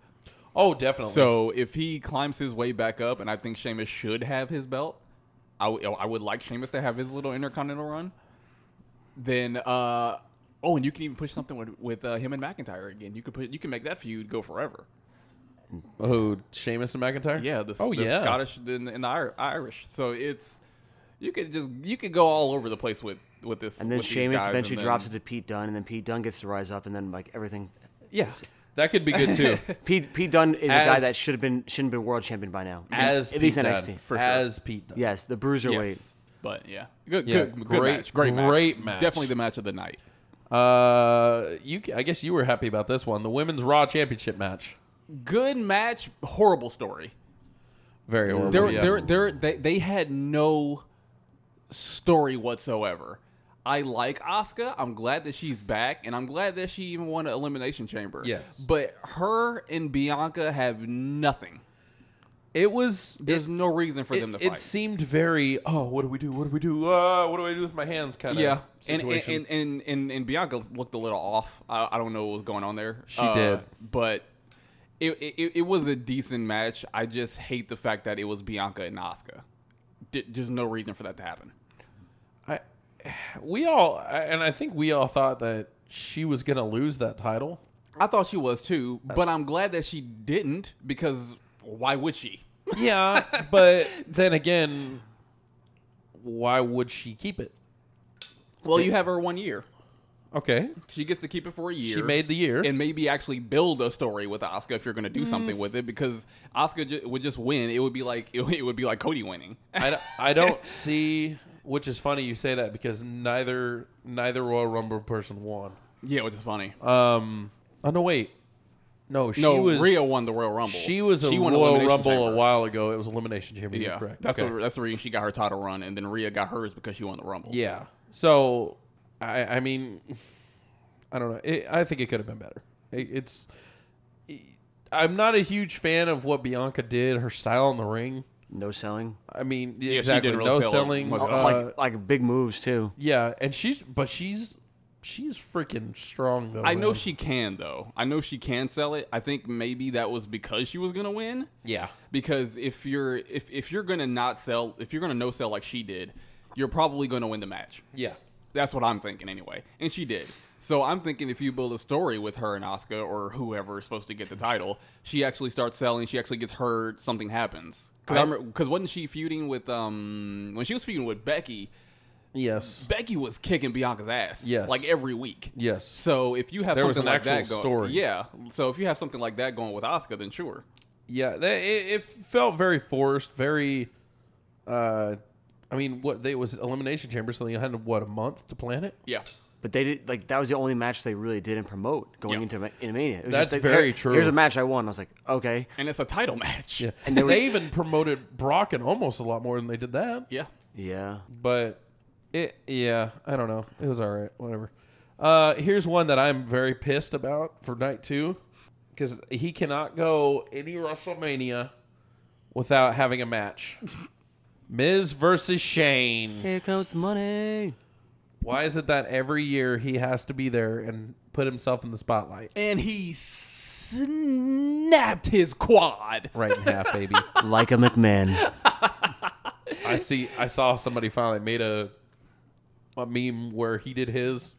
Speaker 3: Oh, definitely.
Speaker 2: So if he climbs his way back up, and I think Sheamus should have his belt, I w- I would like Sheamus to have his little intercontinental run. Then, uh, oh, and you can even push something with, with uh, him and McIntyre again. You could put you can make that feud go forever.
Speaker 3: oh, Sheamus and McIntyre.
Speaker 2: Yeah, the,
Speaker 3: oh
Speaker 2: the
Speaker 3: yeah.
Speaker 2: Scottish and, and the Ir- Irish. So it's you could just you could go all over the place with with this.
Speaker 4: and then
Speaker 2: with these
Speaker 4: Sheamus
Speaker 2: guys,
Speaker 4: eventually
Speaker 2: and then-
Speaker 4: drops it to Pete Dunne, and then Pete Dunne gets to rise up, and then like everything.
Speaker 2: Yeah,
Speaker 3: that could be good too.
Speaker 4: Pete Pete Dunne is a guy
Speaker 3: As-
Speaker 4: that should have been shouldn't been world champion by now.
Speaker 3: as
Speaker 4: at least
Speaker 3: Pete
Speaker 4: NXT.
Speaker 3: Dunne,
Speaker 2: for sure.
Speaker 3: as Pete. Dunne.
Speaker 4: Yes, the bruiserweight.
Speaker 2: yes. But yeah, good,
Speaker 3: Yeah,
Speaker 2: good, good
Speaker 3: great-
Speaker 2: match, great, match.
Speaker 3: great match.
Speaker 2: definitely the match of the night.
Speaker 3: Uh, you. ca- I guess you were happy about this one. The women's Raw Championship match.
Speaker 2: Good match, horrible story.
Speaker 3: Very horrible.
Speaker 2: There,
Speaker 3: Oh, yeah.
Speaker 2: there, there, they, they had no story whatsoever. I like Asuka. I'm glad that she's back, and I'm glad that she even won an elimination chamber.
Speaker 3: Yes.
Speaker 2: but her and Bianca have nothing.
Speaker 3: it was.
Speaker 2: There's no reason for
Speaker 3: it,
Speaker 2: them to
Speaker 3: it
Speaker 2: fight.
Speaker 3: seemed very oh what do we do what do we do uh, what do i do with my hands kind of
Speaker 2: yeah, and and,
Speaker 3: situation
Speaker 2: and and and and Bianca looked a little off. I, I don't know what was going on there. She
Speaker 3: did.
Speaker 2: but it, it it was a decent match. I just hate the fact that it was Bianca and Asuka. D- there's no reason for that to happen.
Speaker 3: I, we all I- and i think we all thought that she was gonna lose that title
Speaker 2: I thought she was too, but I'm glad that she didn't because why would she?
Speaker 3: yeah but then again why would she keep it
Speaker 2: Well, you have her one year.
Speaker 3: okay
Speaker 2: She gets to keep it for a year.
Speaker 3: she made the year
Speaker 2: and maybe actually build a story with Oscar if you're going to do something with it because Oscar ju- would just win. It would be like it, would- it would be like Cody winning.
Speaker 3: I, don't- I don't see which is funny you say that because neither neither royal rumble person won
Speaker 2: yeah, which is funny.
Speaker 3: um oh no wait No, Uh, she
Speaker 2: no,
Speaker 3: was
Speaker 2: Rhea won the Royal Rumble.
Speaker 3: She was a
Speaker 2: she won
Speaker 3: Royal
Speaker 2: Elimination
Speaker 3: Rumble a
Speaker 2: Chamber.
Speaker 3: while ago. It was elimination chamber. you're
Speaker 2: Yeah,
Speaker 3: correct.
Speaker 2: that's
Speaker 3: Okay.
Speaker 2: the, that's the reason she got her title run, and then Rhea got hers because she won the Rumble.
Speaker 3: yeah. So I I mean, I don't know. It, I think it could have been better. It, it's e, I'm not a huge fan of what Bianca did. Her style in the ring.
Speaker 4: No selling.
Speaker 3: I mean,
Speaker 2: she
Speaker 3: exactly.
Speaker 2: didn't really
Speaker 3: no
Speaker 2: sell it
Speaker 3: selling.
Speaker 2: much.
Speaker 3: uh,
Speaker 4: like like big moves too.
Speaker 3: yeah, and she's but she's she's freaking strong though.
Speaker 2: I know
Speaker 3: man.
Speaker 2: she can though. I know she can sell it. I think maybe that was because she was gonna win.
Speaker 3: Yeah.
Speaker 2: Because if you're if if you're gonna not sell, if you're gonna no sell like she did, you're probably gonna win the match.
Speaker 3: Yeah.
Speaker 2: That's what I'm thinking anyway. And she did. So I'm thinking if you build a story with her and Asuka or whoever is supposed to get the title, she actually starts selling. She actually gets hurt. Something happens. Because wasn't she feuding with um when she was feuding with Becky?
Speaker 3: Yes.
Speaker 2: Becky was kicking Bianca's ass.
Speaker 3: Yes.
Speaker 2: Like every week.
Speaker 3: Yes.
Speaker 2: So if you have
Speaker 3: There was
Speaker 2: something
Speaker 3: an
Speaker 2: like that
Speaker 3: actual
Speaker 2: going,
Speaker 3: story.
Speaker 2: yeah. So if you have something like that going with Oscar, then sure.
Speaker 3: Yeah, they, it, it felt very forced, very. Uh, I mean, what they it was elimination chamber, so you had what a month to plan it.
Speaker 2: Yeah.
Speaker 4: But they did like that was the only match they really didn't promote going
Speaker 2: Yeah.
Speaker 4: into Ma- in Mania. It was
Speaker 3: That's
Speaker 4: just like,
Speaker 3: very
Speaker 4: here-
Speaker 3: true.
Speaker 4: Here's a match I won. I was like, okay,
Speaker 2: And it's a title match.
Speaker 3: Yeah,
Speaker 4: And
Speaker 3: and
Speaker 4: they
Speaker 3: they,
Speaker 4: were-
Speaker 3: even promoted Brock and almost a lot more than they did that.
Speaker 2: Yeah.
Speaker 4: yeah.
Speaker 3: But it, yeah, I don't know. It was all right, whatever. Uh, here's one that I'm very pissed about for night two, because he cannot go any WrestleMania without having a match. Miz versus Shane.
Speaker 4: Here comes the money.
Speaker 3: Why is it that every year he has to be there and put himself in the spotlight?
Speaker 2: And he snapped his quad.
Speaker 3: Right in half, baby.
Speaker 4: Like a McMahon.
Speaker 3: I see. I saw somebody finally made a a meme where he did his,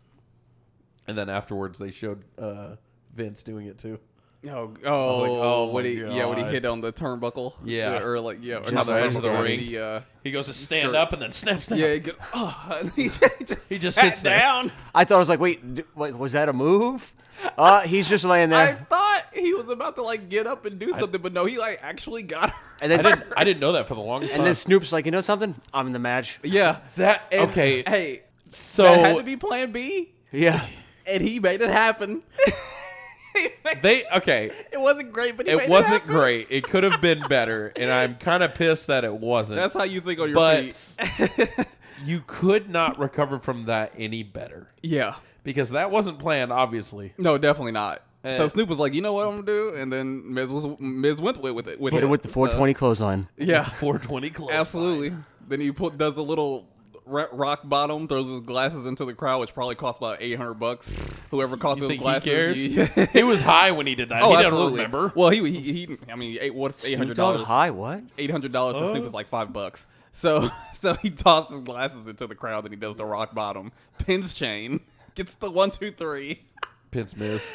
Speaker 3: and then afterwards they showed uh, Vince doing it too.
Speaker 2: Oh, oh,
Speaker 3: like, oh
Speaker 2: what
Speaker 3: my
Speaker 2: he yeah, what he
Speaker 3: God.
Speaker 2: hit on the turnbuckle.
Speaker 3: Yeah.
Speaker 2: Or like yeah, or
Speaker 3: Just
Speaker 2: not the
Speaker 3: edge of the
Speaker 2: turnbuckle,
Speaker 3: ring.
Speaker 2: the, uh,
Speaker 3: He goes to stand
Speaker 2: Skirt.
Speaker 3: up and then snap, snap.
Speaker 2: yeah, he, go, oh, he just,
Speaker 3: He just
Speaker 2: sat
Speaker 3: sits there.
Speaker 2: down.
Speaker 4: I thought I was like, wait, d- wait, was that a move? Uh, he's just laying
Speaker 2: I
Speaker 4: there.
Speaker 2: thought he was about to like get up and do something, but no, he like actually got her.
Speaker 4: and
Speaker 3: I
Speaker 4: then
Speaker 3: didn't. I didn't know that for the longest
Speaker 4: and
Speaker 3: time.
Speaker 4: then Snoop's like, you know something? I'm in the match.
Speaker 2: Yeah.
Speaker 3: that
Speaker 2: And,
Speaker 3: okay.
Speaker 2: Hey,
Speaker 3: so
Speaker 2: that had to be Plan B,
Speaker 4: Yeah.
Speaker 2: and he made it happen.
Speaker 3: they okay.
Speaker 2: It wasn't great, but he made
Speaker 3: It wasn't
Speaker 2: happen.
Speaker 3: great. It could have been better, and I'm kind of pissed that it wasn't.
Speaker 2: That's how you think on your feet.
Speaker 3: but you could not recover from that any better
Speaker 2: Yeah.
Speaker 3: because that wasn't planned obviously
Speaker 2: No, definitely not. so
Speaker 3: Eh.
Speaker 2: Snoop was like, "You know what I'm gonna do," and then Miz was Miz went with it with,
Speaker 4: Hit
Speaker 2: it.
Speaker 4: him with the
Speaker 2: So,
Speaker 4: 420 clothesline.
Speaker 2: yeah,
Speaker 3: 420 close
Speaker 2: absolutely. Then he put does a little ra- rock bottom, throws his glasses into the crowd, which probably cost about 800 bucks. Whoever caught
Speaker 3: you
Speaker 2: those
Speaker 3: think
Speaker 2: glasses,
Speaker 3: he cares
Speaker 2: you-
Speaker 3: he was high when he did that
Speaker 2: oh,
Speaker 3: he
Speaker 2: absolutely.
Speaker 3: doesn't remember
Speaker 2: Well, he, he he. I mean, eight, what's 800
Speaker 4: Snoop Dogg Oh.
Speaker 2: dollars?
Speaker 4: high, what?
Speaker 2: eight hundred dollars since Snoop was like five bucks. So so he tosses his glasses into the crowd and he does the rock bottom, pins chain, gets the one two three,
Speaker 3: Pince Miz.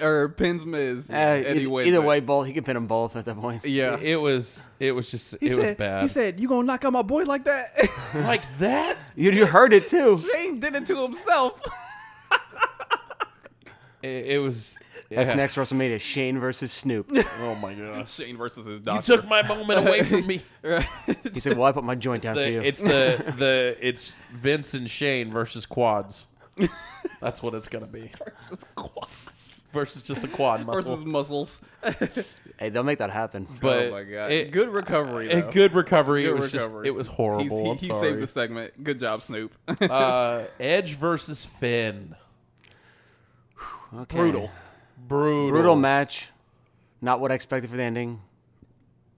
Speaker 2: or pins Miz.
Speaker 4: Uh,
Speaker 2: and he
Speaker 4: either,
Speaker 2: wins
Speaker 4: either
Speaker 2: it.
Speaker 4: way, both he can pin them both at that point.
Speaker 2: yeah.
Speaker 3: it was it was just
Speaker 2: He
Speaker 3: it
Speaker 2: said,
Speaker 3: was bad
Speaker 2: He said, "You gonna knock out my boy like that?"
Speaker 3: like that
Speaker 4: You, you heard it too.
Speaker 2: Shane did it to himself.
Speaker 3: it, it was
Speaker 4: That's
Speaker 3: yeah.
Speaker 4: next WrestleMania. Shane versus Snoop.
Speaker 3: oh my gosh
Speaker 2: Shane versus his
Speaker 3: you
Speaker 2: doctor.
Speaker 3: took my moment away from me
Speaker 4: He said, "Well, I put my joint down for
Speaker 3: the,
Speaker 4: you."
Speaker 3: it's the the it's Vince and Shane versus quads that's what it's gonna be
Speaker 2: versus quads
Speaker 3: versus just a quad muscle
Speaker 2: versus muscles.
Speaker 4: hey, they'll make that happen.
Speaker 3: but
Speaker 2: oh my god!
Speaker 3: it-
Speaker 2: good recovery.
Speaker 3: A
Speaker 2: though.
Speaker 3: good recovery.
Speaker 2: Good
Speaker 3: it was
Speaker 2: recovery.
Speaker 3: just it was
Speaker 2: He's-
Speaker 3: horrible.
Speaker 2: he
Speaker 3: I'm
Speaker 2: he
Speaker 3: sorry.
Speaker 2: saved the segment. Good job, Snoop.
Speaker 3: uh, Edge versus Finn.
Speaker 4: Okay.
Speaker 2: Brutal.
Speaker 3: Brutal.
Speaker 4: brutal match. Not what I expected for the ending,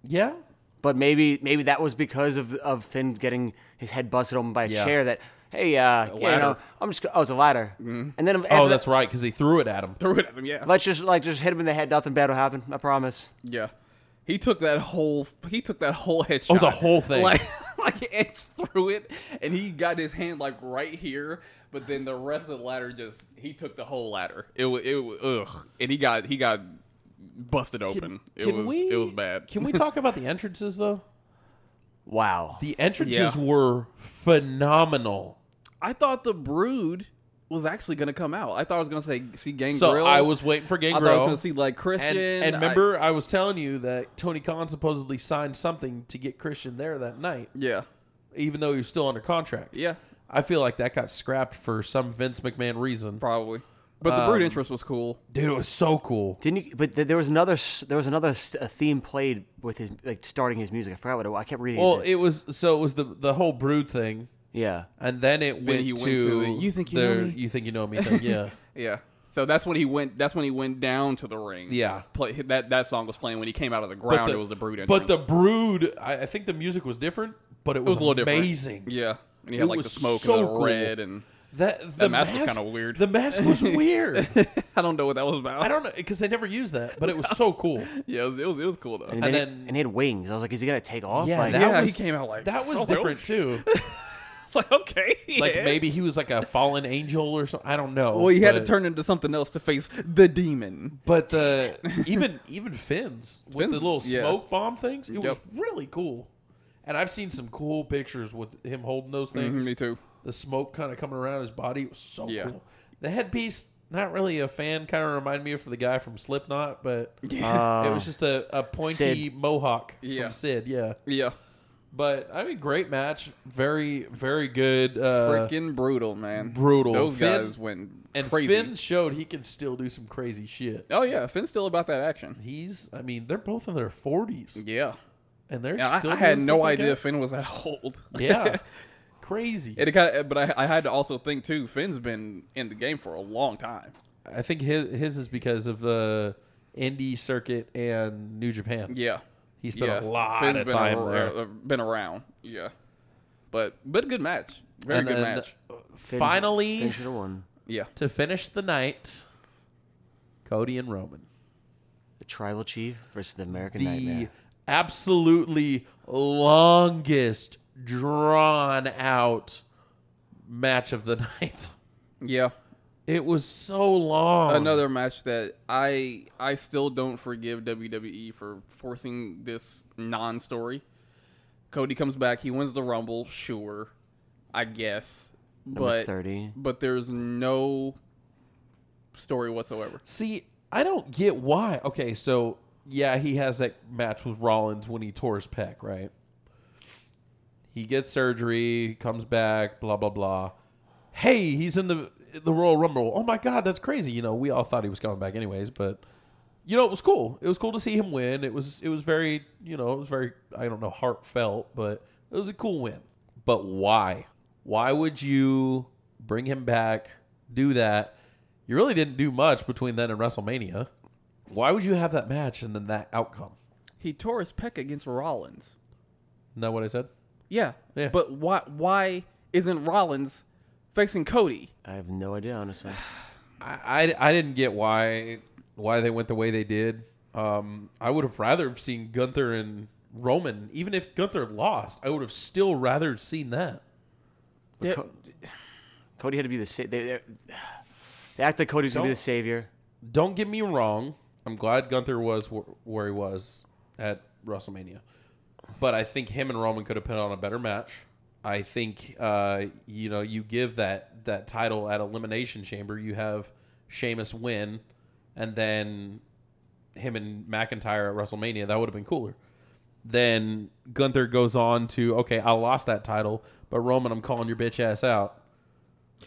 Speaker 3: Yeah.
Speaker 4: but maybe maybe that was because of of Finn getting his head busted open by a
Speaker 3: Yeah.
Speaker 4: chair. That hey, uh, you
Speaker 2: ladder.
Speaker 4: know, I'm just go- oh, it's a ladder, and then after
Speaker 3: Oh,
Speaker 4: that-
Speaker 3: that's right, because he threw it at him.
Speaker 2: Threw it at him. Yeah.
Speaker 4: Let's just like just hit him in the head. Nothing bad will happen. I promise.
Speaker 2: Yeah. He took that whole he took that whole headshot.
Speaker 3: Oh, the whole thing.
Speaker 2: Like like Edge threw it and he got his hand like right here, but then the rest of the ladder just he took the whole ladder. It was it was ugh. And he got he got busted open. it was it was bad.
Speaker 3: Can we talk about the entrances though?
Speaker 4: Wow.
Speaker 3: The entrances
Speaker 2: Yeah.
Speaker 3: were phenomenal.
Speaker 2: I thought the brood was actually gonna come out. I thought I was gonna say see Gangrel.
Speaker 3: So I was waiting for
Speaker 2: I thought
Speaker 3: Gangrel.
Speaker 2: I was gonna see like Christian
Speaker 3: and, and remember, I, was telling you that Tony Khan supposedly signed something to get Christian there that night,
Speaker 2: Yeah.
Speaker 3: even though he was still under contract.
Speaker 2: Yeah.
Speaker 3: I feel like that got scrapped for some Vince McMahon reason.
Speaker 2: Probably. Um, But the Brood Interest was cool.
Speaker 3: Dude, it was so cool.
Speaker 4: Didn't you? But th- there was another. s- There was another s- a theme played with his like starting his music. I forgot what it was. I kept reading.
Speaker 3: Well,
Speaker 4: it,
Speaker 3: it was so it was the the whole brood thing,
Speaker 4: yeah.
Speaker 3: and then it went,
Speaker 2: he went
Speaker 3: to,
Speaker 2: to the, "You think you
Speaker 3: the,
Speaker 2: know me?"
Speaker 3: You think you know me? thing, Yeah,
Speaker 2: Yeah. So that's when he went. That's when he went down to the ring.
Speaker 3: Yeah.
Speaker 2: Play, that that song was playing when he came out of the ground. it was the Brood Entrance.
Speaker 3: But the brood, I, I think the music was different, but it
Speaker 2: it
Speaker 3: was,
Speaker 2: was a little
Speaker 3: amazing.
Speaker 2: different. Yeah. And he
Speaker 3: It
Speaker 2: had like the
Speaker 3: was
Speaker 2: smoke
Speaker 3: so
Speaker 2: and the
Speaker 3: cool.
Speaker 2: red and
Speaker 3: That the
Speaker 2: mask was kinda weird.
Speaker 3: The mask was weird.
Speaker 2: I don't know what that was about.
Speaker 3: I don't know because they never used that, but it was so cool.
Speaker 2: Yeah, it was, it was, it was cool though.
Speaker 4: And,
Speaker 3: And
Speaker 4: then,
Speaker 3: then-
Speaker 4: and he had wings. I was like, is he gonna take off?
Speaker 3: Yeah,
Speaker 4: like,
Speaker 3: that
Speaker 2: yeah,
Speaker 3: was-
Speaker 2: he came out like
Speaker 3: That was
Speaker 2: I like,
Speaker 3: different
Speaker 2: "Oh,
Speaker 3: too.
Speaker 2: It's like okay,
Speaker 3: Like
Speaker 2: yeah."
Speaker 3: maybe he was like a fallen angel or something. I don't know.
Speaker 2: Well, he had
Speaker 3: but-
Speaker 2: to turn into something else to face the demon.
Speaker 3: But uh, even even Finn's with the
Speaker 2: Finn's-
Speaker 3: little
Speaker 2: yeah.
Speaker 3: smoke bomb things, it was
Speaker 2: Yep.
Speaker 3: really cool. And I've seen some cool pictures with him holding those things.
Speaker 2: Mm-hmm, me too.
Speaker 3: The smoke kind of coming around his body it was so
Speaker 2: Yeah.
Speaker 3: cool. The headpiece, not really a fan, kind of reminded me of the guy from Slipknot, but
Speaker 4: Uh,
Speaker 3: it was just a, a pointy mohawk
Speaker 2: Yeah.
Speaker 3: from Sid. Yeah,
Speaker 2: Yeah,
Speaker 3: but I mean, great match, very very good. Uh,
Speaker 2: freaking brutal, man.
Speaker 3: brutal.
Speaker 2: Those
Speaker 3: Finn-
Speaker 2: guys went
Speaker 3: and
Speaker 2: crazy.
Speaker 3: Finn showed he can still do some crazy shit.
Speaker 2: oh yeah, Finn's still about that action.
Speaker 3: He's, I mean, they're both in their forties.
Speaker 2: Yeah,
Speaker 3: and they're
Speaker 2: and I,
Speaker 3: still
Speaker 2: I had
Speaker 3: doing
Speaker 2: no
Speaker 3: stuff like
Speaker 2: idea
Speaker 3: that?
Speaker 2: Finn was that old.
Speaker 3: yeah, crazy.
Speaker 2: It kind of, but I, I had to also think too. Finn's been in the game for a long time.
Speaker 3: I think his his is because of the indie circuit and New Japan.
Speaker 2: Yeah,
Speaker 3: He spent
Speaker 2: yeah.
Speaker 3: a lot
Speaker 2: Finn's
Speaker 3: of
Speaker 2: been
Speaker 3: time
Speaker 2: ar-
Speaker 3: there.
Speaker 2: uh, been around. Yeah, but but good match. Very
Speaker 3: And
Speaker 2: good
Speaker 3: then
Speaker 2: match.
Speaker 3: Finally,
Speaker 4: Finn should have won.
Speaker 2: Yeah,
Speaker 3: to finish the night, Cody and Roman,
Speaker 4: The tribal chief versus the American
Speaker 3: the
Speaker 4: Nightmare.
Speaker 3: absolutely longest drawn out match of the night.
Speaker 2: yeah.
Speaker 3: It was so long.
Speaker 2: Another match that I I still don't forgive WWE for forcing this non-story. Cody comes back, he wins the Rumble, sure, I guess,
Speaker 4: Number
Speaker 2: but
Speaker 4: thirty.
Speaker 2: but there's no story whatsoever.
Speaker 3: See, I don't get why. Okay, so yeah, he has that match with Rollins when he tore his pec, right? He gets surgery, comes back, blah blah blah. Hey, he's in the the Royal Rumble. Oh my god, that's crazy. You know, we all thought he was coming back anyways, but you know, it was cool. It was cool to see him win. It was it was very, you know, it was very I don't know, heartfelt, but it was a cool win. But why? Why would you bring him back, do that? You really didn't do much between then and WrestleMania. Why would you have that match and then that outcome?
Speaker 2: He tore his pec against Rollins.
Speaker 3: Isn't that what I said?
Speaker 2: Yeah,
Speaker 3: Yeah.
Speaker 2: But why why isn't Rollins facing Cody?
Speaker 4: I have no idea, honestly.
Speaker 3: I, I, I didn't get why why they went the way they did. Um, I would have rather have seen Gunther and Roman, even if Gunther lost. I would have still rather seen that.
Speaker 4: But Co- Cody had to be the sa- they, they, they act like Cody's gonna be
Speaker 3: Don't-
Speaker 4: the savior.
Speaker 3: Don't get me wrong. I'm glad Gunther was wh- where he was at WrestleMania, but I think him and Roman could have put on a better match. I think uh, you know you give that that title at Elimination Chamber. You have Sheamus win, and then him and McIntyre at WrestleMania. That would have been cooler. Then Gunther goes on to okay, I lost that title, but Roman, I'm calling your bitch ass out.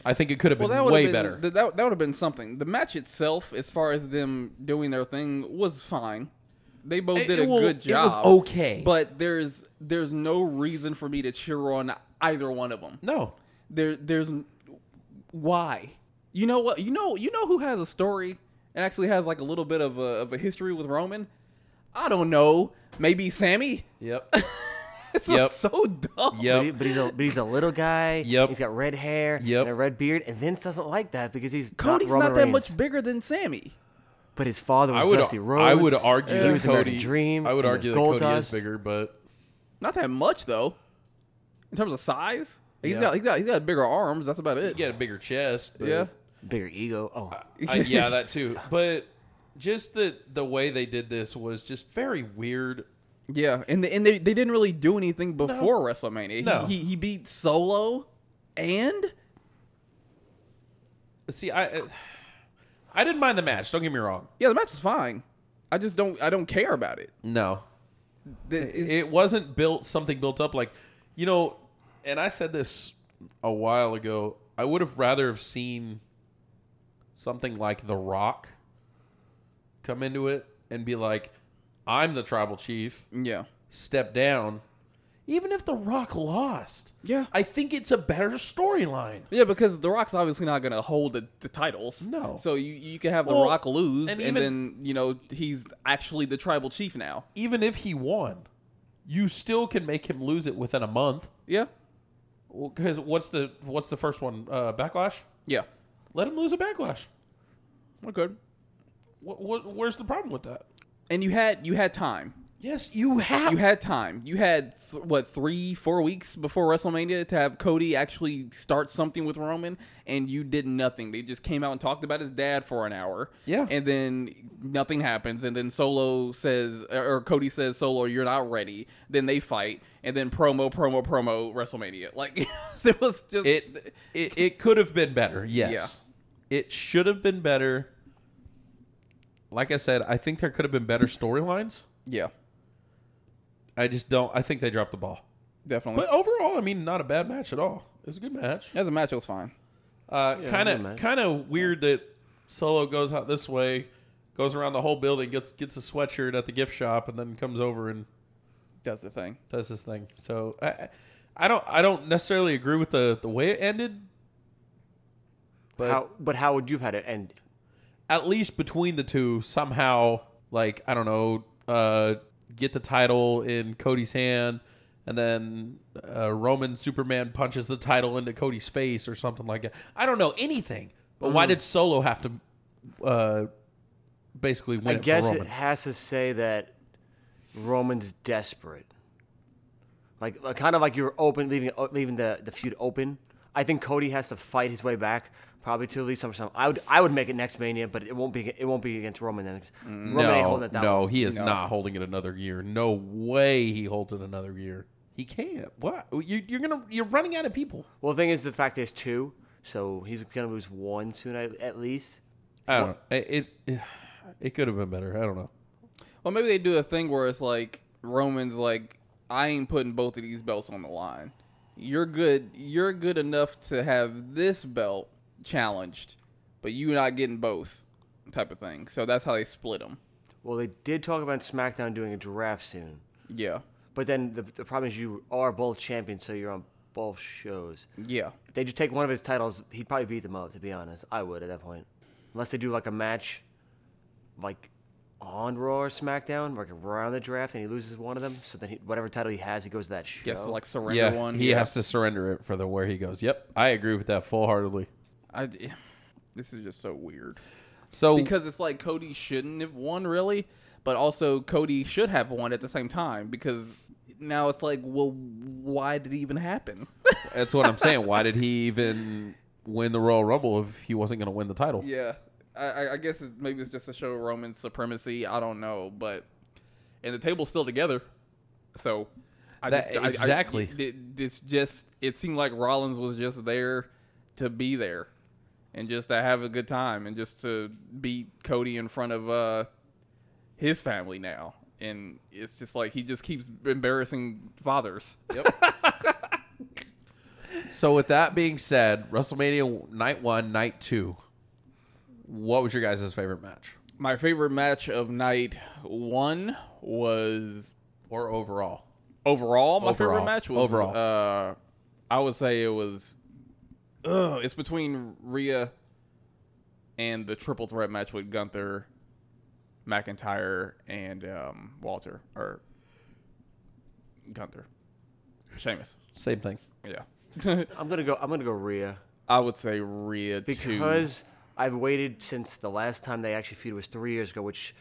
Speaker 3: I think it could have been
Speaker 2: Well, that would
Speaker 3: way
Speaker 2: have been,
Speaker 3: better.
Speaker 2: th- that, that would have been something. The match itself, as far as them doing their thing, was fine. They both
Speaker 3: It-
Speaker 2: did
Speaker 3: it
Speaker 2: a
Speaker 3: will-
Speaker 2: good
Speaker 3: it was
Speaker 2: job.
Speaker 3: okay.
Speaker 2: but there's there's no reason for me to cheer on either one of them.
Speaker 3: no,
Speaker 2: There there's n- why. You know what? You know you know who has a story and actually has like a little bit of a of a history with Roman. I don't know. Maybe Sammy.
Speaker 3: yep.
Speaker 2: This
Speaker 3: Yep.
Speaker 2: was so dumb.
Speaker 3: Yep.
Speaker 4: But, he- but he's a but he's a little guy.
Speaker 3: Yep.
Speaker 4: He's got red hair.
Speaker 3: Yep.
Speaker 4: And a red beard. And Vince doesn't like that because he's
Speaker 2: Cody's
Speaker 4: not, Roman
Speaker 2: not that
Speaker 4: Reigns.
Speaker 2: much bigger than Sammy.
Speaker 4: But his father was
Speaker 3: I would,
Speaker 4: Dusty Rhodes.
Speaker 3: I would argue
Speaker 4: He
Speaker 3: that
Speaker 4: was
Speaker 3: Cody.
Speaker 4: American Dream.
Speaker 3: I would
Speaker 4: and
Speaker 3: argue that Cody
Speaker 4: Gold Dust.
Speaker 3: is bigger, but
Speaker 2: Not that much though. In terms of size, he's
Speaker 3: Yeah.
Speaker 2: got he's got he's got bigger arms. That's about it.
Speaker 3: he got a bigger chest. but-
Speaker 2: Yeah.
Speaker 4: Bigger ego.
Speaker 3: Uh,
Speaker 4: Oh,
Speaker 3: I- yeah, that too. But just the the way they did this was just very weird.
Speaker 2: Yeah, and the, and they, they didn't really do anything before WrestleMania.
Speaker 3: No.
Speaker 2: He, he he beat Solo, and
Speaker 3: See, I I didn't mind the match. Don't get me wrong.
Speaker 2: yeah, the match is fine. I just don't I don't care about it.
Speaker 3: No,
Speaker 2: The- it's-
Speaker 3: it wasn't built something built up like you know. And I said this a while ago. I would have rather have seen something like The Rock come into it and be like, I'm the tribal chief,
Speaker 2: Yeah.
Speaker 3: step down. Even if The Rock lost,
Speaker 2: Yeah.
Speaker 3: I think it's a better storyline.
Speaker 2: Yeah, because The Rock's obviously not going to hold the, the titles.
Speaker 3: No.
Speaker 2: So you, you can have The
Speaker 3: Well,
Speaker 2: Rock lose,
Speaker 3: and
Speaker 2: and,
Speaker 3: even-
Speaker 2: then, you know, he's actually the tribal chief now.
Speaker 3: Even if he won, you still can make him lose it within a month.
Speaker 2: Yeah.
Speaker 3: Because what's the what's the first one? Uh, backlash.
Speaker 2: Yeah.
Speaker 3: Let him lose a backlash.
Speaker 2: Okay.
Speaker 3: What, what, where's the problem with that?
Speaker 2: And you had you had time.
Speaker 3: Yes, you have.
Speaker 2: You had time. You had th- what three, four weeks before WrestleMania to have Cody actually start something with Roman, and you did nothing. They just came out and talked about his dad for an hour.
Speaker 3: Yeah.
Speaker 2: and then nothing happens, and then Solo says, or Cody says, Solo, you're not ready. Then they fight, and then promo, promo, promo, WrestleMania. Like it was just
Speaker 3: it it, it could have been better. Yes, it should have been better. Like I said, I think there could have been better storylines.
Speaker 2: Yeah,
Speaker 3: I just don't. I think they dropped the ball.
Speaker 2: definitely.
Speaker 3: But overall, I mean, not a bad match at all. It was a good match.
Speaker 2: As a match, it was fine.
Speaker 3: Uh, Kind
Speaker 4: good
Speaker 3: of
Speaker 4: match.
Speaker 3: kind of weird that Solo goes out this way, goes around the whole building, gets gets a sweatshirt at the gift shop, and then comes over and
Speaker 2: That's the thing.
Speaker 3: does this thing. So I- I, I don't I don't necessarily agree with the the way it ended. But
Speaker 4: how, but how would you have had it end?
Speaker 3: at least between the two, somehow, like I don't know, uh, get the title in Cody's hand, and then uh, Roman Superman punches the title into Cody's face or something like that. I don't know anything. But
Speaker 4: Mm-hmm.
Speaker 3: why did Solo have to uh, basically win
Speaker 4: I
Speaker 3: it
Speaker 4: guess
Speaker 3: for
Speaker 4: it
Speaker 3: Roman?
Speaker 4: has to say that Roman's desperate. Like, like kind of like you're open, leaving o- leaving the, the feud open. I think Cody has to fight his way back, probably to at least some. some I would I would make it next Mania, but it won't be it won't be against Roman then. 'cause Roman ain't
Speaker 3: no,
Speaker 4: holding it down.
Speaker 3: no, he is
Speaker 2: No.
Speaker 3: not holding it another year. No way he holds it another year. He can't. What? You're, you're gonna you're running out of people.
Speaker 4: Well, the thing is, the fact there's two, so he's gonna lose one soon at, at least.
Speaker 3: I don't. It it, it could have been better. I don't know.
Speaker 2: Well, maybe they do a thing where it's like Roman's like, I ain't putting both of these belts on the line. You're good. You're good enough to have this belt challenged, but you not getting both, type of thing. So that's how they split them.
Speaker 4: Well, they did talk about SmackDown doing a draft soon,
Speaker 2: Yeah,
Speaker 4: but then the, the problem is you are both champions, so you're on both shows.
Speaker 2: yeah.
Speaker 4: If they just take one of his titles, he'd probably beat them up. To be honest, I would at that point, unless they do like a match, like on Raw or SmackDown, like around the draft, and he loses one of them. So then he, whatever title he has, he goes to that show.
Speaker 2: Gets to like surrender
Speaker 3: yeah,
Speaker 2: one.
Speaker 3: He
Speaker 2: yeah.
Speaker 3: has to surrender it for the where he goes. Yep, I agree with that full heartedly.
Speaker 2: I, this is just so weird.
Speaker 3: So
Speaker 2: because it's like Cody shouldn't have won really, but also Cody should have won at the same time because now it's like, well, why did it even happen?
Speaker 3: that's what I'm saying. Why did he even win the Royal Rumble if he wasn't going to win the title?
Speaker 2: Yeah, I, I- I guess it, maybe it's just to show Roman's supremacy. I don't know, but and the table's still together, so I
Speaker 3: That-
Speaker 2: just I- I-
Speaker 3: exactly.
Speaker 2: it, it's just it seemed like Rollins was just there to be there and just to have a good time and just to beat Cody in front of uh his family now. And it's just like he just keeps embarrassing fathers.
Speaker 3: So with that being said, WrestleMania night one, night two. What was your guys' favorite match
Speaker 2: My favorite match of night one was
Speaker 3: or overall?
Speaker 2: overall my
Speaker 3: Overall.
Speaker 2: favorite match was
Speaker 3: Overall.
Speaker 2: uh I would say it was ugh, it's between Rhea and the triple threat match with Gunther, McIntyre and um, Walter or Gunther. Sheamus.
Speaker 3: Same thing.
Speaker 2: Yeah.
Speaker 4: I'm gonna go. I'm gonna go Rhea
Speaker 2: I would say Rhea too.
Speaker 4: because I've waited since the last time they actually feuded was three years ago, which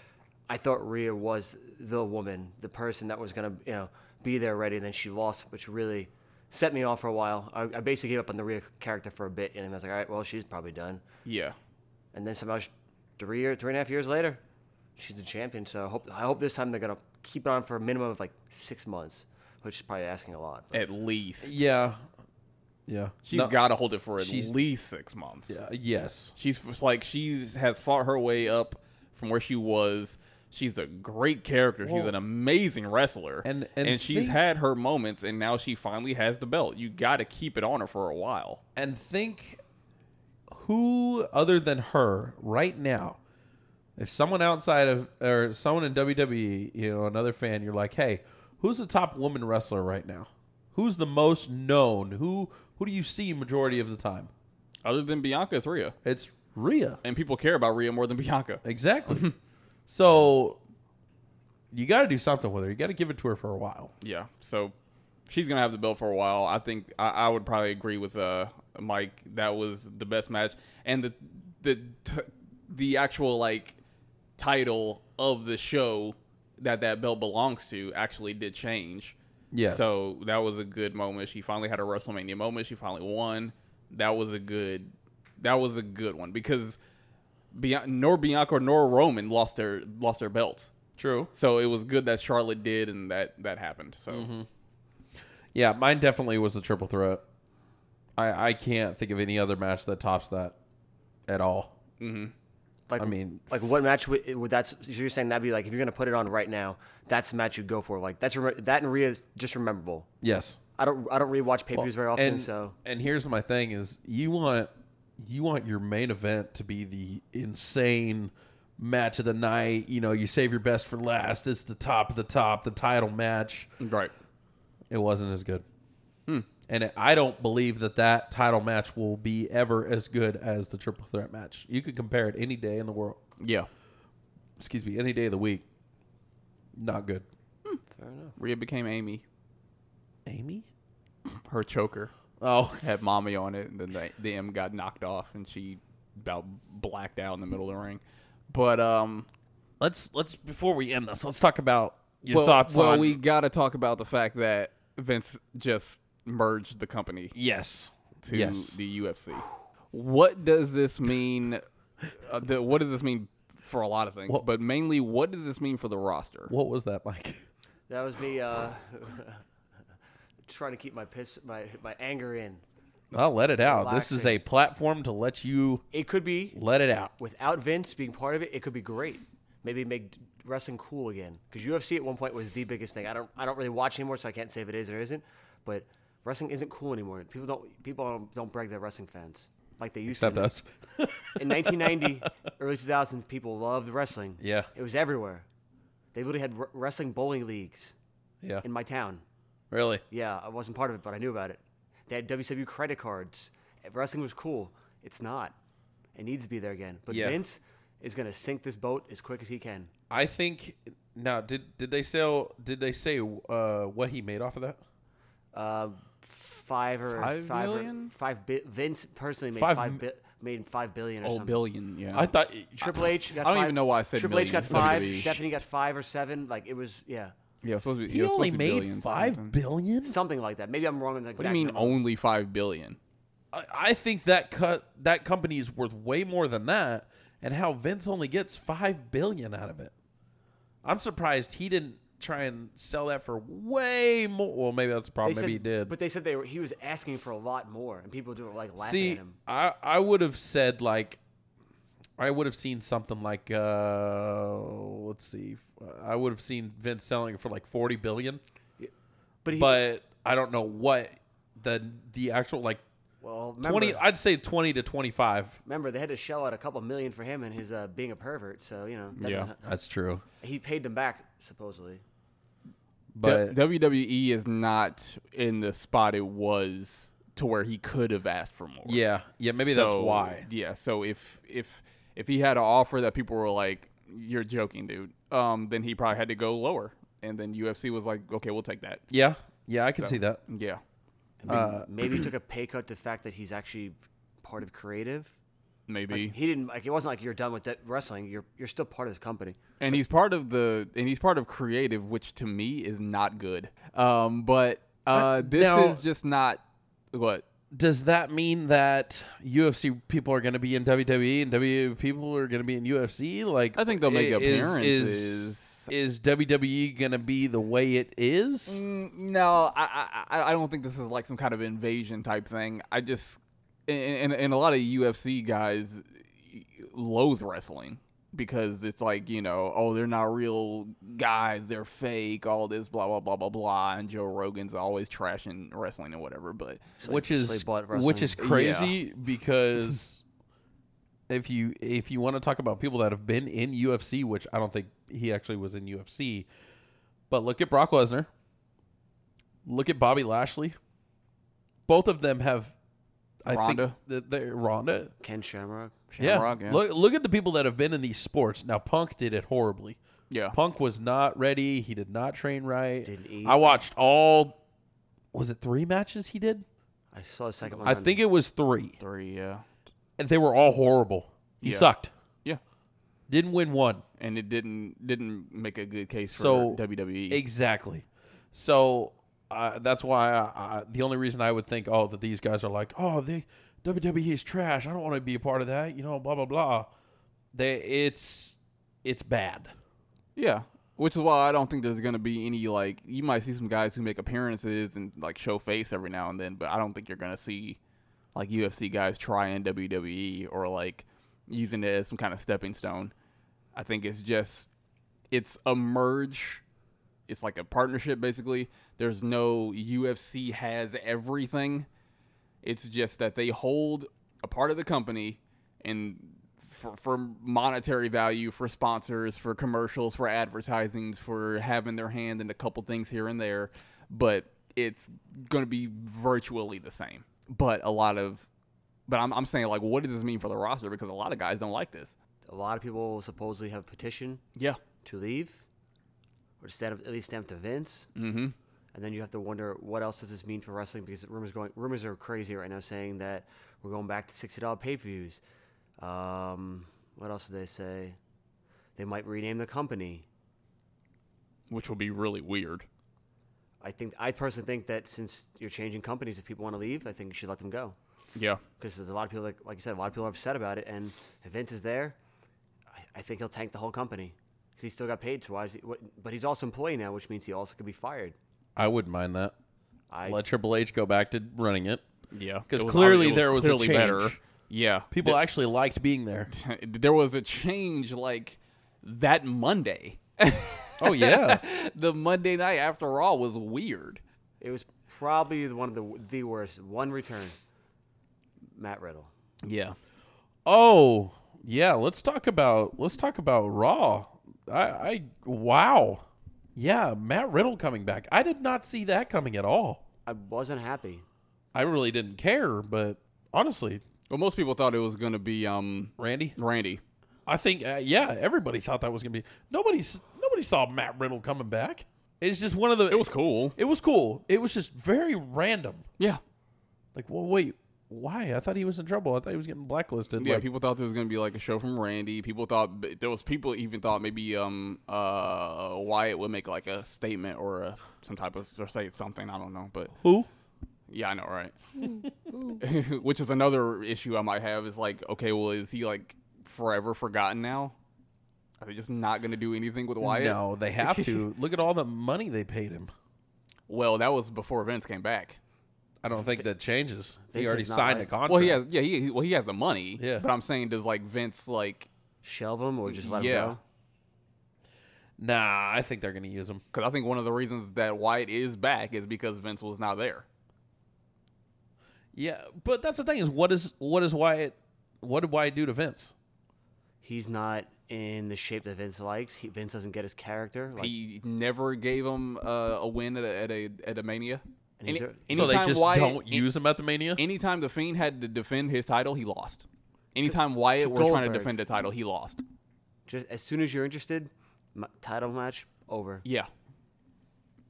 Speaker 4: I thought Rhea was the woman, the person that was gonna you know be there ready, and then she lost, which really set me off for a while. I, I basically gave up on the Rhea character for a bit, and I was like, all right, well, she's probably done.
Speaker 2: Yeah.
Speaker 4: and then somehow sh- three or three and a half years later, she's the champion. So I hope I hope this time they're gonna keep it on for a minimum of like six months, which is probably asking a lot.
Speaker 2: At least.
Speaker 3: Yeah, yeah.
Speaker 2: she's
Speaker 3: No,
Speaker 2: gotta hold it for at
Speaker 3: she's-
Speaker 2: least six months.
Speaker 3: yeah, yes.
Speaker 2: She's f- like she has fought her way up from where she was. She's a great character. She's an amazing wrestler,
Speaker 3: and- and
Speaker 2: she's
Speaker 3: think-
Speaker 2: had her moments, and now she finally has the belt. You got to keep it on her for a while.
Speaker 3: and think who other than her right now, if someone outside of or someone in WWE, you know, another fan, you're like, hey, who's the top woman wrestler right now? Who's the most known? Who who do you see majority of the time?
Speaker 2: Other than Bianca, it's Rhea,
Speaker 3: It's Rhea.
Speaker 2: and people care about Rhea more than Bianca.
Speaker 3: Exactly. so you got to do something with her. You got to give it to her for a while.
Speaker 2: Yeah, so she's gonna have the belt for a while. I think I, I would probably agree with uh, Mike. That was the best match, and the the t- the actual like title of the show that that belt belongs to actually did change.
Speaker 3: Yes.
Speaker 2: So that was a good moment. She finally had a WrestleMania moment. She finally won. That was a good. That was a good one because Bian- nor Bianca nor Roman lost their lost their belts.
Speaker 3: True.
Speaker 2: So it was good that Charlotte did and that that happened. So
Speaker 3: Yeah, mine definitely was the triple threat. I I can't think of any other match that tops that at all.
Speaker 4: Like,
Speaker 3: I mean,
Speaker 4: like what match would, would that's? So you're saying that'd be like if you're gonna put it on right now, that's the match you go for. Like that's remem- that and Rhea's just rememberable.
Speaker 3: Yes.
Speaker 4: I don't I don't rewatch pay per views very often,
Speaker 3: And
Speaker 4: so
Speaker 3: and here's my thing is you want you want your main event to be the insane match of the night. You know, you save your best for last. It's the top of the top, the title match.
Speaker 2: right.
Speaker 3: It wasn't as good.
Speaker 4: Hmm.
Speaker 3: And I don't believe that that title match will be ever as good as the triple threat match. You could compare it any day in the world.
Speaker 2: Yeah.
Speaker 3: Excuse me, any day of the week. Not good.
Speaker 2: Rhea became Amy.
Speaker 3: Amy?
Speaker 2: Her choker
Speaker 3: Oh,
Speaker 2: had mommy on it, and then the, the M got knocked off, and she about blacked out in the middle of the ring. But um,
Speaker 3: let's let's before we end this, let's talk about your
Speaker 2: well,
Speaker 3: thoughts
Speaker 2: well,
Speaker 3: on
Speaker 2: we got to talk about the fact that Vince just merged the company
Speaker 3: yes.
Speaker 2: to
Speaker 3: yes.
Speaker 2: the UFC. What does this mean? Uh, the, what does this mean for a lot of things? but mainly, what does this mean for the roster?
Speaker 3: what was that, Mike?
Speaker 4: that was me uh, trying to keep my piss my my anger in.
Speaker 3: I'll let it out. This is
Speaker 4: Relaxing.
Speaker 3: a platform to let you
Speaker 4: It could be
Speaker 3: let it out.
Speaker 4: without Vince being part of it, it could be great. Maybe make wrestling cool again because UFC at one point was the biggest thing. I don't I don't really watch anymore, so I can't say if it is or isn't. But wrestling isn't cool anymore. People don't people don't, don't brag their wrestling fans like they used
Speaker 3: Except
Speaker 4: to.
Speaker 3: us.
Speaker 4: In 1990, early 2000s, people loved wrestling.
Speaker 3: Yeah.
Speaker 4: it was everywhere. They literally had wr- wrestling bowling leagues
Speaker 3: Yeah.
Speaker 4: in my town.
Speaker 3: Really?
Speaker 4: Yeah, I wasn't part of it, but I knew about it. They had WCW credit cards. Wrestling was cool. It's not. It needs to be there again. But
Speaker 3: Yeah.
Speaker 4: Vince is going to sink this boat as quick as he can.
Speaker 3: I think now did did they sell did they say uh what he made off of that?
Speaker 4: Uh, five or
Speaker 2: Five
Speaker 4: five or-
Speaker 2: million?
Speaker 4: five bi- Vince personally made
Speaker 3: Five
Speaker 4: five,
Speaker 3: m-
Speaker 4: bi- made five billion or
Speaker 2: Oh,
Speaker 4: something.
Speaker 2: billion. Yeah.
Speaker 3: I thought
Speaker 4: Triple H. Got
Speaker 2: I don't
Speaker 4: five-
Speaker 2: even know why I said
Speaker 4: Triple H got
Speaker 2: million.
Speaker 4: five.
Speaker 2: WWE.
Speaker 4: Stephanie got five or seven. Like it was, yeah,
Speaker 2: yeah, it's supposed to be.
Speaker 3: he
Speaker 2: yeah, it's
Speaker 3: only
Speaker 2: supposed to be
Speaker 3: made
Speaker 2: billions,
Speaker 3: five
Speaker 2: something.
Speaker 3: billion.
Speaker 4: something like that. Maybe I'm wrong on the
Speaker 2: What
Speaker 4: exact.
Speaker 2: do you mean
Speaker 4: number.
Speaker 2: only five billion?
Speaker 3: I- I think that cut that company is worth way more than that, and how Vince only gets five billion out of it. I'm surprised he didn't try and sell that for way more. Well, maybe that's the
Speaker 4: They
Speaker 3: problem.
Speaker 4: said-
Speaker 3: maybe he did.
Speaker 4: But they said they were. He was asking for a lot more, and people do like laughing at
Speaker 3: See,
Speaker 4: him.
Speaker 3: I I would have said like, I would have seen something like, uh, let's see, I would have seen Vince selling it for like forty billion,
Speaker 4: But he,
Speaker 3: but I don't know what the the actual like
Speaker 4: well, remember,
Speaker 3: twenty. I'd say twenty to twenty five.
Speaker 4: Remember, they had to shell out a couple million for him and his uh, being a pervert. So you know, that
Speaker 2: Yeah.
Speaker 4: doesn't-
Speaker 3: That's true,
Speaker 4: he paid them back supposedly.
Speaker 3: but.
Speaker 2: W- WWE is not in the spot it was to where he could have asked for more.
Speaker 3: Yeah, yeah, maybe that's
Speaker 2: So,
Speaker 3: why.
Speaker 2: Yeah. So if if if he had an offer that people were like, "You're joking, dude," um, then he probably had to go lower, and then UFC was like, "Okay, we'll take that."
Speaker 3: Yeah, yeah, I can
Speaker 2: So,
Speaker 3: see that.
Speaker 2: Yeah.
Speaker 4: And maybe, maybe he took a pay cut to the fact that he's actually part of creative.
Speaker 2: Maybe.
Speaker 4: He didn't like. It wasn't like you're done with that wrestling. You're you're still part of this company.
Speaker 2: and he's part of the and he's part of creative, which to me is not good. Um, but uh, this
Speaker 3: now-
Speaker 2: is just not what
Speaker 3: Does that mean that UFC people are going to be in WWE and WWE people are going to be in UFC? Like,
Speaker 2: I think they'll make
Speaker 3: i-
Speaker 2: appearances.
Speaker 3: Is, is WWE going to be the way it is?
Speaker 2: Mm, No, I, I I- I don't think this is like some kind of invasion type thing. I just and and a lot of UFC guys loathe wrestling because it's like you know oh they're not real guys they're fake all this blah blah blah blah blah and Joe Rogan's always trashing wrestling and whatever but
Speaker 4: So
Speaker 3: which
Speaker 4: they- so
Speaker 3: is
Speaker 4: they bought
Speaker 3: which
Speaker 4: wrestling.
Speaker 3: is crazy because if you if you want to talk about people that have been in UFC, which I don't think he actually was in UFC, but look at Brock Lesnar. Look at Bobby Lashley. Both of them have I think
Speaker 2: Ronda.
Speaker 3: that they're Ronda.
Speaker 4: Ken Shamrock.
Speaker 3: Yeah.
Speaker 2: Rock, yeah.
Speaker 3: Look look at the people that have been in these sports. Now Punk did it horribly.
Speaker 2: Yeah.
Speaker 3: Punk was not ready. He did not train right.
Speaker 4: Didn't eat.
Speaker 3: I watched all was it 3 matches he did?
Speaker 4: I saw the second one.
Speaker 3: I
Speaker 4: on-
Speaker 3: think it was 3.
Speaker 2: Three, yeah.
Speaker 3: And they were all horrible. He
Speaker 2: Yeah.
Speaker 3: sucked.
Speaker 2: Yeah.
Speaker 3: Didn't win one.
Speaker 2: And it didn't didn't make a good case for E
Speaker 3: So,
Speaker 2: WWE.
Speaker 3: Exactly. So uh, that's why I, I, the only reason I would think, oh, that these guys are like, oh, they WWE is trash. I don't want to be a part of that. You know, blah blah blah. They it's it's bad.
Speaker 2: Yeah. Which is why I don't think there's gonna be any like you might see some guys who make appearances and like show face every now and then, but I don't think you're gonna see like UFC guys trying WWE or like using it as some kind of stepping stone. I think it's just it's a merge. It's like a partnership basically. There's no UFC has everything. It's just that they hold a part of the company and for, for monetary value, for sponsors, for commercials, for advertisings, for having their hand in a couple things here and there, but it's going to be virtually the same. But a lot of, but I'm, I'm saying, like, what does this mean for the roster? Because a lot of guys don't like this.
Speaker 4: a lot of people supposedly have a petition
Speaker 2: Yeah.
Speaker 4: to leave or to stand up, at least stand up to Vince. Mm-hmm. And then you have to wonder what else does this mean for wrestling because rumors going rumors are crazy right now saying that we're going back to sixty dollar pay per views. Um, what else did they say? They might rename the company.
Speaker 2: Which will be really weird.
Speaker 4: I think I personally think that since you're changing companies, if people want to leave, I think you should let them go
Speaker 2: Yeah.
Speaker 4: because there's a lot of people like like you said, a lot of people are upset about it. And if Vince is there, I, I think he'll tank the whole company because he still got paid. So why is he? What, but he's also employee now, which means he also could be fired.
Speaker 3: I wouldn't mind that.
Speaker 4: I
Speaker 3: Let Triple H go back to running it.
Speaker 2: Yeah.
Speaker 3: 'Cause
Speaker 2: It was
Speaker 3: clearly
Speaker 2: already- it
Speaker 3: there was a change.
Speaker 2: Yeah.
Speaker 3: People actually liked being there.
Speaker 2: there was a change like that Monday.
Speaker 3: Oh yeah.
Speaker 2: the Monday night after Raw was weird.
Speaker 4: it was probably the- one of the the worst one return. Matt Riddle.
Speaker 2: Yeah.
Speaker 3: oh yeah. Let's talk about let's talk about Raw. I, I wow. Yeah, Matt Riddle coming back. I did not see that coming at all.
Speaker 4: I wasn't happy.
Speaker 3: I really didn't care, but honestly,
Speaker 2: Well, most people thought it was going to be um
Speaker 3: Randy,
Speaker 2: Randy.
Speaker 3: I think uh, yeah, everybody thought that was gonna be nobody's nobody saw Matt Riddle coming back. It's just one of the
Speaker 2: It was cool.
Speaker 3: it was cool. It was just very random.
Speaker 2: Yeah.
Speaker 3: Like, well, wait, why? I thought he was in trouble. I thought he was getting blacklisted.
Speaker 2: Yeah,
Speaker 3: like,
Speaker 2: people thought there was going to be like a show from Randy. People thought b- there was people even thought maybe um uh Wyatt would make like a statement or a, some type of or say something, I don't know, but
Speaker 3: who?
Speaker 2: Yeah, I know, right? Which is another issue I might have is like, okay, well, is he like forever forgotten now? Are they just not going to do anything with Wyatt?
Speaker 3: No, they have to. Look at all the money they paid him.
Speaker 2: Well, that was before Vince came back.
Speaker 3: I don't think that changes.
Speaker 4: Vince
Speaker 3: he already
Speaker 4: is not
Speaker 3: signed
Speaker 4: like-
Speaker 3: a contract.
Speaker 2: Well, he has, yeah, he he- well he has the money.
Speaker 3: Yeah.
Speaker 2: But I'm saying, does like Vince like,
Speaker 4: Shelve him or just let him
Speaker 2: yeah?
Speaker 4: go.
Speaker 3: Nah, I think they're gonna use him.
Speaker 2: Because I think one of the reasons that Wyatt is back is because Vince was not there.
Speaker 3: Yeah, but that's the thing is what is what is Wyatt? What did Wyatt do to Vince?
Speaker 4: He's not in the shape that Vince likes. He, Vince doesn't get his character. Like,
Speaker 2: He never gave him uh, a win at a at a, at a Mania.
Speaker 4: And he's a-
Speaker 3: So they
Speaker 2: anytime
Speaker 3: just
Speaker 2: Wyatt-
Speaker 3: don't use him at the Mania.
Speaker 2: anytime the Fiend had to defend his title, he lost. Anytime Wyatt was trying to
Speaker 4: Goldberg.
Speaker 2: defend a title, he lost.
Speaker 4: just as soon as you're interested, m- title match over.
Speaker 2: Yeah,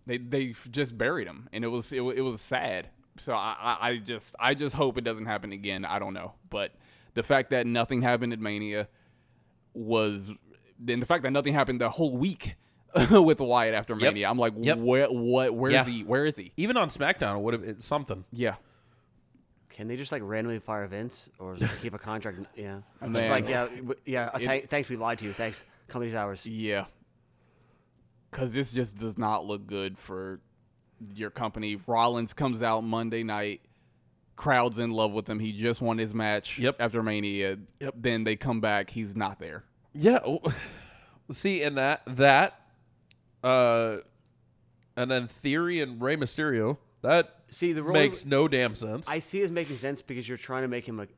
Speaker 2: they they f- just buried him, and it was it, wa- it was sad. So I, I I just I just hope it doesn't happen again. I don't know, but the fact that nothing happened at Mania was, then the fact that nothing happened the whole week with Wyatt after Mania, I'm like,
Speaker 3: Yep.
Speaker 2: where what where's
Speaker 3: Yeah.
Speaker 2: he where is he?
Speaker 3: Even on SmackDown, it would have it's something.
Speaker 2: Yeah,
Speaker 4: Can they just like randomly fire Vince or just, like, keep a contract? Yeah. Just
Speaker 2: Oh, Man.
Speaker 4: like, yeah, w- yeah. uh, thank- thanks, we lied to you. Thanks. Company's hours.
Speaker 2: Yeah. Cause this just does not look good for your company. Rollins comes out Monday night, crowds in love with him. He just won his match
Speaker 3: Yep.
Speaker 2: after Mania. Yep. Then they come back, he's not there.
Speaker 3: Yeah. oh, See, and that that, uh, and then Theory and Rey Mysterio that
Speaker 4: See, the role
Speaker 3: makes no damn sense.
Speaker 4: I see is making sense because you're trying to make him like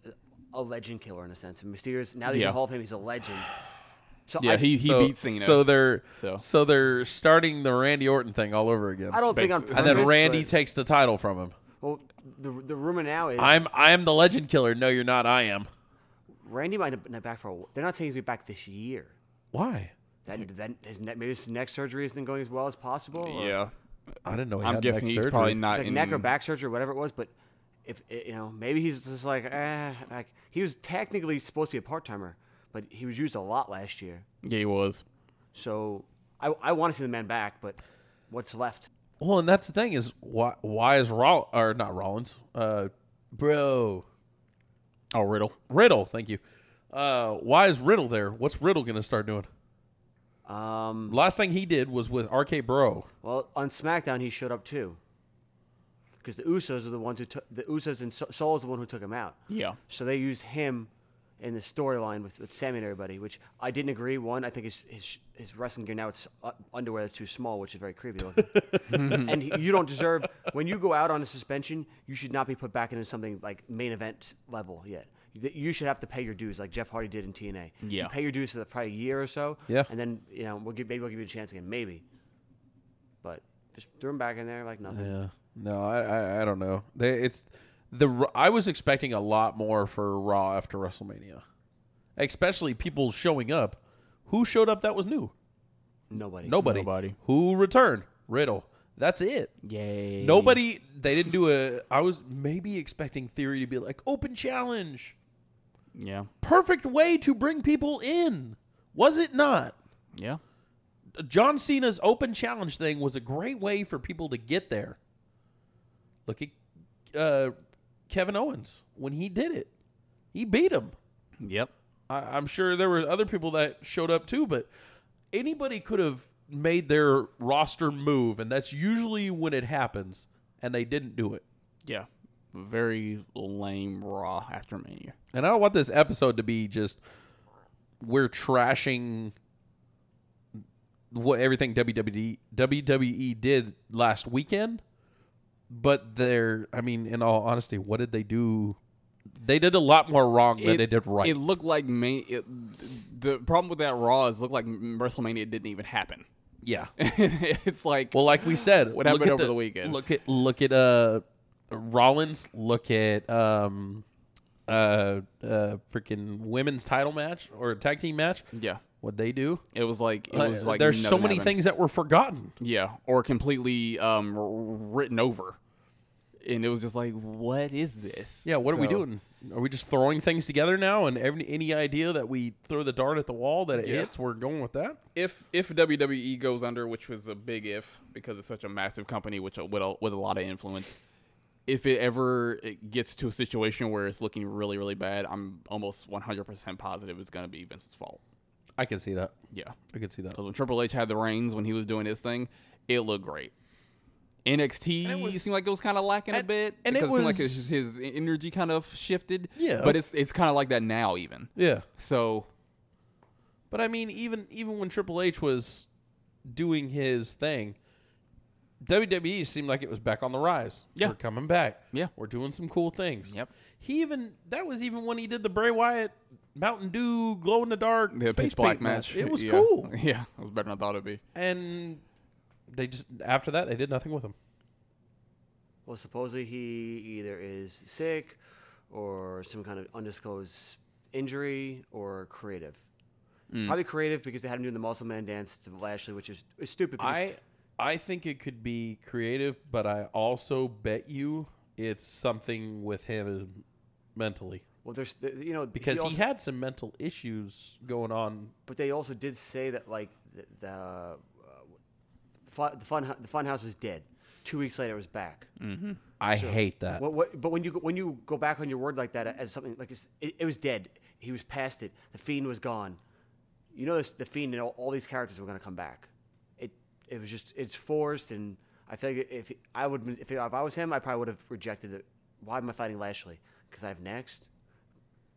Speaker 4: a legend killer in a sense. And Mysterio's now that he's
Speaker 2: Yeah.
Speaker 4: in Hall of Fame, he's a legend. So
Speaker 2: Yeah,
Speaker 4: I,
Speaker 2: he he
Speaker 3: so,
Speaker 2: beat Cena.
Speaker 3: So they're
Speaker 2: So.
Speaker 3: so. they're starting the Randy Orton thing all over again.
Speaker 4: I don't think I'm.
Speaker 2: Basically.
Speaker 3: and then Randy takes the title from him.
Speaker 4: well, the the rumor now is
Speaker 3: I'm I am the legend killer. No, you're not. I am.
Speaker 4: Randy might not be back for. a wh- They're not saying he's gonna be back this year.
Speaker 3: Why?
Speaker 4: That that his ne- maybe his neck surgery isn't going as well as possible. or-
Speaker 2: yeah,
Speaker 3: I didn't know. He
Speaker 2: I'm
Speaker 3: had
Speaker 2: guessing
Speaker 3: neck
Speaker 2: he's
Speaker 3: surgery.
Speaker 2: probably
Speaker 4: it's
Speaker 2: not
Speaker 4: like
Speaker 2: in
Speaker 4: neck or back surgery or whatever it was. But if it, you know, maybe he's just like, eh, like he was technically supposed to be a part timer, but he was used a lot last year.
Speaker 2: Yeah, he was.
Speaker 4: So I I want to see the man back, but what's left?
Speaker 3: Well, and that's the thing is why why is Roll or not Rollins? Uh, bro,
Speaker 2: Oh, Riddle.
Speaker 3: Riddle. Thank you. Uh, why is Riddle there? What's Riddle gonna start doing?
Speaker 4: Um,
Speaker 3: Last thing he did was with RK Bro.
Speaker 4: well, on SmackDown he showed up too, because the Usos are the ones who took the Usos and so- Saul is the one who took him out.
Speaker 2: Yeah.
Speaker 4: So they used him in the storyline with, with Sammy and everybody, which I didn't agree. One, I think his his, his wrestling gear now it's uh, underwear that's too small, which is very creepy looking. and he- you don't deserve when you go out on a suspension, you should not be put back into something like main event level yet. You- You should have to pay your dues, like Jeff Hardy did in TNA.
Speaker 2: Yeah.
Speaker 4: you pay your dues for the, probably a year or so.
Speaker 3: Yeah.
Speaker 4: and then you know we'll give, maybe we'll give you a chance again, maybe. But just throw him back in there like nothing.
Speaker 3: Yeah. No, I, I I don't know. They it's the I was expecting a lot more for Raw after WrestleMania, especially people showing up. Who showed up that was new?
Speaker 4: Nobody.
Speaker 3: Nobody.
Speaker 2: Nobody.
Speaker 3: Who returned? Riddle. That's it.
Speaker 2: Yay.
Speaker 3: Nobody. They didn't do a. I was maybe expecting Theory to be like open challenge,
Speaker 2: Yeah.
Speaker 3: perfect way to bring people in. Was it not?
Speaker 2: Yeah.
Speaker 3: John Cena's open challenge thing was a great way for people to get there. Look at uh, Kevin Owens when he did it, he beat him.
Speaker 2: Yep.
Speaker 3: I, I'm sure there were other people that showed up too, but anybody could have made their roster move, and that's usually when it happens, and they didn't do it.
Speaker 2: Yeah. Very lame Raw after Mania.
Speaker 3: And I don't want this episode to be just we're trashing what everything E, WWE WWE did last weekend. But they're I mean, in all honesty, what did they do? They did a lot more wrong than they did right.
Speaker 2: It looked like May. It, the problem with that Raw is it looked like WrestleMania didn't even happen.
Speaker 3: yeah.
Speaker 2: it's like
Speaker 3: Well, like we said,
Speaker 2: What
Speaker 3: look
Speaker 2: happened
Speaker 3: at
Speaker 2: over the weekend?
Speaker 3: Look at look at uh Rollins, look at um uh uh freaking women's title match or tag team match.
Speaker 2: yeah,
Speaker 3: What they do?
Speaker 2: it was like it
Speaker 3: Uh,
Speaker 2: was like
Speaker 3: there's so
Speaker 2: nothing
Speaker 3: many
Speaker 2: happened.
Speaker 3: things that were forgotten.
Speaker 2: Yeah, or completely um, r- written over, and it was just like, what is this?
Speaker 3: Yeah, what are we
Speaker 2: So-
Speaker 3: doing? Are we just throwing things together now? And every, any idea that we throw the dart at the wall that it
Speaker 2: Yeah.
Speaker 3: hits, we're going with that.
Speaker 2: if if WWE goes under, which was a big if because it's such a massive company, which uh, with a, with a lot of influence, if it ever it gets to a situation where it's looking really really bad, I'm almost 100% positive it's gonna be Vince's fault.
Speaker 3: I can see that.
Speaker 2: Yeah,
Speaker 3: I can see that.
Speaker 2: because when Triple H had the reins when he was doing his thing, it looked great. NXT
Speaker 3: was-
Speaker 2: seemed like it was kind of lacking a
Speaker 3: and-
Speaker 2: bit,
Speaker 3: and it
Speaker 2: because seemed like his,
Speaker 3: was-
Speaker 2: his energy kind of shifted.
Speaker 3: Yeah.
Speaker 2: but it's it's kind of like that now even.
Speaker 3: Yeah,
Speaker 2: So
Speaker 3: but I mean, even even when Triple H was doing his thing, WWE seemed like it was back on the rise.
Speaker 2: Yeah.
Speaker 3: we're coming back.
Speaker 2: Yeah.
Speaker 3: we're doing some cool things.
Speaker 2: Yep.
Speaker 3: He even that was even when he did the Bray Wyatt Mountain Dew glow in the dark
Speaker 2: the pitch black match,
Speaker 3: It was
Speaker 2: yeah.
Speaker 3: cool,
Speaker 2: Yeah, it was better than I thought it'd be.
Speaker 3: and they just after that they did nothing with him.
Speaker 4: Well, supposedly he either is sick or some kind of undisclosed injury or creative.
Speaker 3: Mm.
Speaker 4: Probably creative because they had him doing the muscle man dance to Lashley, which is, is stupid. Because
Speaker 3: I I think it could be creative, but I also bet you it's something with him mentally
Speaker 4: well, there's the- you know
Speaker 3: because he,
Speaker 4: also-
Speaker 3: had some mental issues going on.
Speaker 4: but they also did say that like the the, uh, fu- the fun hu- the fun house was dead. Two weeks later, it was back.
Speaker 3: I hate that.
Speaker 4: What, what, but when you go- when you go back on your word like that as something like it's- it, it was dead, he was past it. The fiend was gone. You know, this, the fiend and all, all these characters were going to come back. It it was just it's forced, and I feel like if I would if, I was him, I probably would have rejected it. Why am I fighting Lashley? Because I have next.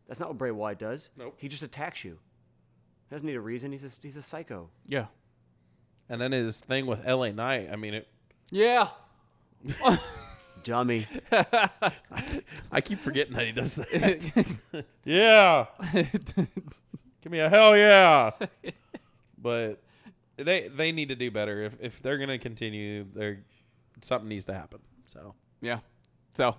Speaker 4: That's not what Bray Wyatt does.
Speaker 3: Nope.
Speaker 4: He just attacks you. He doesn't need a reason. He's a, he's a psycho.
Speaker 2: Yeah,
Speaker 3: And then his thing with LA Knight. I mean, it
Speaker 2: yeah.
Speaker 4: Dummy.
Speaker 3: I keep forgetting that he does that. yeah. Give me a hell yeah. but they they need to do better. If if they're gonna continue, there something needs to happen. So
Speaker 2: yeah. So,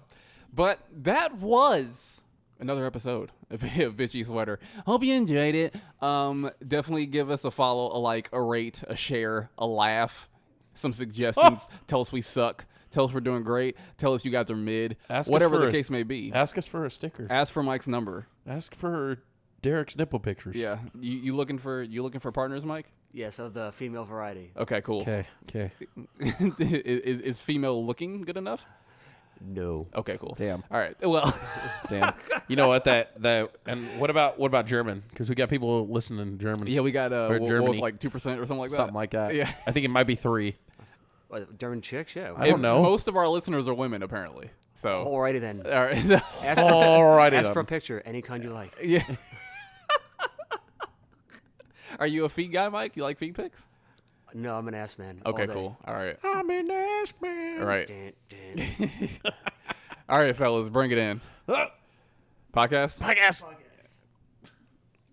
Speaker 2: but that was another episode of, of Bitchy Sweater. Hope you enjoyed it. Um, definitely give us a follow, a like, a rate, a share, a laugh, some suggestions. Tell us we suck. Tell us we're doing great. Tell us you guys are mid.
Speaker 3: Ask us
Speaker 2: whatever
Speaker 3: for
Speaker 2: the
Speaker 3: us.
Speaker 2: case may be.
Speaker 3: ask us for a sticker.
Speaker 2: Ask for Mike's number.
Speaker 3: Ask for Derek's nipple pictures.
Speaker 2: Yeah, you, you looking for you looking for partners, Mike?
Speaker 4: Yes, of the female variety.
Speaker 2: Okay, cool.
Speaker 3: Okay. Okay.
Speaker 2: is, is female looking good enough?
Speaker 4: No.
Speaker 2: Okay, cool.
Speaker 3: Damn.
Speaker 2: All right. Well,
Speaker 3: Damn. you know what? That that and what about what about German? Because we got people listening in German.
Speaker 2: yeah, we got uh,
Speaker 3: Or
Speaker 2: what- what was
Speaker 3: Germany.
Speaker 2: like two percent or something like that.
Speaker 3: something like that.
Speaker 2: Yeah.
Speaker 3: I think it might be three.
Speaker 4: German chicks, yeah.
Speaker 3: I don't
Speaker 2: And
Speaker 3: know.
Speaker 2: Most of our listeners are women, apparently. So,
Speaker 4: Alrighty then.
Speaker 2: all right.
Speaker 4: Ask for,
Speaker 3: Alrighty
Speaker 4: ask
Speaker 3: then.
Speaker 4: for a picture, any kind you like.
Speaker 2: yeah. are you a feet guy, Mike? You like feet pics?
Speaker 4: No, I'm an ass man. all
Speaker 2: Okay,
Speaker 4: day. Ah.
Speaker 2: cool. All right.
Speaker 3: I'm an ass
Speaker 2: All
Speaker 3: man.
Speaker 2: right.
Speaker 4: Dun, dun. Ah.
Speaker 2: All right, fellas, bring it in. Podcast?
Speaker 3: Podcast.